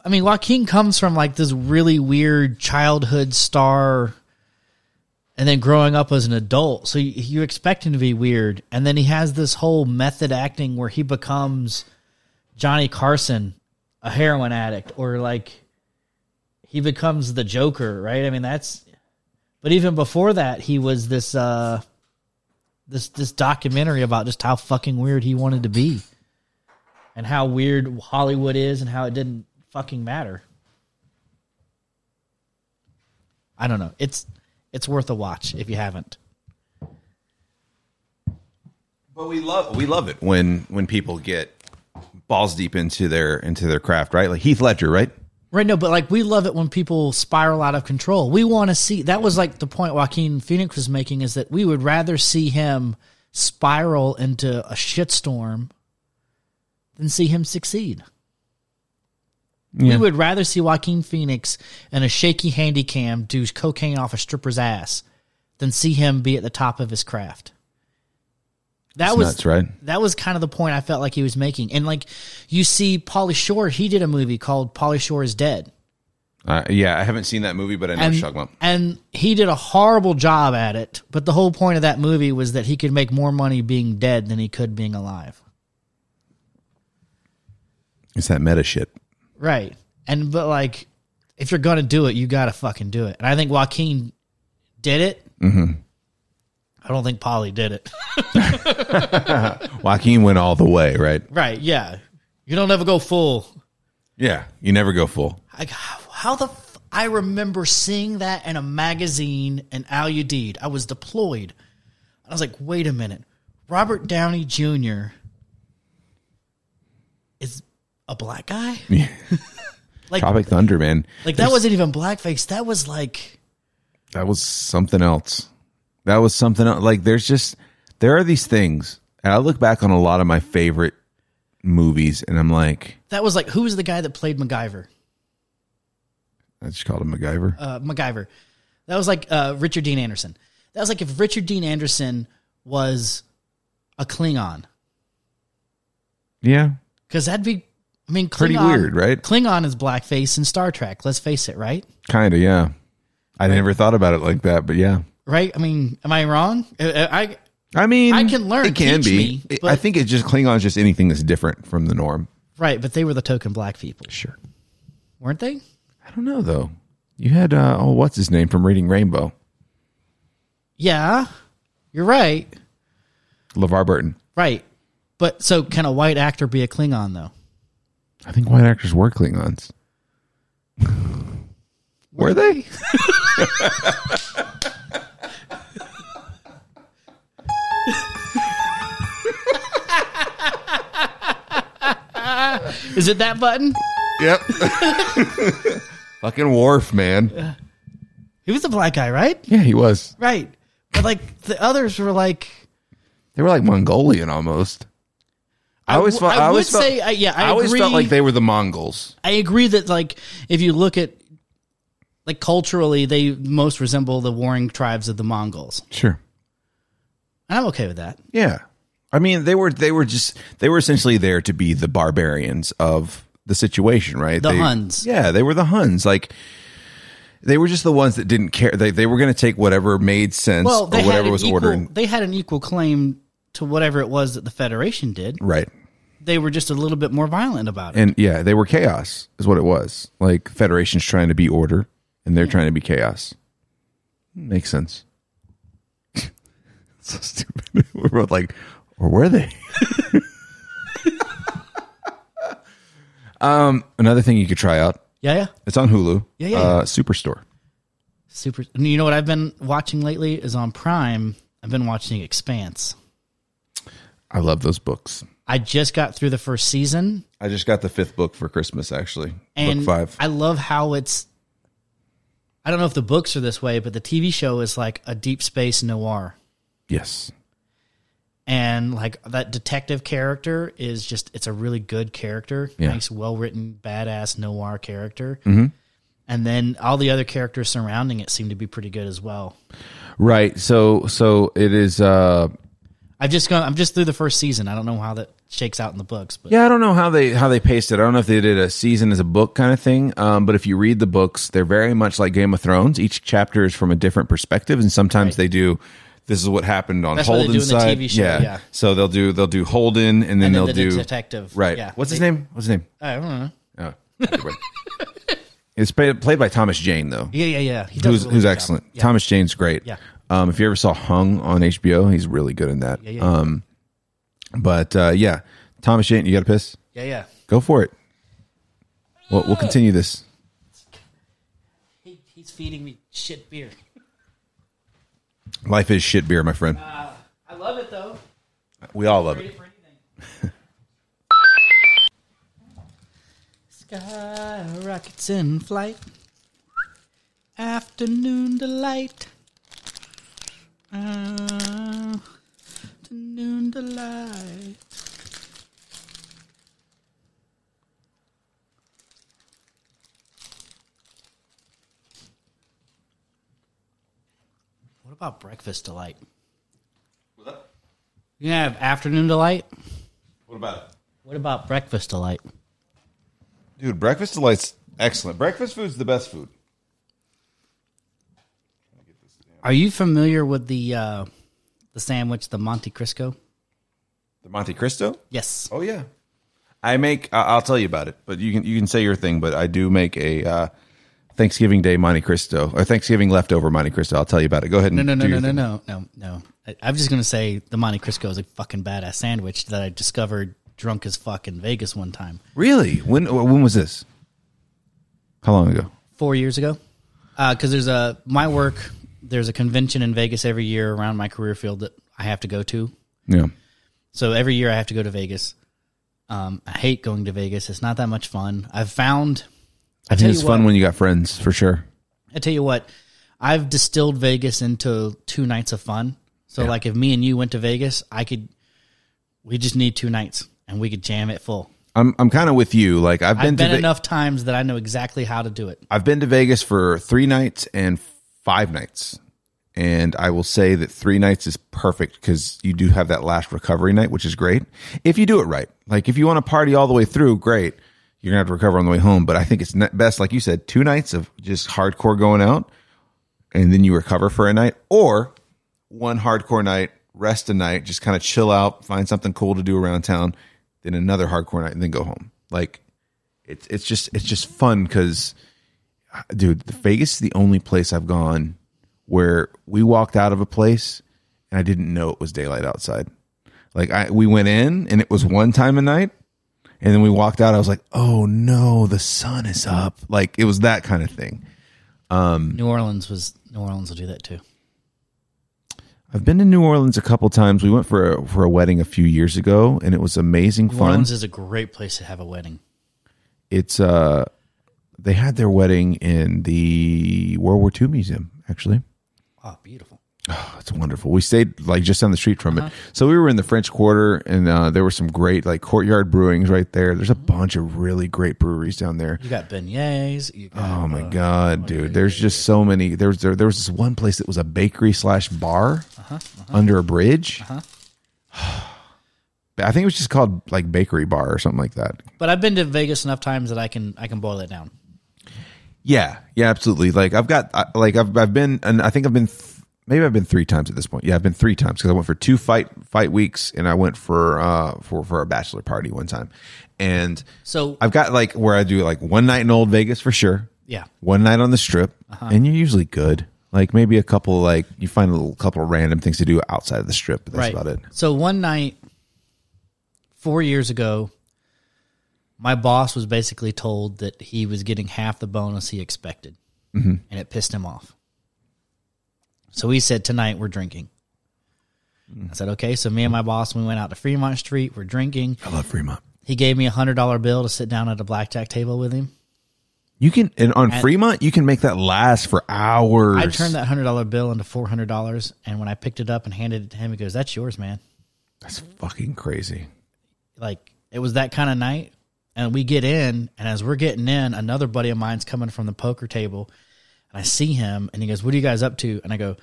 I mean, Joaquin comes from like this really weird childhood star, and then growing up as an adult, so you, you expect him to be weird, and then he has this whole method acting where he becomes Johnny Carson, a heroin addict, or like he becomes the Joker, right? I mean, that's. But even before that, he was this uh, this this documentary about just how fucking weird he wanted to be and how weird Hollywood is and how it didn't fucking matter. I don't know. It's it's worth a watch if you haven't.
But we love we love it when when people get balls deep into their into their craft, right? Like Heath Ledger, right?
Right, no, but like we love it when people spiral out of control. We want to see that was like the point Joaquin Phoenix was making is that we would rather see him spiral into a shitstorm than see him succeed. We would rather see Joaquin Phoenix and a shaky handy cam do cocaine off a stripper's ass than see him be at the top of his craft. That
It's
was
nuts, right?
that was kind of the point I felt like he was making. And like you see Polly Shore, he did a movie called Polly Shore is Dead.
Uh, yeah, I haven't seen that movie, but I know what
and,
you're talking about.
and he did a horrible job at it. But the whole point of that movie was that he could make more money being dead than he could being alive.
It's that meta shit.
Right. And but like, if you're gonna do it, you gotta fucking do it. And I think Joaquin did it. Mm-hmm. I don't think Polly did it.
Joaquin went all the way, right?
right. Yeah. You don't ever go full.
Yeah, you never go full.
I, how the f- I remember seeing that in a magazine in Al Udeed. I was deployed. I was like, wait a minute, Robert Downey Jr. is a black guy. like
Tropic Thunder, man.
like that wasn't even blackface. That was like
That was something else. That was something else. Like there's just there are these things, and I look back on a lot of my favorite movies, and I'm like,
that was like who was the guy that played MacGyver?
I just called him MacGyver.
uh, MacGyver. That was like uh, Richard Dean Anderson. That was like if Richard Dean Anderson was a Klingon,
yeah,
because that'd be. I mean, Klingon,
Pretty weird, right?
Klingon is blackface in Star Trek. Let's face it, right?
kind of. Yeah, I never thought about it like that, but yeah.
Right? I mean, am I wrong? Uh, I
I mean,
I can learn,
It can
teach
be.
me,
It-
but-
I think it's just Klingons, just anything that's different from the norm.
right, but they were the token black people,
Sure.
weren't they?
I don't know though. You had uh, oh, what's his name from Reading Rainbow?
Yeah, you're right.
LeVar Burton.
Right, but so can a white actor be a Klingon though?
I think white actors were Klingons. were they?
Is it that button?
Yep. Fucking Worf, man.
He was a black guy, right?
Yeah, he was.
Right, but like the others were like.
They were like Mongolian almost. I always
w-
felt.
I
I always
would
felt,
say, uh, yeah, I
always
agree.
felt like they were the Mongols.
I agree that like if you look at like culturally, they most resemble the warring tribes of the Mongols,
Sure.
and I'm okay with that.
Yeah. I mean, they were they were just they were essentially there to be the barbarians of the situation, right?
The
They-
Huns.
Yeah, they were the Huns. Like they were just the ones that didn't care. They they were going to take whatever made sense
Well, they
or whatever
had
was
was equal,
ordered.
They had an equal claim to whatever it was that the Federation did.
Right.
They were just a little bit more violent about it.
And yeah, they were chaos is what it was. Like Federation's trying to be order and they're trying to be chaos. Makes sense. so stupid. we're both like, or were they? um, another thing you could try out.
yeah, yeah.
It's on Hulu.
Yeah, yeah,
Uh, Superstore.
Super. and You know what I've been watching lately is on Prime. I've been watching Expanse.
I love those books.
I just got through the first season,
I just got the fifth book for Christmas, actually.
and
book five.
I love how it's. I don't know if the books are this way, but the TV show is like a deep space noir.
yes.
and like that detective character is just it's a really good character
Yeah. Mm-hmm.
nice well written badass noir character and then all the other characters surrounding it seem to be pretty good as well
Right. So so it is uh
i've just gone i'm just through the first season i don't know how that shakes out in the books but
Yeah, I don't know how they how they paced it. I don't know if they did a season as a book kind of thing. Um, but if you read the books, they're very much like Game of Thrones. Each chapter is from a different perspective, and sometimes they do. This is what happened on
That's what they do in
Holden's
the
side.
TV show, yeah.
So they'll do they'll do Holden, and then,
then
they'll
the
do
detective,
Right.
yeah.
What's his
They-
name? What's his name?
i don't know
Oh, either way. it's played, played by Thomas Jane though,
yeah yeah yeah he does a
who's
really
who's
good job.
excellent.
yeah.
Thomas Jane's great.
Yeah.
Um, if you ever saw Hung on HBO, he's really good in that.
yeah.
Um, but uh, yeah, Thomas Jane, you got a piss?
yeah yeah
Go for it. We'll, we'll continue this.
he, he's feeding me shit beer
Life is shit beer, my friend.
i love it though
We all love it.
for anything Sky rockets in flight. Afternoon delight. Uh, afternoon delight. What about breakfast delight? You gonna have afternoon delight?
What about it?
What about breakfast delight?
Dude, breakfast delights excellent. Breakfast food's the best food.
Are you familiar with the uh, the sandwich, the Monte Cristo?
The Monte Cristo?
Yes.
Oh yeah. I make I- I'll tell you about it, but you can you can say your thing, but I do make a uh Thanksgiving Day Monte Cristo or Thanksgiving leftover Monte Cristo. I'll tell you about it. Go ahead and
No, no, no,
do
no,
your
no,
thing.
no, no, no. I, I'm just gonna say the Monte Cristo is a fucking badass sandwich that I discovered drunk as fuck in Vegas one time
Really? When when was this? How long ago?
four years ago. Because there's a my work, there's a convention in Vegas every year around my career field that I have to go to.
Yeah.
So every year I have to go to Vegas. Um, I hate going to Vegas. It's not that much fun. I've found.
I think
tell
it's
you
fun
what.
when you got friends, for sure.
I tell you what, I've distilled Vegas into two nights of fun. So like, if me and you went to Vegas, I could. We just need two nights, and we could jam it full.
I'm I'm kind of with you. Like I've been
I've been
to Ve-
enough times that I know exactly how to do it.
I've been to Vegas for three nights and five nights, and I will say that three nights is perfect because you do have that last recovery night, which is great if you do it right. Like if you want to party all the way through, great. You're gonna have to recover on the way home, but I think it's ne- best, like you said, two nights of just hardcore going out, and then you recover for a night, or one hardcore night, rest a night, just kind of chill out, find something cool to do around town, then another hardcore night, and then go home. Like it's it's just it's just fun because dude, the- Vegas is the only place I've gone where we walked out of a place and I didn't know it was daylight outside. Like I we went in and it was one time a night and then we walked out I was like, "Oh no, the sun is up." Like it was that kind of thing. Mm.
New Orleans was New Orleans will do that too.
I've been to New Orleans a couple times. We went for a, for a wedding a few years ago and it was amazing
New
fun.
Orleans is a great place to have a wedding.
it's uh they had their wedding in the World War II museum actually.
Oh, beautiful.
It's wonderful. We stayed like just down the street from it. So we were in the French Quarter, and uh, there were some great like courtyard brewings right there. There's a bunch of really great breweries down there.
You got beignets. You got,
Oh my god, dude! There's just so many. There was there, there was this one place that was a bakery slash bar under a bridge. I think it was just called like bakery bar or something like that.
But I've been to Vegas enough times that I can I can boil it down.
Yeah, yeah, absolutely. Like I've got, I- like I've I've been, and I think I've been, th- maybe I've been three times at this point. Yeah, I've been three times because I went for two fight fight weeks, and I went for uh for for a bachelor party one time, and
So
I've got like where I do like one night in Old Vegas for sure.
Yeah. Uh-huh.
one night on the Strip, and you're usually good. Like maybe a couple, like you find a little couple of random things to do outside of the Strip, but that's about it.
So one night, four years ago, my boss was basically told that he was getting half the bonus he expected,
Mm-hmm.
and it pissed him off. So he said, "Tonight we're drinking."
Mm-hmm.
I said, "Okay." So me and my boss, we went out to Fremont Street. We're drinking.
I love Fremont.
He gave me a hundred dollar bill to sit down at a blackjack table with him.
You can and on Fremont, you can make that last for hours.
I turned that hundred dollar bill into four hundred dollars, and when I picked it up and handed it to him, he goes, "That's yours, man."
That's fucking crazy.
like it was that kind of night and we get in and as we're getting in another buddy of mine's coming from the poker table and i see him and he goes what are you guys up to and i go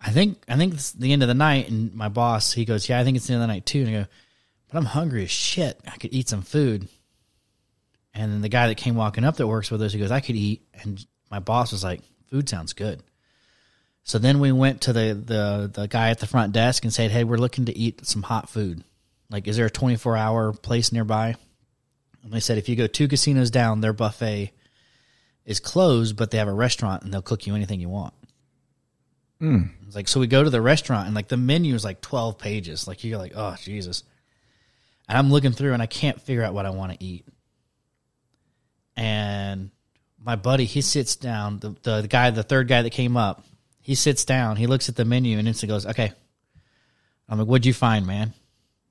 i think i think it's the end of the night and my boss he goes yeah i think it's the end of the night too and i go but i'm hungry as shit i could eat some food and then the guy that came walking up that works with us he goes i could eat and my boss was like food sounds good so then we went to the the the guy at the front desk and said, "Hey, we're looking to eat some hot food. Like, is there a 24 hour place nearby?" And they said, "If you go two casinos down, their buffet is closed, but they have a restaurant and they'll cook you anything you want." It's like so we go to the restaurant and like the menu is like 12 pages. Like you're like, "Oh Jesus!" And I'm looking through and I can't figure out what I want to eat. And my buddy, he sits down. The, the the guy, the third guy that came up, he sits down. He looks at the menu and instantly goes, "Okay." I'm like, "What'd you find, man?"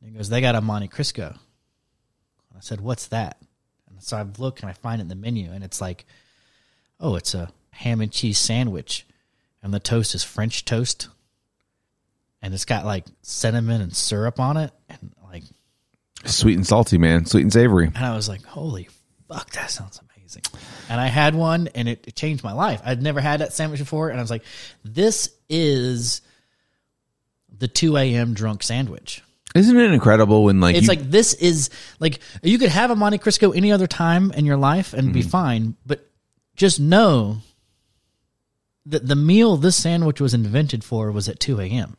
He goes, "They got a Monte Cristo." I said, "What's that?" And so I look and I find it in the menu, and it's like, "Oh, it's a ham and cheese sandwich, and the toast is French toast, and it's got like cinnamon and syrup on it, and like."
Sweet and salty, man. Sweet and savory.
And I was like, holy fuck, that sounds amazing. And I had one and it, it changed my life. I'd never had that sandwich before. And I was like, this is the 2 a.m. drunk sandwich.
Isn't it incredible when like
It's
you-
like this is like you could have a Monte Cristo any other time in your life and be fine, but just know that the meal this sandwich was invented for was at two a.m.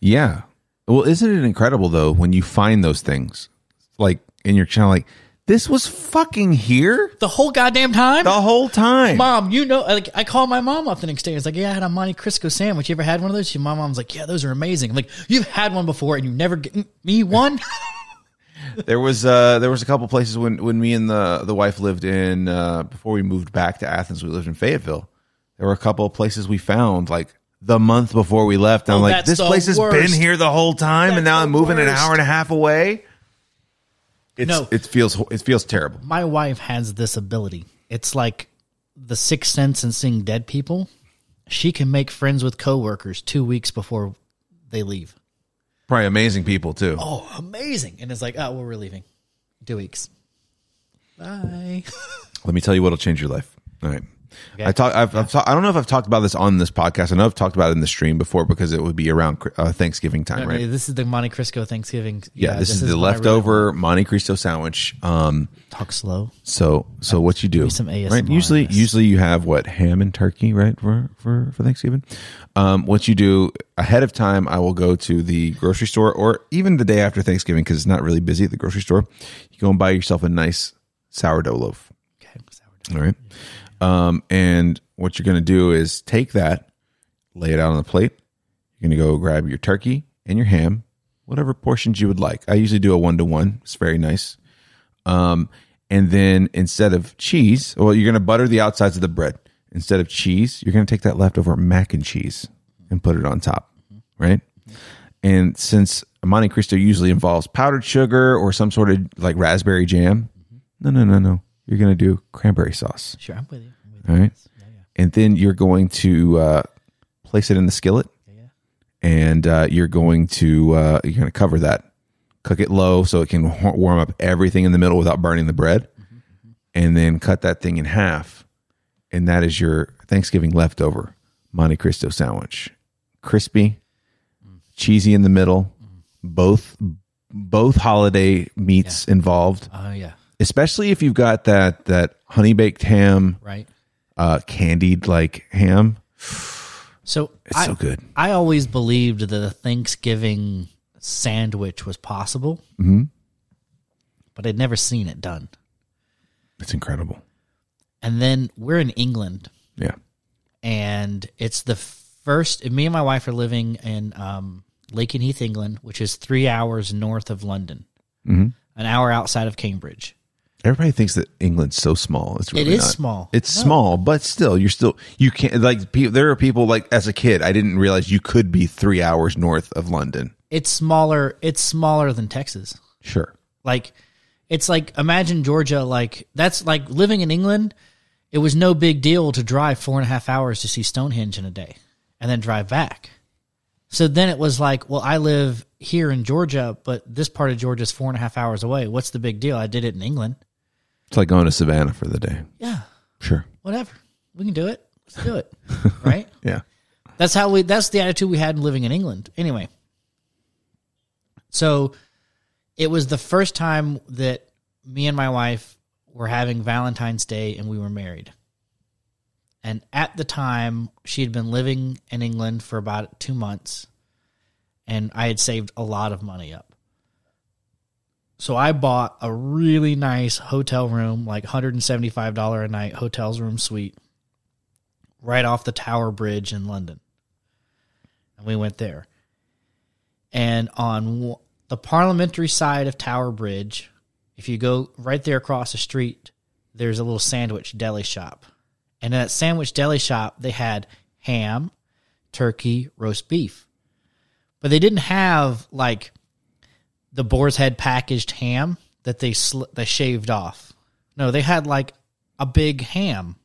yeah. Well, isn't it incredible though when you find those things like in your channel like this was fucking here
The whole goddamn time.
the whole time.
Mom, you know, like I call my mom up the next day. It's like, yeah, I had a Monte Cristo sandwich. You ever had one of those? She, my mom's like, yeah, those are amazing. I'm like, you've had one before and you never get me one.
There was uh, there was a couple places when when me and the the wife lived in uh, before we moved back to Athens. We lived in Fayetteville. There were a couple of places we found like the month before we left. And I'm
Oh,
like,
that's
this
the
place has
worst.
been here the whole time, and
That's
now
the
I'm moving an
worst.
hour and a half away. It's,
No.
it feels it feels terrible.
my wife has this ability. It's like the sixth sense and seeing dead people. She can make friends with coworkers two weeks before they leave.
Probably amazing people too.
Oh, amazing! And it's like, oh, well, we're leaving. Two weeks. Bye.
Let me tell you what'll change your life. All right. I talk. I've, I've talk, I don't know if I've talked about this on this podcast. I know I've talked about it in the stream before because it would be around uh, Thanksgiving time, right?
This is the Monte Cristo Thanksgiving.
yeah, this, is, the
what I really
leftover Monte Cristo sandwich. Um,
Talk slow.
So so what you do?
some
right?
ASMR
Usually
on this.
usually you have what ham and turkey right for for for Thanksgiving. Um, what you do ahead of time, I will go to the grocery store or even the day after Thanksgiving because it's not really busy at the grocery store. You go and buy yourself a nice sourdough loaf.
Okay.
All right. Um, and what you're going to do is take that, lay it out on the plate. You're going to go grab your turkey and your ham, whatever portions you would like. I usually do a one to one. It's very nice. Um, and then instead of cheese, well, you're going to butter the outsides of the bread. Instead of cheese, you're going to take that leftover mac and cheese and put it on top, right? And since Monte Cristo usually involves powdered sugar or some sort of like raspberry jam, no, no, no, no. You're going to do cranberry sauce.
Sure, I'm with you. I'm with you.
All right. And then you're going to uh, place it in the skillet. And uh, you're going to uh, you're going to cover that, cook it low so it can wa- warm up everything in the middle without burning the bread, and then cut that thing in half, and that is your Thanksgiving leftover Monte Cristo sandwich, crispy, cheesy in the middle, both both holiday meats involved,
Oh yeah.
especially if you've got that that honey baked ham,
Right.
uh, candied like ham.
So
It's
I,
so good.
I always believed that a Thanksgiving sandwich was possible, mm-hmm. but I'd never seen it done.
It's incredible.
And then we're in England,
Yeah.
and it's the first. Me and my wife are living in um, Lake and Heath, England, which is three hours north of London,
Mm-hmm.
an hour outside of Cambridge.
Everybody thinks that England's so small. It's really
is
not.
small.
It's
No.
small, but still, you're still you can't like. Pe- there are people like as a kid, I didn't realize you could be three hours north of London.
It's smaller. It's smaller than Texas.
Sure.
Like, it's like imagine Georgia. Like that's like living in England. It was no big deal to drive four and a half hours to see Stonehenge in a day, and then drive back. So then it was like, well, I live here in Georgia, but this part of Georgia is four and a half hours away. What's the big deal? I did it in England.
It's like going to Savannah for the day.
Yeah,
Sure.
whatever. We can do it. Let's do it. right?
Yeah.
That's how we. That's the attitude we had living in England. Anyway, so it was the first time that me and my wife were having Valentine's Day and we were married. And at the time, she had been living in England for about two months, and I had saved a lot of money up. So I bought a really nice hotel room, like $175 a night hotel's room suite right off the Tower Bridge in London. And we went there. And on w- the parliamentary side of Tower Bridge, if you go right there across the street, there's a little sandwich deli shop. And in that sandwich deli shop, they had ham, turkey, roast beef. But they didn't have like the boar's head packaged ham that they sl- they shaved off. No, they had like a big ham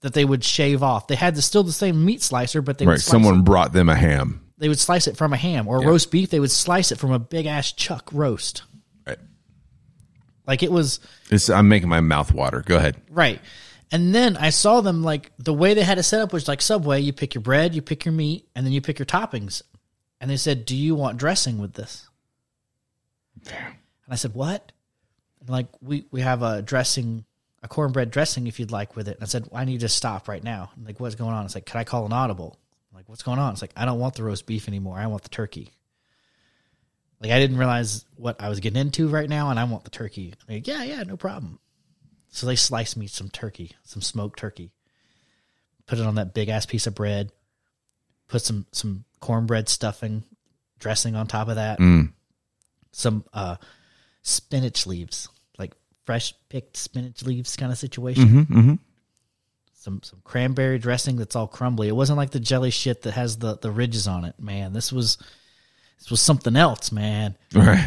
that they would shave off. They had the, still the same meat slicer, but they
Right.
would slice it
Someone brought them a ham.
they would slice it from a ham or roast beef they would slice it from a big ass chuck roast
Right.
like it was
It's, I'm making my mouth water. Go ahead.
right and then i saw them like the way they had it set up was like subway you pick your bread you pick your meat and then you pick your toppings and they said do you want dressing with this And I said, What? And like, we, we have a dressing, a cornbread dressing if you'd like with it. And I said, well, I need to stop right now. And like, what's going on? It's like, Can I call an audible? I'm like, what's going on? It's like, I don't want the roast beef anymore. I want the turkey. Like, I didn't realize what I was getting into right now, and I want the turkey. I'm like, yeah, yeah, no problem. So they sliced me some turkey, some smoked turkey. Put it on that big ass piece of bread. Put some some cornbread stuffing, dressing on top of that. Some uh, spinach leaves, like fresh picked spinach leaves, kind of situation. Some some cranberry dressing that's all crumbly. It wasn't like the jelly shit that has the the ridges on it. Man, this was this was something else, man.
Right.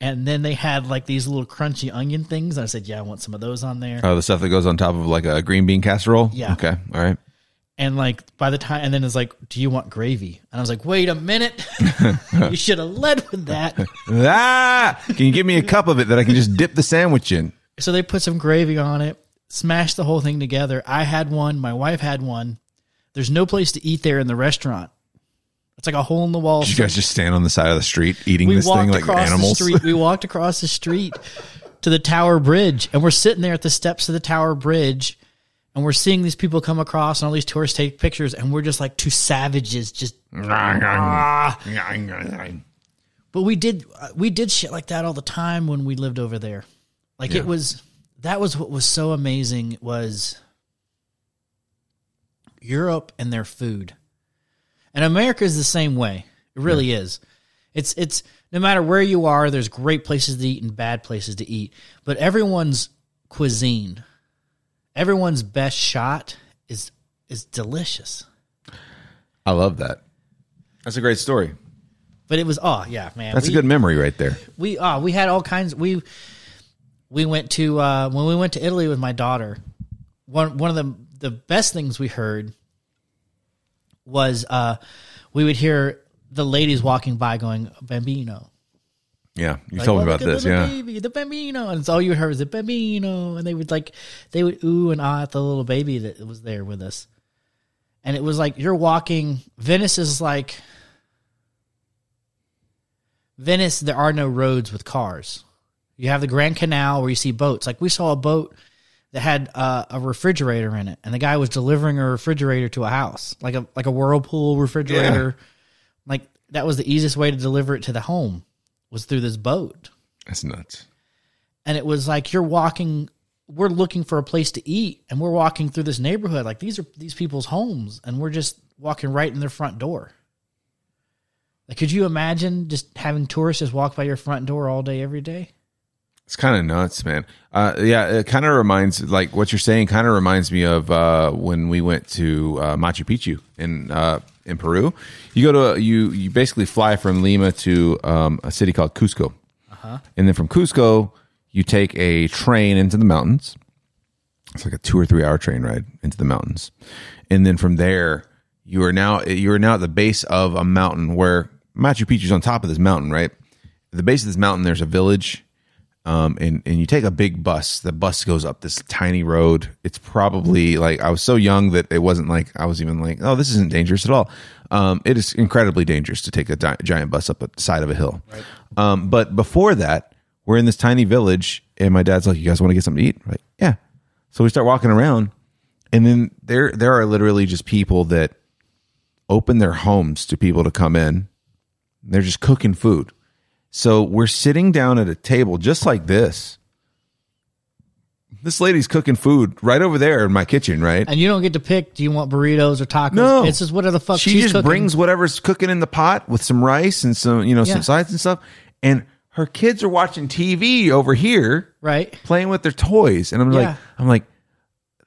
And then they had like these little crunchy onion things. And I said, yeah, I want some of those on there.
Oh, the stuff that goes on top of like a green bean casserole.
Yeah.
Okay. All right.
And like by the time, and then it's like, do you want gravy? And I was like, wait a minute. you should have led with that.
Ah, can you give me a cup of it that I can just dip the sandwich in?
so they put some gravy on it, smashed the whole thing together. I had one. My wife had one. There's no place to eat there in the restaurant. It's like a hole in the wall.
Did you guys just stand on the side of the street eating this thing like animals?
The street. We walked across the street to the Tower Bridge, and we're sitting there at the steps of the Tower Bridge, and we're seeing these people come across, and all these tourists take pictures, and we're just like two savages, just. But we did uh, we did shit like that all the time when we lived over there. Like it was that was what was so amazing was Europe and their food. And America is the same way. It really is. It's it's no matter where you are, there's great places to eat and bad places to eat. But everyone's cuisine, everyone's best shot is is delicious.
I love that. That's a great story.
But it was oh yeah, man.
That's
we-
a good memory right there.
we uh we had all kinds we we went to uh when we went to Italy with my daughter one one of the the best things we heard was uh we would hear the ladies walking by going bambino
Yeah, you
Like,
told me
"Oh,
about
look at
this.
little
Yeah,
baby, the bambino and it's all you heard was the bambino and they would like they would ooh and ah at the little baby that was there with us and it was like you're walking venice is like Venice, there are no roads with cars. You have the Grand Canal where you see boats. Like we saw a boat that had uh, a refrigerator in it, and the guy was delivering a refrigerator to a house, like a like a whirlpool refrigerator. Like that was the easiest way to deliver it to the home was through this boat
that's nuts.
and it was like you're walking we're looking for a place to eat and we're walking through this neighborhood like these are these people's homes and we're just walking right in their front door like could you imagine just having tourists just walk by your front door all day every day
It's kind of nuts, man. Uh, yeah, it kind of reminds like what you're saying. Kind of reminds me of uh, when we went to uh, Machu Picchu in uh, in Peru. You go to a, you you basically fly from Lima to um, a city called Cusco, and then from Cusco you take a train into the mountains. It's like a two or three hour train ride into the mountains, and then from there you are now you are now at the base of a mountain where Machu Picchu's on top of this mountain, right? At the base of this mountain, there's a village um, and and you take a big bus. The bus goes up this tiny road. It's probably like I was so young that it wasn't like I was even like, oh, this isn't dangerous at all. Um, it is incredibly dangerous to take a di- giant bus up the side of a hill. Um, but before that, we're in this tiny village, and my dad's like, "You guys want to get something to eat?" I'm like, yeah. So we start walking around, and then there there are literally just people that open their homes to people to come in. They're just cooking food. So we're sitting down at a table just like this. This lady's cooking food right over there in my kitchen, right?
and you don't get to pick do you want burritos or tacos
No.
it's just whatever the fuck
she
she's
just
cooking.
brings whatever's cooking in the pot with some rice and some, you know,
Yeah.
some sides and stuff. And her kids are watching TV over here,
right
playing with their toys. And I'm
Yeah.
like, I'm like,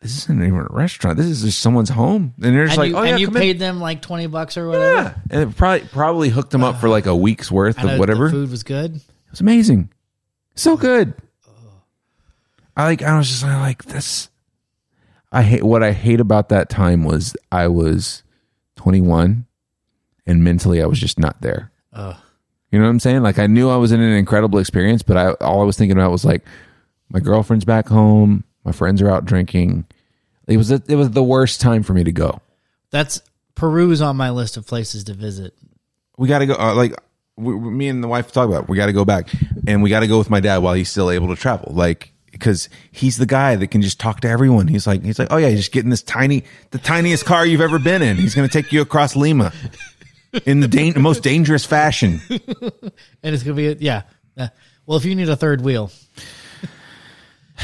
this isn't even a restaurant. This is just someone's home. And they're just
and
like,
you,
oh
and
yeah,
you
come in.
paid them like 20 bucks or whatever
Yeah. And it probably probably hooked them up for like a week's worth
I know
of
the
whatever.
food was good
It was amazing. So good. I like I was just like this I hate what I hate about that time was I was 21 and mentally I was just not there. You know what I'm saying? Like I knew I was in an incredible experience, but I all I was thinking about was like my girlfriend's back home, my friends are out drinking. It was it was the worst time for me to go.
that's peru's on my list of places to visit
we got to go. Uh, like we, we- me and the wife talk about it. we got to go back and we got to go with my dad while he's still able to travel like because he's the guy that can just talk to everyone he's like he's like oh yeah you just get in this tiny the tiniest car you've ever been in he's going to take you across lima in the dan- most dangerous fashion
and it's gonna be yeah. Uh, well, if you need a third wheel,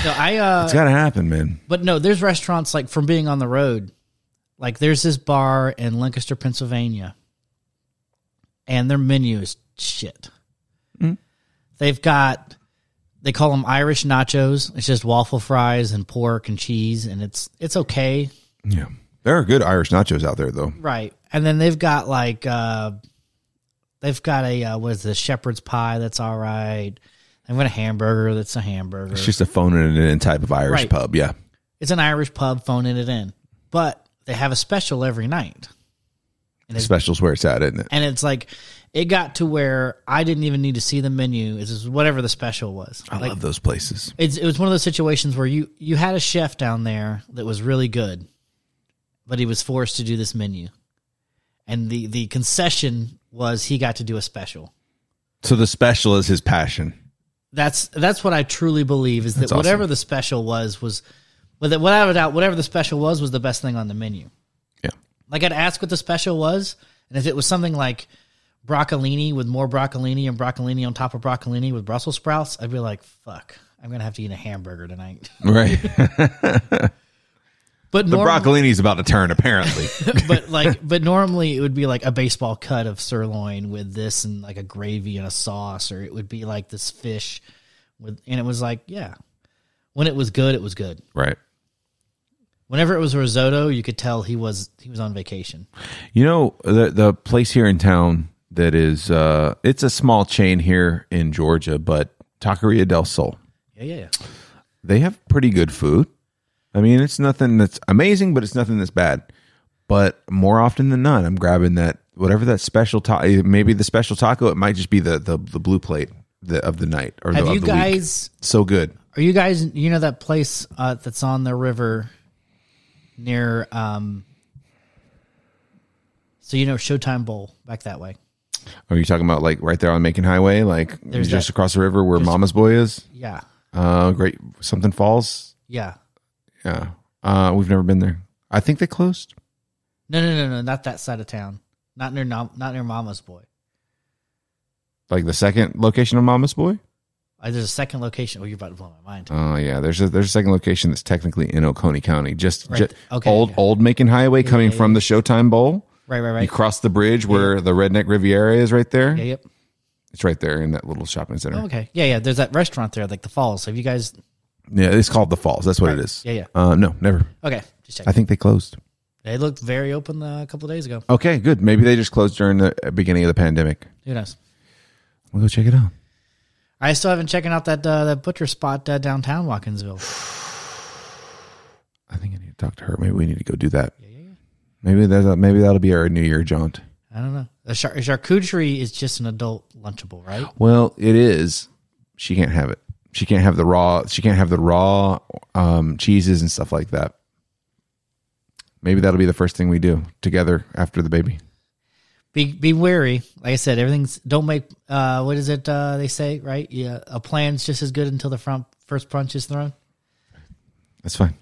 no, I uh,
it's got to happen man
but no, there's restaurants like from being on the road. Like there's this bar in Lancaster, Pennsylvania, and their menu is shit.
Hmm.
They've got they call them Irish nachos. It's just waffle fries and pork and cheese, and it's it's okay,
yeah there are good irish nachos out there though
right? And then they've got like uh, they've got a uh, what is this shepherd's pie that's all right. I've got a hamburger that's a hamburger.
it's just a phone and an in type of irish
Right.
pub yeah
It's an Irish pub phoning it in, but they have a special every night.
specials where it's at isn't it
And it's like, it got to where I didn't even need to see the menu. It's just whatever the special was.
i
like,
love those places
it's, it was one of those situations where you, you had a chef down there that was really good, but he was forced to do this menu. And the, the concession was he got to do a special.
so the special is his passion
That's that's what I truly believe is that
awesome.
whatever the special was was, without without a doubt, whatever the special was was the best thing on the menu.
yeah
Like I'd ask what the special was, and if it was something like broccolini with more broccolini and broccolini on top of broccolini with Brussels sprouts, I'd be like, "Fuck, I'm gonna have to eat a hamburger tonight."
right
But
the
norm-
broccolini's about to turn apparently
but like, but normally it would be like a baseball cut of sirloin with this and like a gravy and a sauce, or it would be like this fish with, and it was like, yeah, when it was good, it was good.
right
Whenever it was risotto, you could tell he was he was on vacation.
You know the the place here in town that is uh it's a small chain here in Georgia, but Taqueria del Sol.
Yeah, yeah, yeah.
They have pretty good food. I mean, it's nothing that's amazing, but it's nothing that's bad. But more often than not, I'm grabbing that whatever that special taco. Maybe the special taco. It might just be the the, the blue plate the, of the night or
Have
the,
you
of the week.
guys?
So good.
Are you guys? You know that place uh, that's on the river near? um So you know Showtime Bowl back that way.
Are you talking about like right there on Macon Highway, like
There's
just
that-
across the river where Mama's Boy is?
Yeah,
Uh, great something falls.
yeah.
Yeah. Uh, we've never been there. I think they closed.
No, no, no, no. Not that side of town. Not near. Nam- Not near Mama's Boy.
Like the second location of Mama's Boy.
Uh, there's a second location. Oh, you're about to blow my mind.
Oh yeah, there's a there's a second location that's technically in Oconee County, just,
Right.
ju-
Okay,
old
yeah.
old Macon Highway coming from the Showtime Bowl.
Right, right,
You
right.
cross the bridge where the Redneck Riviera is right there.
Yeah, yep.
It's right there in that little shopping center.
Oh, okay. Yeah, yeah. There's that restaurant there, like the Falls. Have you guys?
Yeah, it's called the Falls. That's what it is.
Yeah, yeah.
Uh, no, never.
Okay, just check.
I think they closed.
They looked very open uh, a couple days ago.
Okay, good. Maybe they just closed during the uh, beginning of the pandemic.
Who knows?
We'll go check it out.
I still haven't checking out that uh, that butcher spot uh, downtown Watkinsville.
I think I need to talk to her. Maybe we need to go do that. Maybe that maybe that'll be our New Year jaunt.
I don't know. A char- charcuterie is just an adult lunchable, right?
Well, it is. She can't have it. She can't have the raw. She can't have the raw um, cheeses and stuff like that. Maybe that'll be the first thing we do together after the baby.
Be be wary. Like I said, everything's don't make. Uh, what is it? Uh, they say right? Yeah, a plan's just as good until the front first punch is thrown.
That's fine.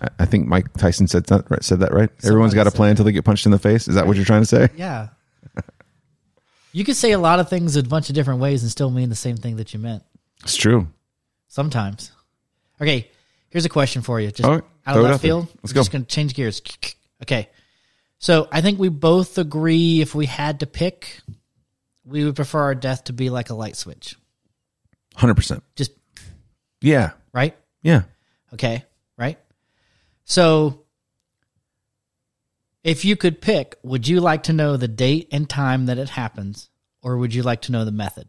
I, I think Mike Tyson said that. Right, said that right. Everyone's got a plan until they get punched in the face. Is that what you're trying to say?
Yeah. you could say a lot of things a bunch of different ways and still mean the same thing that you meant.
It's true.
Sometimes. Okay, here's a question for you. Just
All right,
out
throw
of
it
left
out there.
field.
Let's
I'm
go.
Just gonna change gears. Okay. So I think we both agree if we had to pick, we would prefer our death to be like a light switch.
Hundred percent.
Just
Yeah.
right?
Yeah.
Okay, right? So if you could pick, would you like to know the date and time that it happens, or would you like to know the method?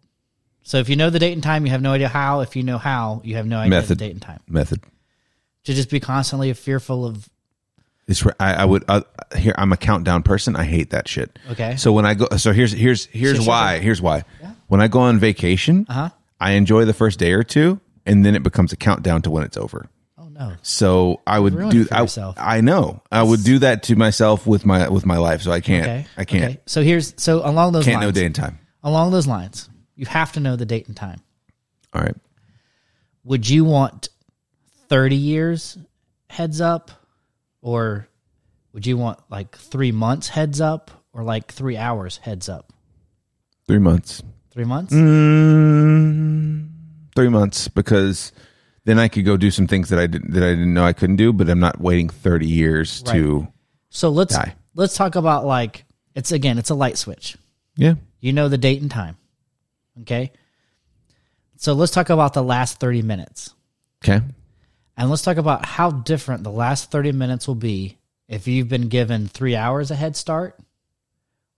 So if you know the date and time, you have no idea how. If you know how, you have no idea
Method.
the date and time.
Method.
to just be constantly fearful of
It's where I, I would uh, here. I'm a countdown person. I hate that shit.
Okay.
So when I go, so here's here's here's
sure,
why. Here's why. When I go on vacation, uh-huh. I enjoy the first day or two, and then it becomes a countdown to when it's over.
oh no
So I would
Ruin
do.
it for
I,
yourself.
I know. I would do that to myself with my with my life. So I can't. I can't.
so here's so along those
Can't know
lines
day and time.
along those lines. You have to know the date and time.
All right.
Would you want 30 years heads up or would you want like 3 months heads up or like 3 hours heads up?
Three months.
3 months?
Mm, three months because then I could go do some things that I didn't that I didn't know I couldn't do, but I'm not waiting 30 years to.
So let's
Die.
let's talk about like it's again, it's a light switch.
Yeah.
You know the date and time. Okay? So let's talk about the last 30 minutes.
Okay.
And let's talk about how different the last 30 minutes will be if you've been given 3 hours a head start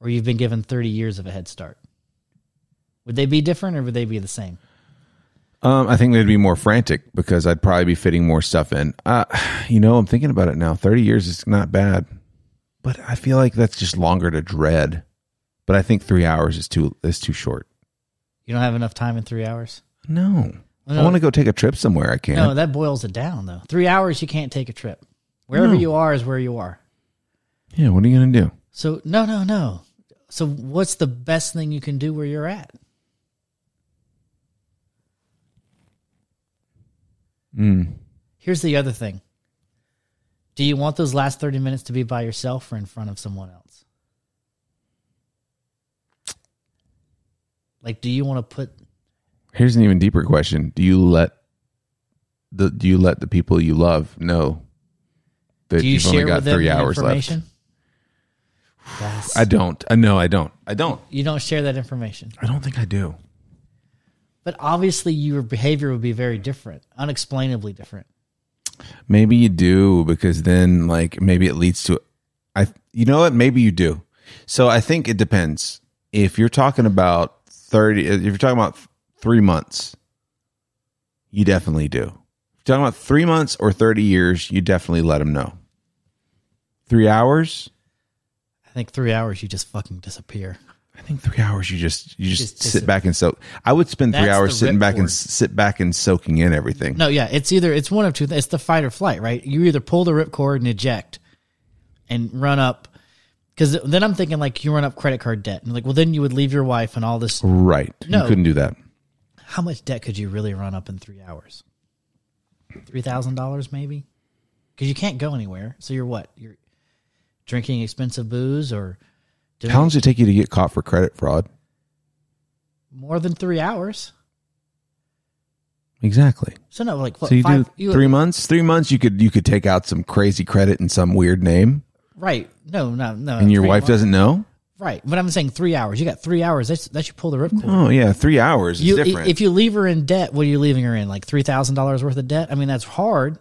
or you've been given 30 years of a head start. Would they be different or would they be the same?
Um, I think they'd be more frantic because I'd probably be fitting more stuff in. Uh, you know, I'm thinking about it now. 30 years is not bad, but I feel like that's just longer to dread. But I think three hours is too is too short.
You don't have enough time in 3 hours?
No, I
No.
want to go take a trip somewhere. I can.
No, that boils it down though. 3 hours you can't take a trip. Wherever
No.
you are is where you are.
yeah, what are you gonna do?
So no, no, no. So what's the best thing you can do where you're at?
Hmm.
Here's the other thing. Do you want those last 30 minutes to be by yourself or in front of someone else? Like do you want to put
Here's an even deeper question: Do you let the do you let the people you love know that
do you
have
share
only got
with them
three
the
hours left?
information? That's,
I don't. I no, I don't. I don't.
you don't share that information.
I don't think I do.
But obviously your behavior would be very different, unexplainably different.
Maybe you do because then like maybe it leads to I you know what maybe you do. So I think it depends. If you're talking about 30 if you're talking about 3 months you definitely do. If you're talking about 3 months or 30 years, you definitely let them know. 3 hours?
I think 3 hours you just fucking disappear.
I think 3 hours you just you just,
Just
sit
disap-
back and soak. I would spend 3
That's the
hours sitting back and
ripcord.
s- sit back and soaking in everything.
No, yeah, it's either it's one of two. It's the fight or flight, right? You either pull the ripcord and eject, and run up, because then I'm thinking like you run up credit card debt, and like, well, then you would leave your wife and all this.
Right.
No.
You couldn't do that.
How much debt could you really run up in three hours? Three thousand dollars, maybe, because you can't go anywhere. So you're what? You're drinking expensive booze or doing
How long does it take you to get caught for credit fraud?
more than three hours.
Exactly.
So no, like what,
so you
five,
do
you-
three months. Three months, you could you could take out some crazy credit in some weird name,
right? No, no, no.
and your
three
wife
months-
doesn't know.
Right, but I'm saying three hours. You got three hours. That's, that should pull the ripcord.
Oh yeah, three hours is
you,
different.
If you leave her in debt, what are you leaving her in? Like three thousand dollars worth of debt? I mean, that's hard,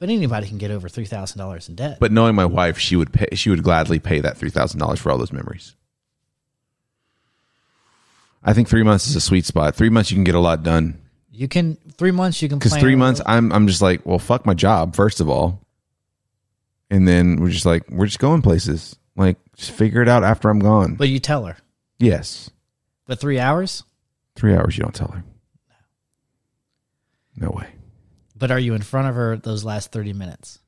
but anybody can get over three thousand dollars in debt.
but knowing my wife, she would pay. She would gladly pay that three thousand dollars for all those memories. I think three months is a sweet spot. Three months, you can get a lot done.
you can three months. You can
Because
plan
three
a
months,
little-
I'm I'm just like, well, fuck my job first of all, and then we're just like, we're just going places. Like, just figure it out after I'm gone.
but you tell her.
yes,
But three hours.
Three hours, you don't tell her. No way.
But are you in front of her those last thirty minutes?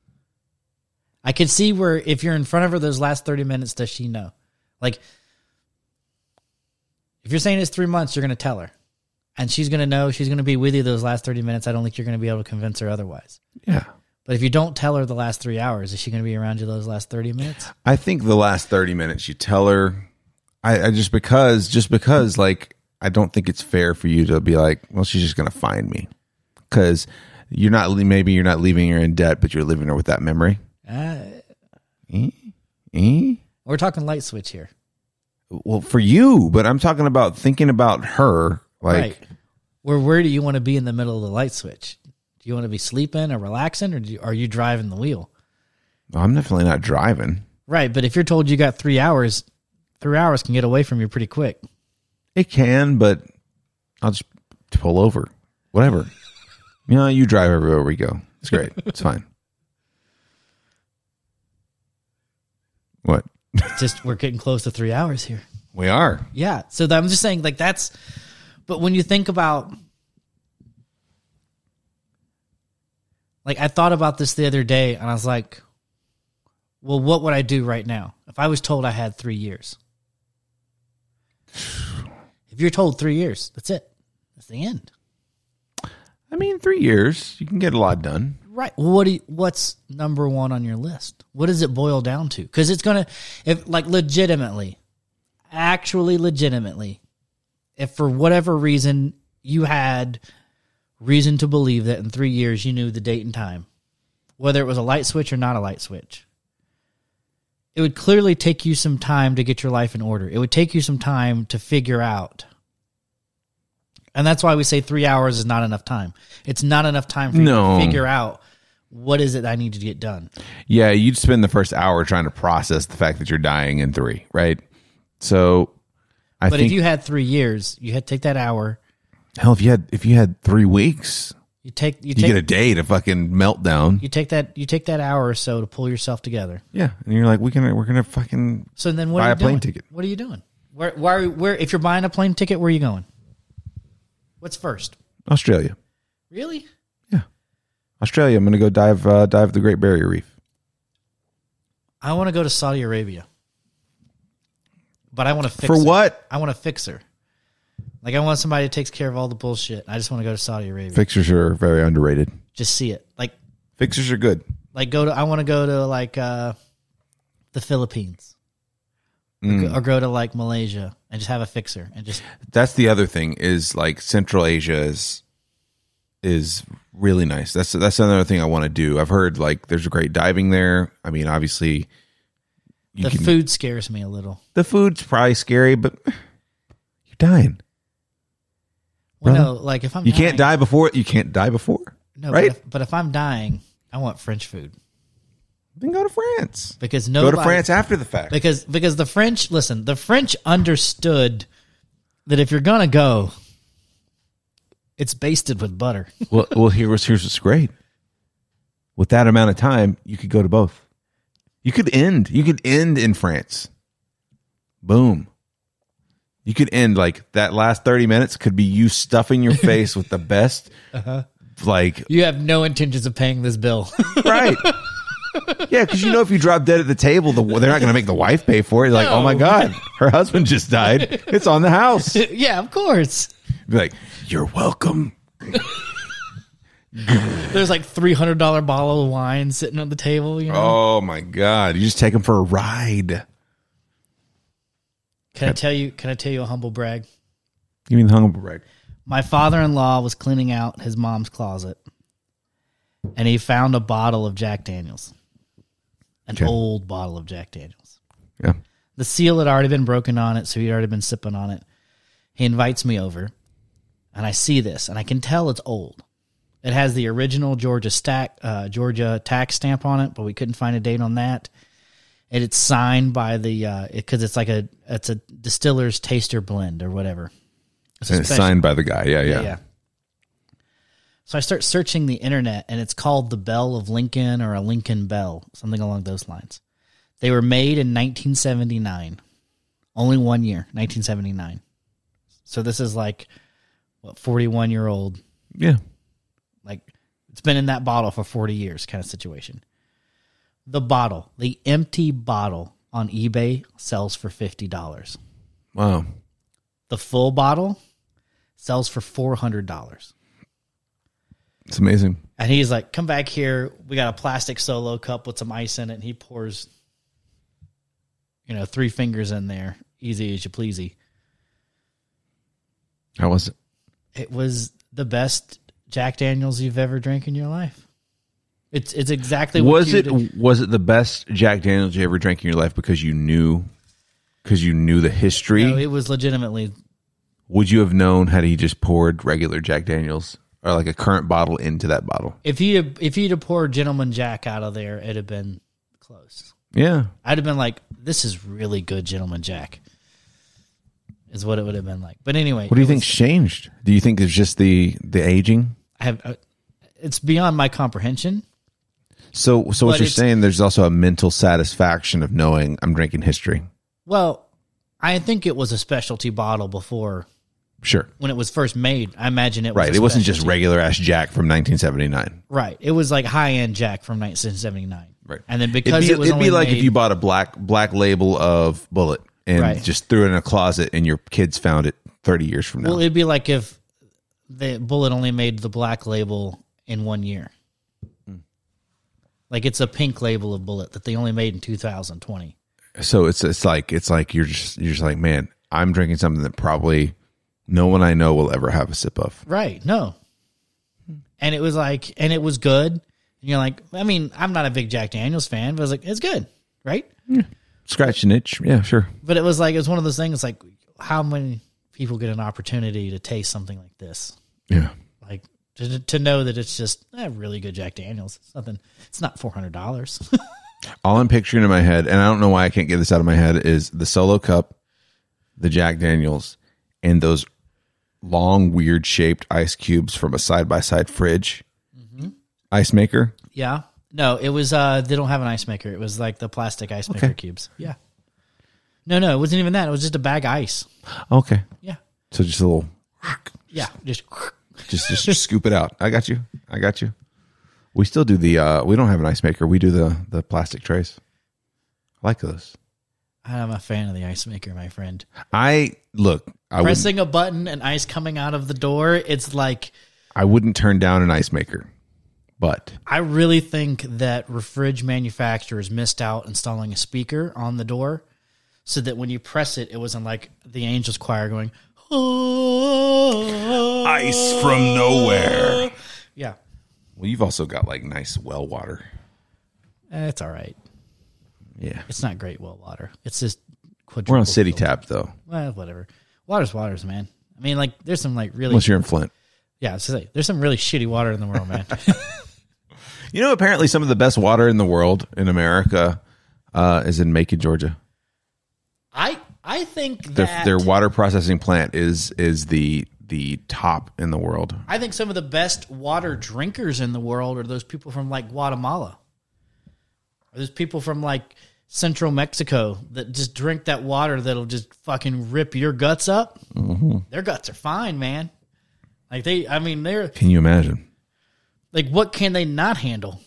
I could see where if you're in front of her those last thirty minutes, does she know? Like, if you're saying it's three months, you're going to tell her, and she's going to know. She's going to be with you those last thirty minutes. I don't think you're going to be able to convince her otherwise.
Yeah.
But if you don't tell her the last three hours, is she going to be around you those last thirty minutes?
I think the last 30 minutes you tell her, I, I just because, just because, like, I don't think it's fair for you to be like, well, she's just going to find me. Because you're not, le- maybe you're not leaving her in debt, but you're leaving her with that memory.
Uh,
Eh?
we're talking light switch here,
Well, for you, but I'm talking about thinking about her. Like,
right? Where where do you want to be in the middle of the light switch? Do you want to be sleeping or relaxing, or do you, are you driving the wheel?
I'm definitely not driving.
Right, but if you're told you got three hours, three hours can get away from you pretty quick.
It can, but I'll just pull over. Whatever. you know, you drive everywhere we go. It's great. It's fine. What?
It's just we're getting close to three hours here.
We are.
Yeah. So that, I'm just saying, like, that's, but when you think about, like, I thought about this the other day and I was like, well, what would I do right now if I was told I had three years? If If you're told three years, that's it. That's the end.
I mean, three years, you can get a lot done.
Right. Well, what do you, what's number one on your list? What does it boil down to? Because it's gonna, if like legitimately, actually legitimately, if for whatever reason you had reason to believe that in three years you knew the date and time, whether it was a light switch or not a light switch, it would clearly take you some time to get your life in order. It would take you some time to figure out. And that's why we say three hours is not enough time. It's not enough time for you
No.
to figure out what is it I need to get done.
Yeah, you'd spend the first hour trying to process the fact that you're dying in three, right? So, I
But
think
if you had three years, you had to take that hour.
hell, if you had if you had three weeks,
You take you
you
take
get a day to fucking meltdown.
you take that you take that hour or so to pull yourself together.
Yeah, and you're like, we can we're gonna fucking
So then, what
Buy
are you
a plane
doing?
ticket.
What are you doing? Where, where, where? If you're buying a plane ticket, where are you going? What's first?
Australia,
Really?
Australia. I'm gonna go dive uh, dive the Great Barrier Reef.
I want to go to Saudi Arabia, but I want to fix
For
her.
what?
I want to fix her. Like I want somebody that takes care of all the bullshit. I just want to go to Saudi Arabia,
Fixers are very underrated.
just see it. Like,
Fixers are good.
like go to. I want to go to like uh the Philippines, Or
Hmm.
go- or go to like Malaysia and just have a fixer and just
That's the other thing is like Central Asia is is really nice. That's that's another thing I want to do. I've heard like there's great diving there. I mean, obviously, you
the
can-
food scares me a little.
the food's probably scary, but you're dying.
Well, no,
Brother,
like if I'm
You can't die
dying-
before. You can't die before.
No,
right?
but if, but if I'm dying, I want French food
then go to France.
because
Go
nobody
to France after the fact.
because because the French listen. The French understood that if you're gonna go, it's basted with butter.
well, well, here's here's what's great. With that amount of time, you could go to both. You could end. You could end in France. Boom. You could end like that. Last thirty minutes could be you stuffing your face with the best, like
You have no intentions of paying this bill.
right. Yeah, because you know if you drop dead at the table, the, they're not going to make the wife pay for it. You're Like, oh my god, her husband just died. It's on the house.
yeah, of course.
Be like, you're welcome.
There's like three hundred dollar bottle of wine sitting on the table. You know,
Oh my god, you just take him for a ride.
can I tell you? Can I tell you a humble brag?
Give me the hungover break.
My father in law was cleaning out his mom's closet and he found a bottle of Jack Daniels. An
Okay.
old bottle of Jack Daniels.
Yeah.
The seal had already been broken on it, so he'd already been sipping on it. He invites me over and I see this and I can tell it's old. It has the original Georgia stack uh, Georgia tax stamp on it, but we couldn't find a date on that. And it's signed by the because it's like a it's a distiller's taster blend or whatever. It's a
And it's
special-
signed by the guy. Yeah, yeah.
yeah. So I start searching the internet, and it's called the Bell of Lincoln or a Lincoln Bell, something along those lines. They were made in 1979, only one year, 1979. So this is like what 41 year old,
Yeah.
like it's been in that bottle for 40 years, kind of situation. The bottle, the empty bottle on eBay sells for fifty dollars.
Wow.
The full bottle sells for four hundred dollars.
It's amazing.
And he's like, come back here. We got a plastic solo cup with some ice in it. And he pours, you know, three fingers in there, easy as you pleasey.
How was it?
It was the best Jack Daniels you've ever drank in your life. It's it's exactly what
was
you
it
did.
was it the best Jack Daniels you ever drank in your life because you knew because you knew the history?
No, it was legitimately
Would you have known had he just poured regular Jack Daniels or like a current bottle into that bottle?
if he would if he'd have poured Gentleman Jack out of there, it'd have been close.
Yeah.
I'd have been like, this is really good, Gentleman Jack. Is what it would have been like. But anyway,
What do you
it was-
think's changed? Do you think it's just the the aging?
I have. Uh, it's beyond my comprehension.
So so
But
what you're
it's-
saying there's also a mental satisfaction of knowing I'm drinking history.
Well, I think it was a specialty bottle before
Sure.
when it was first made. I imagine it was
Right.
a
It wasn't just
specialty.
regular ass Jack from 1979.
right. It was like high end Jack from 1979.
Right.
and then because
it'd be,
it was
it'd be
only
like
made,
if you bought a black black label of Bullet and
Right.
just threw it in a closet and your kids found it 30 years from now.
Well, it'd be like if the bullet only made the black label in one year.
Hmm.
Like it's a pink label of bullet that they only made in 2020.
so it's it's like it's like you're just you're just like, man, I'm drinking something that probably no one I know will ever have a sip of.
Right. No. And it was like, and it was good. And you're like, I mean, I'm not a big Jack Daniels fan, but I was like, it's good. Right.
Scratch an itch. Yeah, sure.
But it was like, it was one of those things like, how many people get an opportunity to taste something like this?
Yeah.
Like, to, to know that it's just a really good Jack Daniels. It's nothing. It's not four hundred dollars.
All I'm picturing in my head, and I don't know why I can't get this out of my head, is the solo cup, the Jack Daniels, and those long, weird shaped ice cubes from a side by side fridge
Mm-hmm.
ice maker.
Yeah. No, it was uh they don't have an ice maker. It was like the plastic ice maker cubes. Yeah. No, no, it wasn't even that. It was just a bag of ice.
Okay.
Yeah.
So just a little,
Yeah. Just
just just, just scoop it out. I got you. I got you. We still do the. uh We don't have an ice maker. We do the the plastic trays. I like those.
I'm a fan of the ice maker, my friend.
I look. I wouldn't,
Pressing a button and ice coming out of the door, it's like
I wouldn't turn down an ice maker, but
I really think that refrige manufacturers missed out installing a speaker on the door so that when you press it, it wasn't like the angels choir going, "Ah." oh.
Ice from nowhere.
Yeah.
well, you've also got like nice well water.
Eh, It's all right.
Yeah,
It's not great well water. It's just quadruple.
we're on city tap though,
Well, whatever. Water's waters, man. I mean, like, there's some like really
unless you're in Flint.
yeah. It's just like, there's some really shitty water in the world, man.
You know, apparently some of the best water in the world in America uh, is in Macon, Georgia.
I I think that
Their, their water processing plant is is the the top in the world.
I think some of the best water drinkers in the world are those people from like Guatemala, or those people from like Central Mexico that just drink that water that'll just fucking rip your guts up. Their guts are fine, man. Like they, I mean, they're
Can you imagine?
like what can they not handle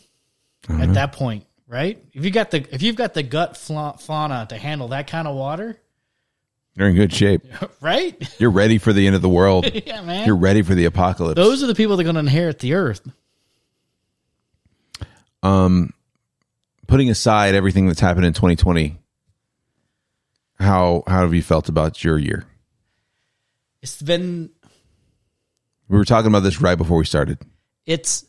at that point right if you got the if you've got the gut fla- fauna to handle that kind of water
You're in good shape.
right
You're ready for the end of the world.
yeah man
You're ready for the apocalypse.
those are the people that are going to inherit the earth
Putting aside everything that's happened in 2020, how how have you felt about your year?
it's been
We were talking about this right before we started.
it's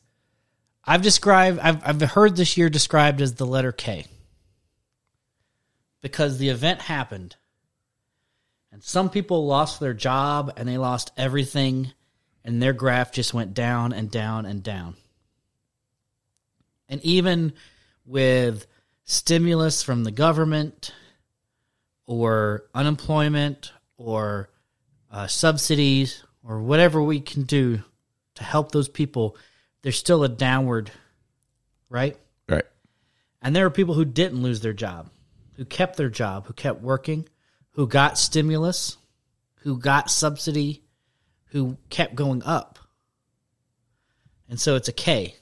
i've described i've, I've heard this year described as the letter k because the event happened and some people lost their job and they lost everything and their graph just went down and down and down and even with stimulus from the government or unemployment or uh, subsidies or whatever we can do to help those people, there's still a downward, right?
Right.
And there are people who didn't lose their job, who kept their job, who kept working, who got stimulus, who got subsidy, who kept going up. And so it's a K,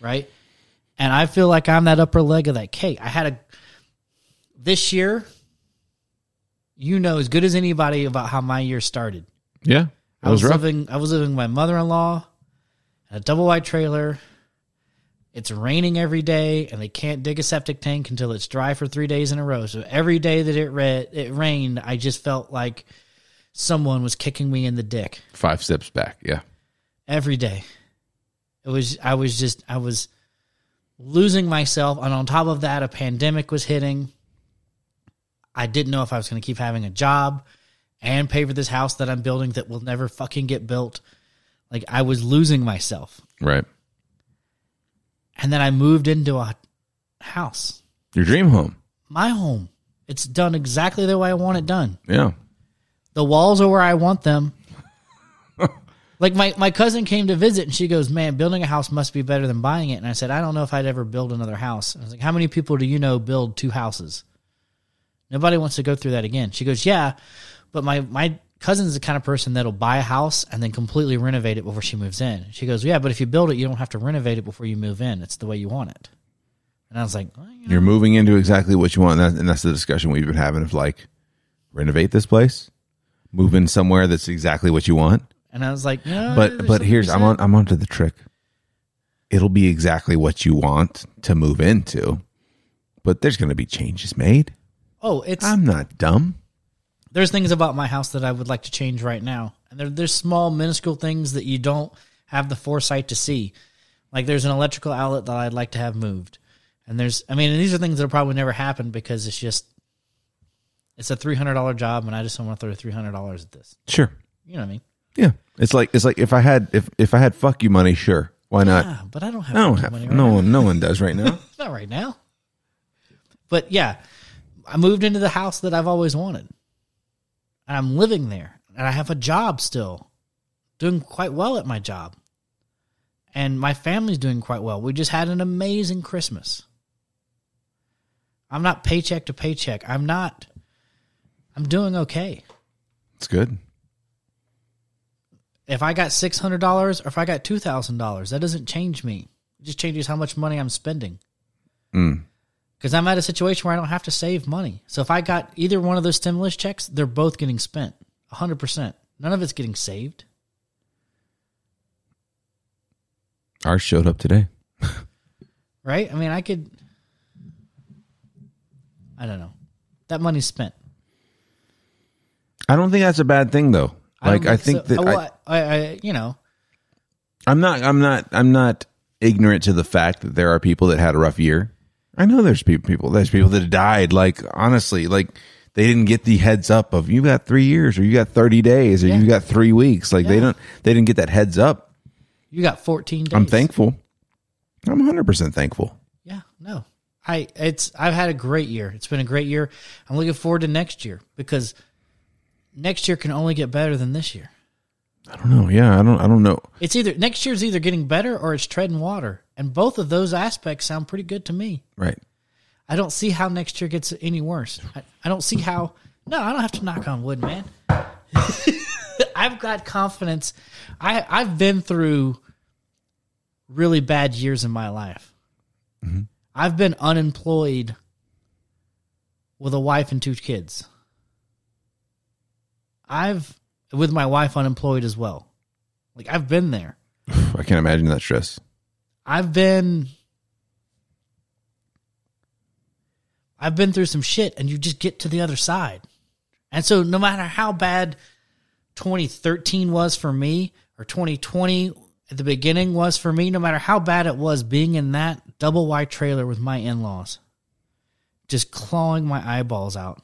right? And I feel like I'm that upper leg of that K. I had a, this year, you know as good as anybody about how my year started.
Yeah. That
I
was
was
rough.
living. I was living with my mother in law, a double wide trailer. It's raining every day, and they can't dig a septic tank until it's dry for three days in a row. So every day that it re- it rained, I just felt like someone was kicking me in the dick
Five steps back. Yeah.
every day. It was I was just I was losing myself and on top of that a pandemic was hitting. I didn't know if I was going to keep having a job and pay for this house that I'm building that will never fucking get built. Like I was losing myself.
Right.
And then I moved into a house.
Your dream home.
My home. It's done exactly the way I want it done.
Yeah.
the walls are where I want them. like my, my cousin came to visit and she goes, Man, building a house must be better than buying it. And I said, I don't know if I'd ever build another house. And I was like, How many people do you know build two houses? Nobody wants to go through that again. She goes, Yeah, but my, my cousin's the kind of person that'll buy a house and then completely renovate it before she moves in. She goes, Yeah, but if you build it, you don't have to renovate it before you move in. It's the way you want it. And I was like, "Well, you know,
You're moving into exactly what you want. And that's, and that's the discussion we've been having of like, renovate this place, moving somewhere that's exactly what you want.
And I was like, no,
But
Oh, there's
but
something
here's
to
I'm
say.
on I'm onto the trick. It'll be exactly what you want to move into, but there's going to be changes made.
Oh, it's
I'm not dumb.
there's things about my house that I would like to change right now, and there, there's small, minuscule things that you don't have the foresight to see. Like there's an electrical outlet that I'd like to have moved, and there's I mean, and these are things that'll probably never happen because it's just it's a three hundred dollar job, and I just don't want to throw three hundred dollars at this.
Sure.
You know what I mean?
Yeah. It's like it's like if I had if if I had fuck you money, sure. Why not?
Ah, but I don't have
I don't
fucking
have
money right
no one no one does right now.
Not right now. But yeah, I moved into the house that I've always wanted. And I'm living there. And I have a job still, doing quite well at my job. And my family's doing quite well. We just had an amazing Christmas. I'm not paycheck to paycheck. I'm not, I'm doing okay.
It's good.
If I got $600 or if I got $2,000, that doesn't change me. It just changes how much money I'm spending.
Hmm.
Because I'm at a situation where I don't have to save money. So if I got either one of those stimulus checks, they're both getting spent 100%. None of it's getting saved.
Ours showed up today.
Right? I mean, I could. I don't know. That money's spent.
I don't think that's a bad thing though.
don't
Like I think,
so.
that
Oh,
I-
well, I, I, I, you know,
I'm not I'm not I'm not ignorant to the fact that there are people that had a rough year. I know there's pe- people there's people that died like honestly like they didn't get the heads up of you got 3 years or you got 30 days or you got 3 weeks like they don't they didn't get that heads up.
you got 14 days.
I'm thankful. I'm 100% thankful.
Yeah, no. I it's I've had a great year. It's been a great year. I'm looking forward to next year because next year can only get better than this year.
I don't know. Yeah, I don't I don't know.
It's either next year's either getting better or it's treading water. And both of those aspects sound pretty good to me.
Right.
I don't see how next year gets any worse. I, I don't see how. No, I don't have to knock on wood, man. I've got confidence. I I've been through really bad years in my life. I've been unemployed with a wife and two kids. I've with my wife unemployed as well. Like I've been there.
I can't imagine that stress.
I've been I've been through some shit and you just get to the other side. And so no matter how bad 2013 was for me or 2020 at the beginning was for me, no matter how bad it was being in that double wide trailer with my in-laws just clawing my eyeballs out.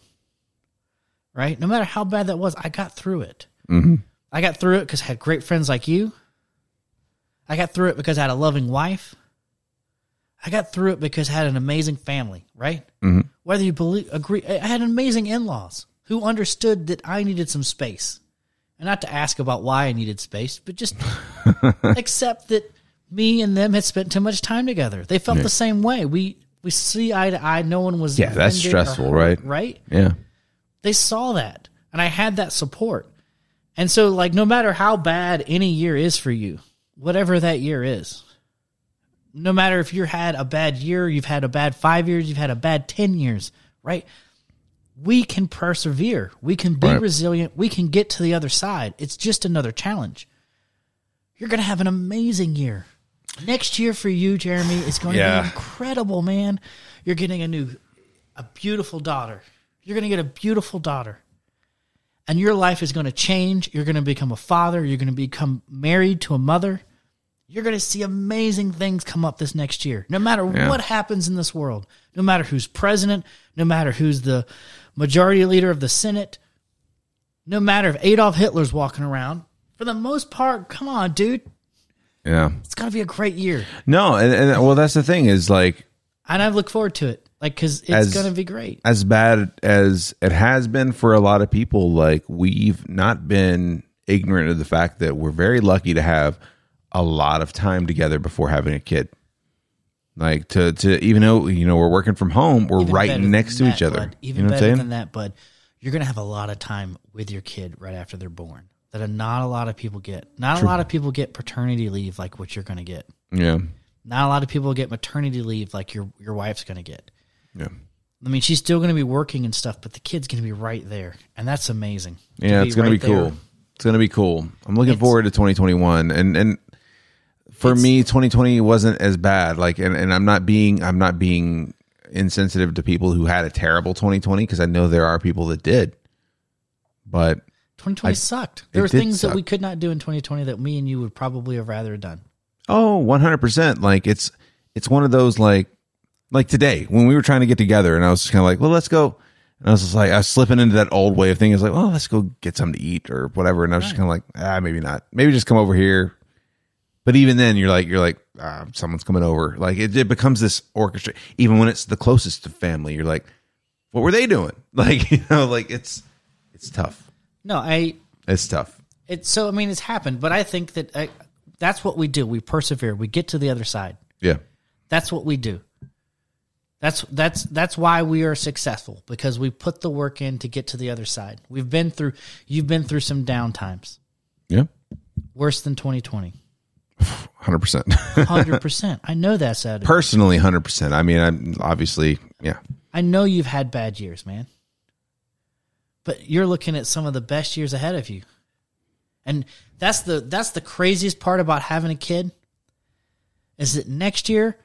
Right? No matter how bad that was, I got through it.
Mm-hmm.
I got through it because I had great friends like you. I got through it because I had a loving wife. I got through it because I had an amazing family, right? Mm-hmm. Whether you believe, agree, I I had amazing in laws who understood that I needed some space. And not to ask about why I needed space, but just accept that me and them had spent too much time together. They felt the same way. We we see eye to eye. No one was
Yeah, that's
offended or
stressful,
hurt,
right?
Right?
Yeah.
they saw that and i had that support and so like no matter how bad any year is for you whatever that year is no matter if you had a bad year you've had a bad five years you've had a bad ten years right we can persevere we can be
Right.
resilient we can get to the other side it's just another challenge you're gonna have an amazing year next year for you jeremy is going to
Yeah.
be incredible man you're getting a new a beautiful daughter. You're going to get a beautiful daughter. And your life is going to change. You're going to become a father. You're going to become married to a mother. You're going to see amazing things come up this next year. No matter
Yeah.
what happens in this world, no matter who's president, no matter who's the majority leader of the Senate, no matter if Adolf Hitler's walking around, for the most part, come on, dude.
Yeah.
It's going to be a great year.
No, and, and well that's the thing is like
And I look forward to it. Like, because it's
As-
going to be great.
as bad as it has been for a lot of people, like we've not been ignorant of the fact that we're very lucky to have a lot of time together before having a kid. Like to to even though you know we're working from home, we're
even
right
better than
next to
that,
each other.
bud.
you
Even
know what I'm
better
saying?
than that, bud. You're gonna have a lot of time with your kid right after they're born that a- not a lot of people get. Not a lot of people get paternity leave like what you're gonna get.
yeah,
Not a lot of people get maternity leave like your your wife's gonna get.
yeah,
I mean, she's still going to be working and stuff, but the kid's going to be right there, and that's amazing.
Yeah, it's gonna
right
be cool.
there.
It's gonna be cool. I'm looking
It's-
forward to 2021, and and for me, 2020 wasn't as bad. Like, and, and I'm not being I'm not being insensitive to people who had a terrible 2020 because I know there are people that did. But
2020 sucked. There
it
were
did
things
suck.
that we could not do in 2020 that me and you would probably have rather done.
oh, 100. percent Like it's it's one of those like like today when we were trying to get together, and I was just kind of like, well, let's go. And I was just like, I was slipping into that old way of thinking. I was like, well, let's go get something to eat or whatever. And I was just kind of like, ah, maybe not. Maybe just come over here, But even then, you're like, you're like, ah, someone's coming over. Like it, it becomes this orchestra. Even when it's the closest to family, you're like, what were they doing? Like you know, like it's it's tough.
No, I
It's tough.
it's so I mean it's happened, but I think that I, that's what we do. We persevere. We get to the other side.
Yeah,
That's what we do. That's that's that's why we are successful because we put the work in to get to the other side. We've been through you've been through some down times.
yeah,
Worse than 2020.
hundred percent.
100%. I know that's out. of
Personally, hundred percent. I mean, I'm obviously, yeah,
I know you've had bad years, man. But you're looking at some of the best years ahead of you. And that's the that's the craziest part about having a kid is that next year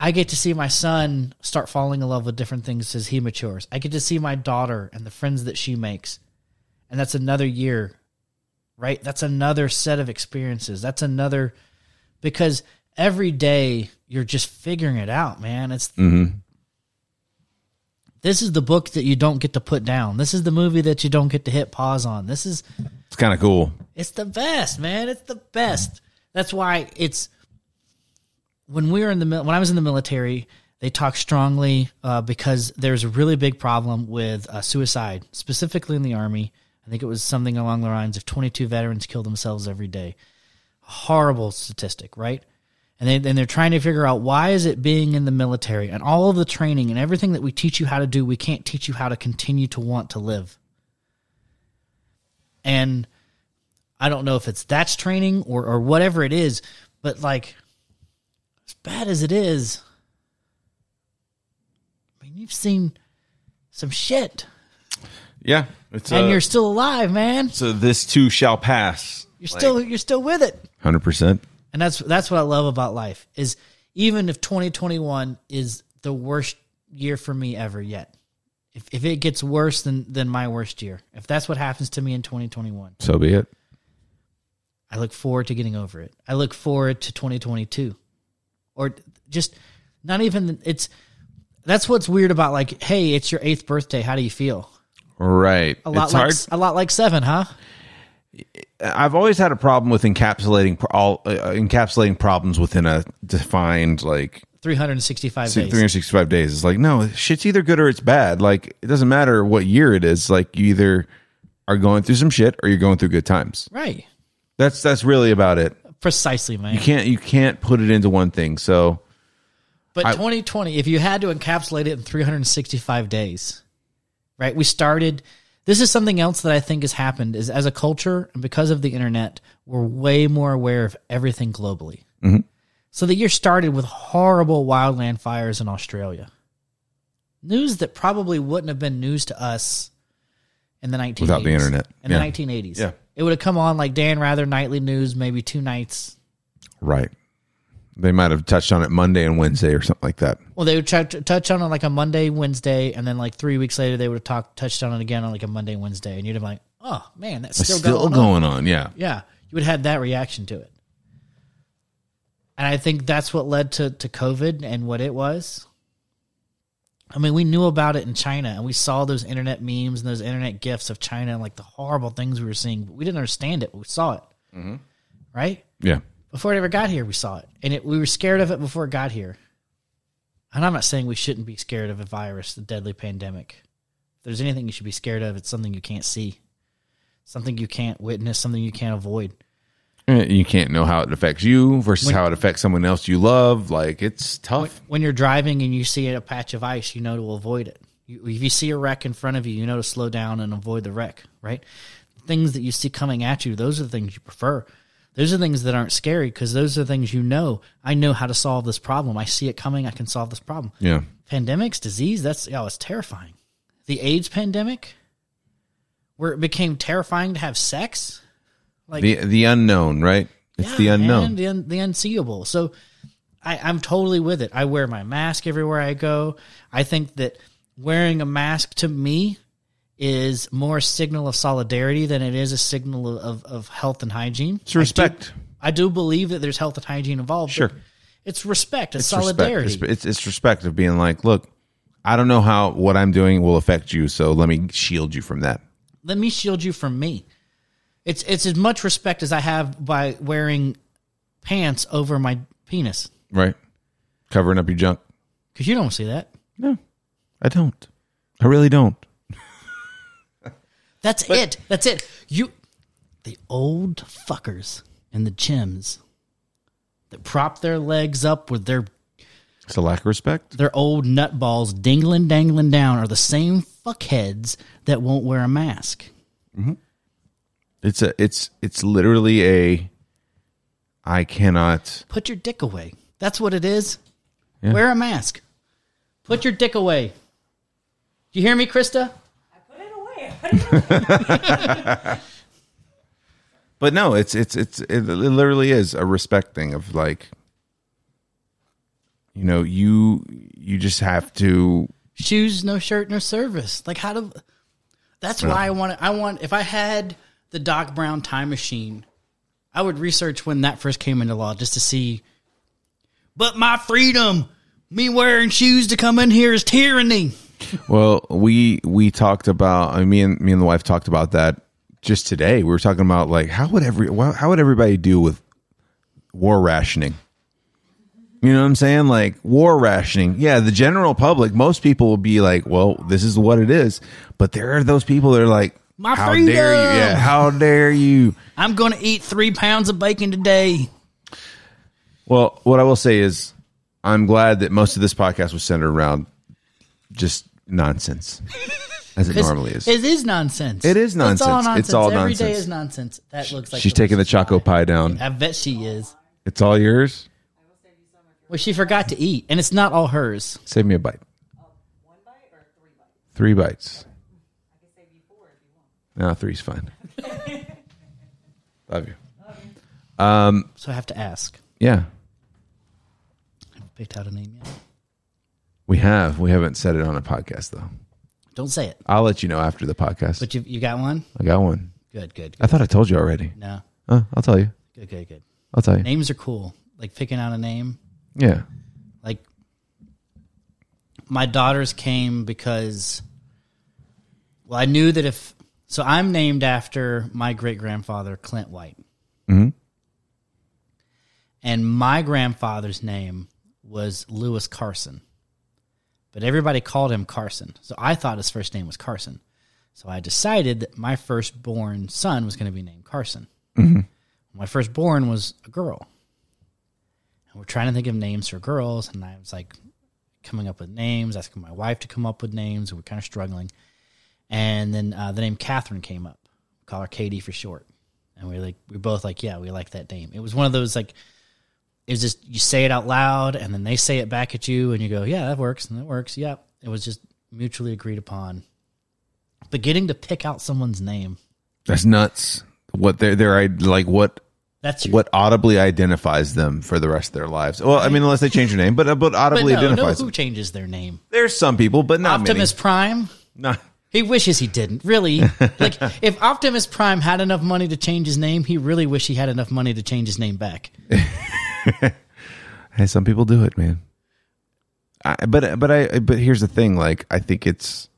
I get to see my son start falling in love with different things as he matures. I get to see my daughter and the friends that she makes. And that's another year, right? That's another set of experiences. That's another because every day you're just figuring it out, man. It's this is the book that you don't get to put down. This is the movie that you don't get to hit pause on. This is
it's kind of cool.
it's the best, man. It's the best. That's why it's when we were in the mil- when I was in the military, they talk strongly uh, because there's a really big problem with uh, suicide, specifically in the army. I think it was something along the lines of 22 veterans kill themselves every day. Horrible statistic, right? And they and they're trying to figure out why is it being in the military and all of the training and everything that we teach you how to do, we can't teach you how to continue to want to live. And I don't know if it's that's training or or whatever it is, but like as bad as it is, I mean you've seen some shit.
Yeah, it's
and
uh,
you're still alive, man.
so this too shall pass.
You're still you're still with it.
Hundred percent.
And that's that's what I love about life is even if 2021 is the worst year for me ever yet. If if it gets worse than than my worst year, if that's what happens to me in 2021,
So be it.
I look forward to getting over it. I look forward to 2022. Or just not even it's that's what's weird about like hey, it's your 8th birthday. How do you feel?
Right.
A lot
it's
like
hard.
a lot like 7, huh?
I've always had a problem with encapsulating pro- all uh, encapsulating problems within a defined like
365
See,
days.
365 days. It's like, no, shit's either good or it's bad. Like, it doesn't matter what year it is. Like, you either are going through some shit or you're going through good times.
Right.
That's that's really about it.
Precisely, man.
You can't you can't put it into one thing. So
But 2020, if you had to encapsulate it in 365 days, right? We started. This is something else that I think has happened is as a culture and because of the internet, we're way more aware of everything globally.
Mm-hmm.
So the year started with horrible wildland fires in Australia. News that probably wouldn't have been news to us in the 1980s.
Without the internet.
In
Yeah.
the 1980s.
Yeah.
It would have come on like Dan Rather nightly news, maybe two nights
right, they might have touched on it Monday and Wednesday or something like that.
Well, they would try to touch on it like a Monday, Wednesday, and then like three weeks later, they would have talked touched on it again on like a Monday, Wednesday, and you'd have been like, oh man, that's
It's
still,
still
going.
going,
on.
on. Yeah,
Yeah, you would have had that reaction to it, and I think that's what led to to COVID and what it was. I mean, we knew about it in China, and we saw those internet memes and those internet gifs of China and like the horrible things we were seeing, but we didn't understand it. But we saw it, right?
yeah.
before it ever got here, we saw it, and it, we were scared of it before it got here. And I'm not saying we shouldn't be scared of a virus, a deadly pandemic. If there's anything you should be scared of, it's something you can't see, something you can't witness, something you can't avoid.
Eh, You can't know how it affects you versus how it affects someone else you love. Like, it's tough.
When you're driving and you see a patch of ice, you know to avoid it. You, if you see a wreck in front of you, you know to slow down and avoid the wreck, right? Things that you see coming at you, those are the things you prefer. Those are things that aren't scary because those are things you know. I know how to solve this problem. I see it coming. I can solve this problem.
Yeah,
pandemics, disease. That's oh, it's terrifying. The AIDS pandemic, where it became terrifying to have sex. Like
The the unknown, right? It's the
yeah,
unknown.
and the, un- the unseeable. So I, I'm totally with it. I wear my mask everywhere I go. I think that wearing a mask to me is more a signal of solidarity than it is a signal of, of health and hygiene.
it's respect.
I do believe that there's health and hygiene involved. but
Sure.
It's respect. It's,
It's respect.
solidarity.
It's, it's it's respect of being like, look, I don't know how what I'm doing will affect you, so let me shield you from that.
Let me shield you from me. It's it's as much respect as I have by wearing pants over my penis.
Right? Covering up your junk.
Because you don't see that.
I don't. I really don't.
That's it. That's it. You, the old fuckers in the gyms that prop their legs up with their
It's a lack of respect.
their old nut balls dingling dangling down are the same fuckheads that won't wear a mask.
It's a it's it's literally a I cannot
Put your dick away. That's what it is. Wear a mask. Put your dick away. Do you hear me, Krista?
I put it away. I put it away.
But no, it's it's it's it literally is a respect thing of like you know, you you just have to
shoes, no shirt, no service. Like how do? That's why I want. to I want. If I had the Doc Brown time machine, I would research when that first came into law just to see. But my freedom, me wearing shoes to come in here is tyranny.
Well, we we talked about I mean, me and me and the wife talked about that just today. We were talking about like how would every wha- how would everybody deal with war rationing? You know what I'm saying? Like war rationing. Yeah, the general public, most people will be like, "Well, this is what it is." But there are those people that are like,
My
how dare you? Yeah,
freedom!"
how dare you?"
I'm going to eat three pounds of bacon today.
Well, what I will say is, I'm glad that most of this podcast was centered around just nonsense, as it
'Cause
normally is.
It is nonsense.
It is
It's all
nonsense.
nonsense.
It's all
Every day
nonsense.
is nonsense. That looks like
She's taking the choco pie down.
I bet she is.
It's all yours.
Well, she forgot to eat, and it's not all hers.
Save me a bite. Three bites. No, three's fine. Love you.
So I have to ask.
Yeah,
I haven't picked out a name yet.
we have. We haven't said it on a podcast though.
Don't say it.
I'll let you know after the podcast.
But you you got one?
I got one.
Good, good,
I
good.
thought I told you already.
No.
Uh, I'll tell you.
Good, good, good.
I'll tell you.
Names are cool. Like picking out a name.
Yeah.
Like my daughters came because well, I knew that if so I'm named after my great grandfather, Clint White. And my grandfather's name was Lewis Carson. But everybody called him Carson. So I thought his first name was Carson. So I decided that my firstborn son was going to be named Carson. My firstborn was a girl. And we're trying to think of names for girls. And I was like coming up with names, asking my wife to come up with names. And we're kind of struggling. And then uh, the name Catherine came up. Call her Katie for short. And we were like, we were both like, yeah, we like that name. It was one of those like, it was just you say it out loud and then they say it back at you and you go, yeah, that works and that works. Yeah. It was just mutually agreed upon. But getting to pick out someone's name,
That's nuts. What they're, they're I- like, what
that's your,
what audibly identifies them for the rest of their lives? Well, I mean, unless they change their name, but but
but
audibly
no, no,
identifies
who
them.
changes their name?
There's some people, but not
Optimus Prime.
many. Nah.
He wishes he didn't. Really, like if Optimus Prime had enough money to change his name, he really wish he had enough money to change his name back.
Hey, some people do it, man. I, but but I but here's the thing. Like, I think it's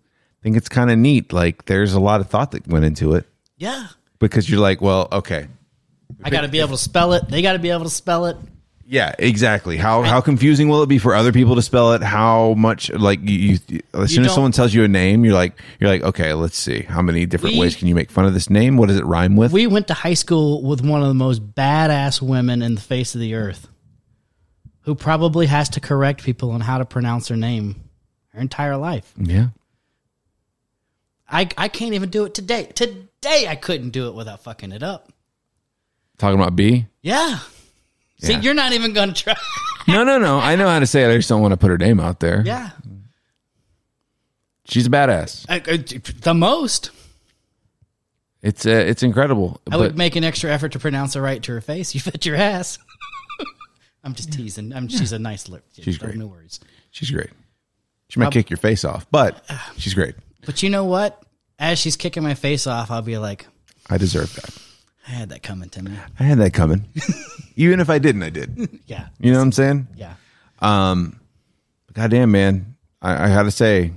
I think it's kind of neat. Like, there's a lot of thought that went into it
Yeah,
because you're like, well, okay,
I got to be able to spell it. They got to be able to spell it.
yeah, exactly. How how confusing will it be for other people to spell it? How much like you, you as
You
soon as
don't-
someone tells you a name, you're like you're like, okay, let's see how many different
We-
ways can you make fun of this name? What does it rhyme with?
We went to high school with one of the most badass women in the face of the earth, who probably has to correct people on how to pronounce her name her entire life.
yeah,
I I can't even do it today. Today I couldn't do it without fucking it up.
talking about B.
Yeah. See,
Yeah.
you're not even gonna try.
No, no, no. I know how to say it. I just don't want to put her name out there.
yeah.
She's a badass.
I- I- the most.
It's uh, it's incredible.
I
but-
would make an extra effort to pronounce it right to her face. You bet your ass. I'm just teasing. I'm she's a nice look.
She's great.
No worries.
She's great. She might kick your face off, but she's great.
But you know what? As she's kicking my face off, I'll be like,
I deserve that.
I had that coming to me.
I had that coming. Even if I didn't, I did.
Yeah.
You know what I'm saying?
Yeah.
Goddamn, man. I, I gotta say,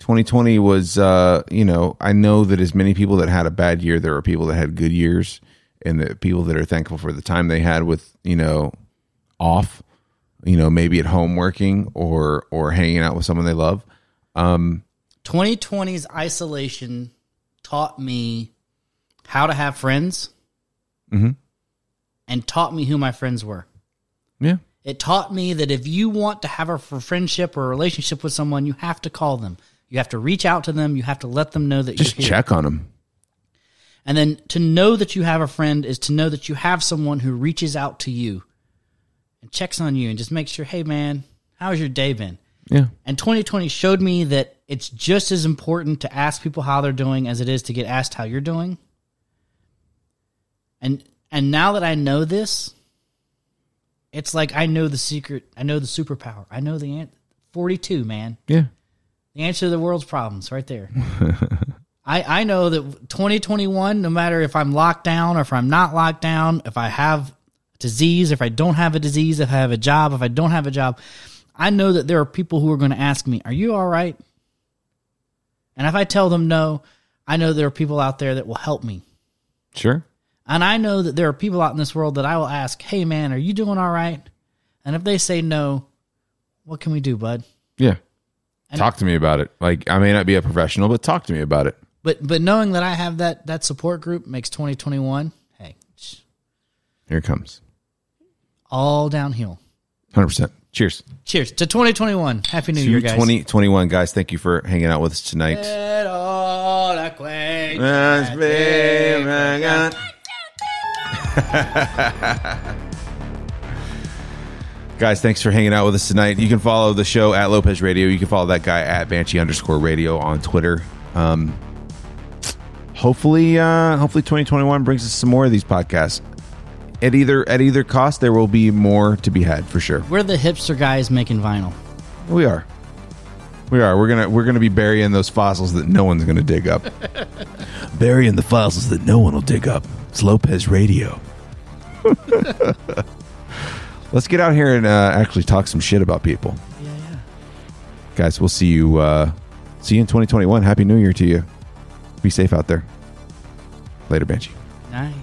2020 was, uh, you know, I know that as many people that had a bad year, there are people that had good years and the people that are thankful for the time they had with, you know, off, you know, maybe at home working or, or hanging out with someone they love.
2020's isolation taught me how to have friends
Mm-hmm.
and taught me who my friends were.
Yeah.
It taught me that if you want to have a f- friendship or a relationship with someone, you have to call them. You have to reach out to them. You have to let them know that
Just
you're here.
check on them.
And then to know that you have a friend is to know that you have someone who reaches out to you and checks on you and just makes sure, hey, man, how's your day been?
Yeah.
And 2020 showed me that it's just as important to ask people how they're doing as it is to get asked how you're doing. And and now that I know this, it's like I know the secret. I know the superpower. I know the answer. 42, man.
Yeah.
The answer to the world's problems right there. I, I know that 2021, no matter if I'm locked down or if I'm not locked down, if I have disease, if I don't have a disease, if I have a job, if I don't have a job, I know that there are people who are going to ask me, Are you all right? And if I tell them no, I know there are people out there that will help me.
Sure.
And I know that there are people out in this world that I will ask, Hey, man, are you doing all right? And if they say no, what can we do, bud?
Yeah. talk to me about it. Like I may not be a professional, but talk to me about it.
But but knowing that I have that that support group makes 2021 hey sh-
Here it comes.
all downhill.
100%. Cheers.
Cheers to 2021. Happy New Year,
To
guys.
2021 guys, thank you for hanging out with us tonight.
It all acquaints.
That's been my God. Guys, thanks for hanging out with us tonight. You can follow the show at Lopez Radio. You can follow that guy at Banshee underscore radio on Twitter. Um, hopefully, uh, hopefully, 2021 brings us some more of these podcasts. At either at either cost, there will be more to be had for sure.
We're the hipster guys making vinyl.
We are. We are. We're gonna we're gonna be burying those fossils that no one's gonna dig up. burying the fossils that no one will dig up. It's Lopez Radio. Let's get out here and uh, actually talk some shit about people,
Yeah, yeah.
guys. We'll see you. Uh, see you in 2021. Happy New Year to you. Be safe out there. Later, Banshee.
Nice.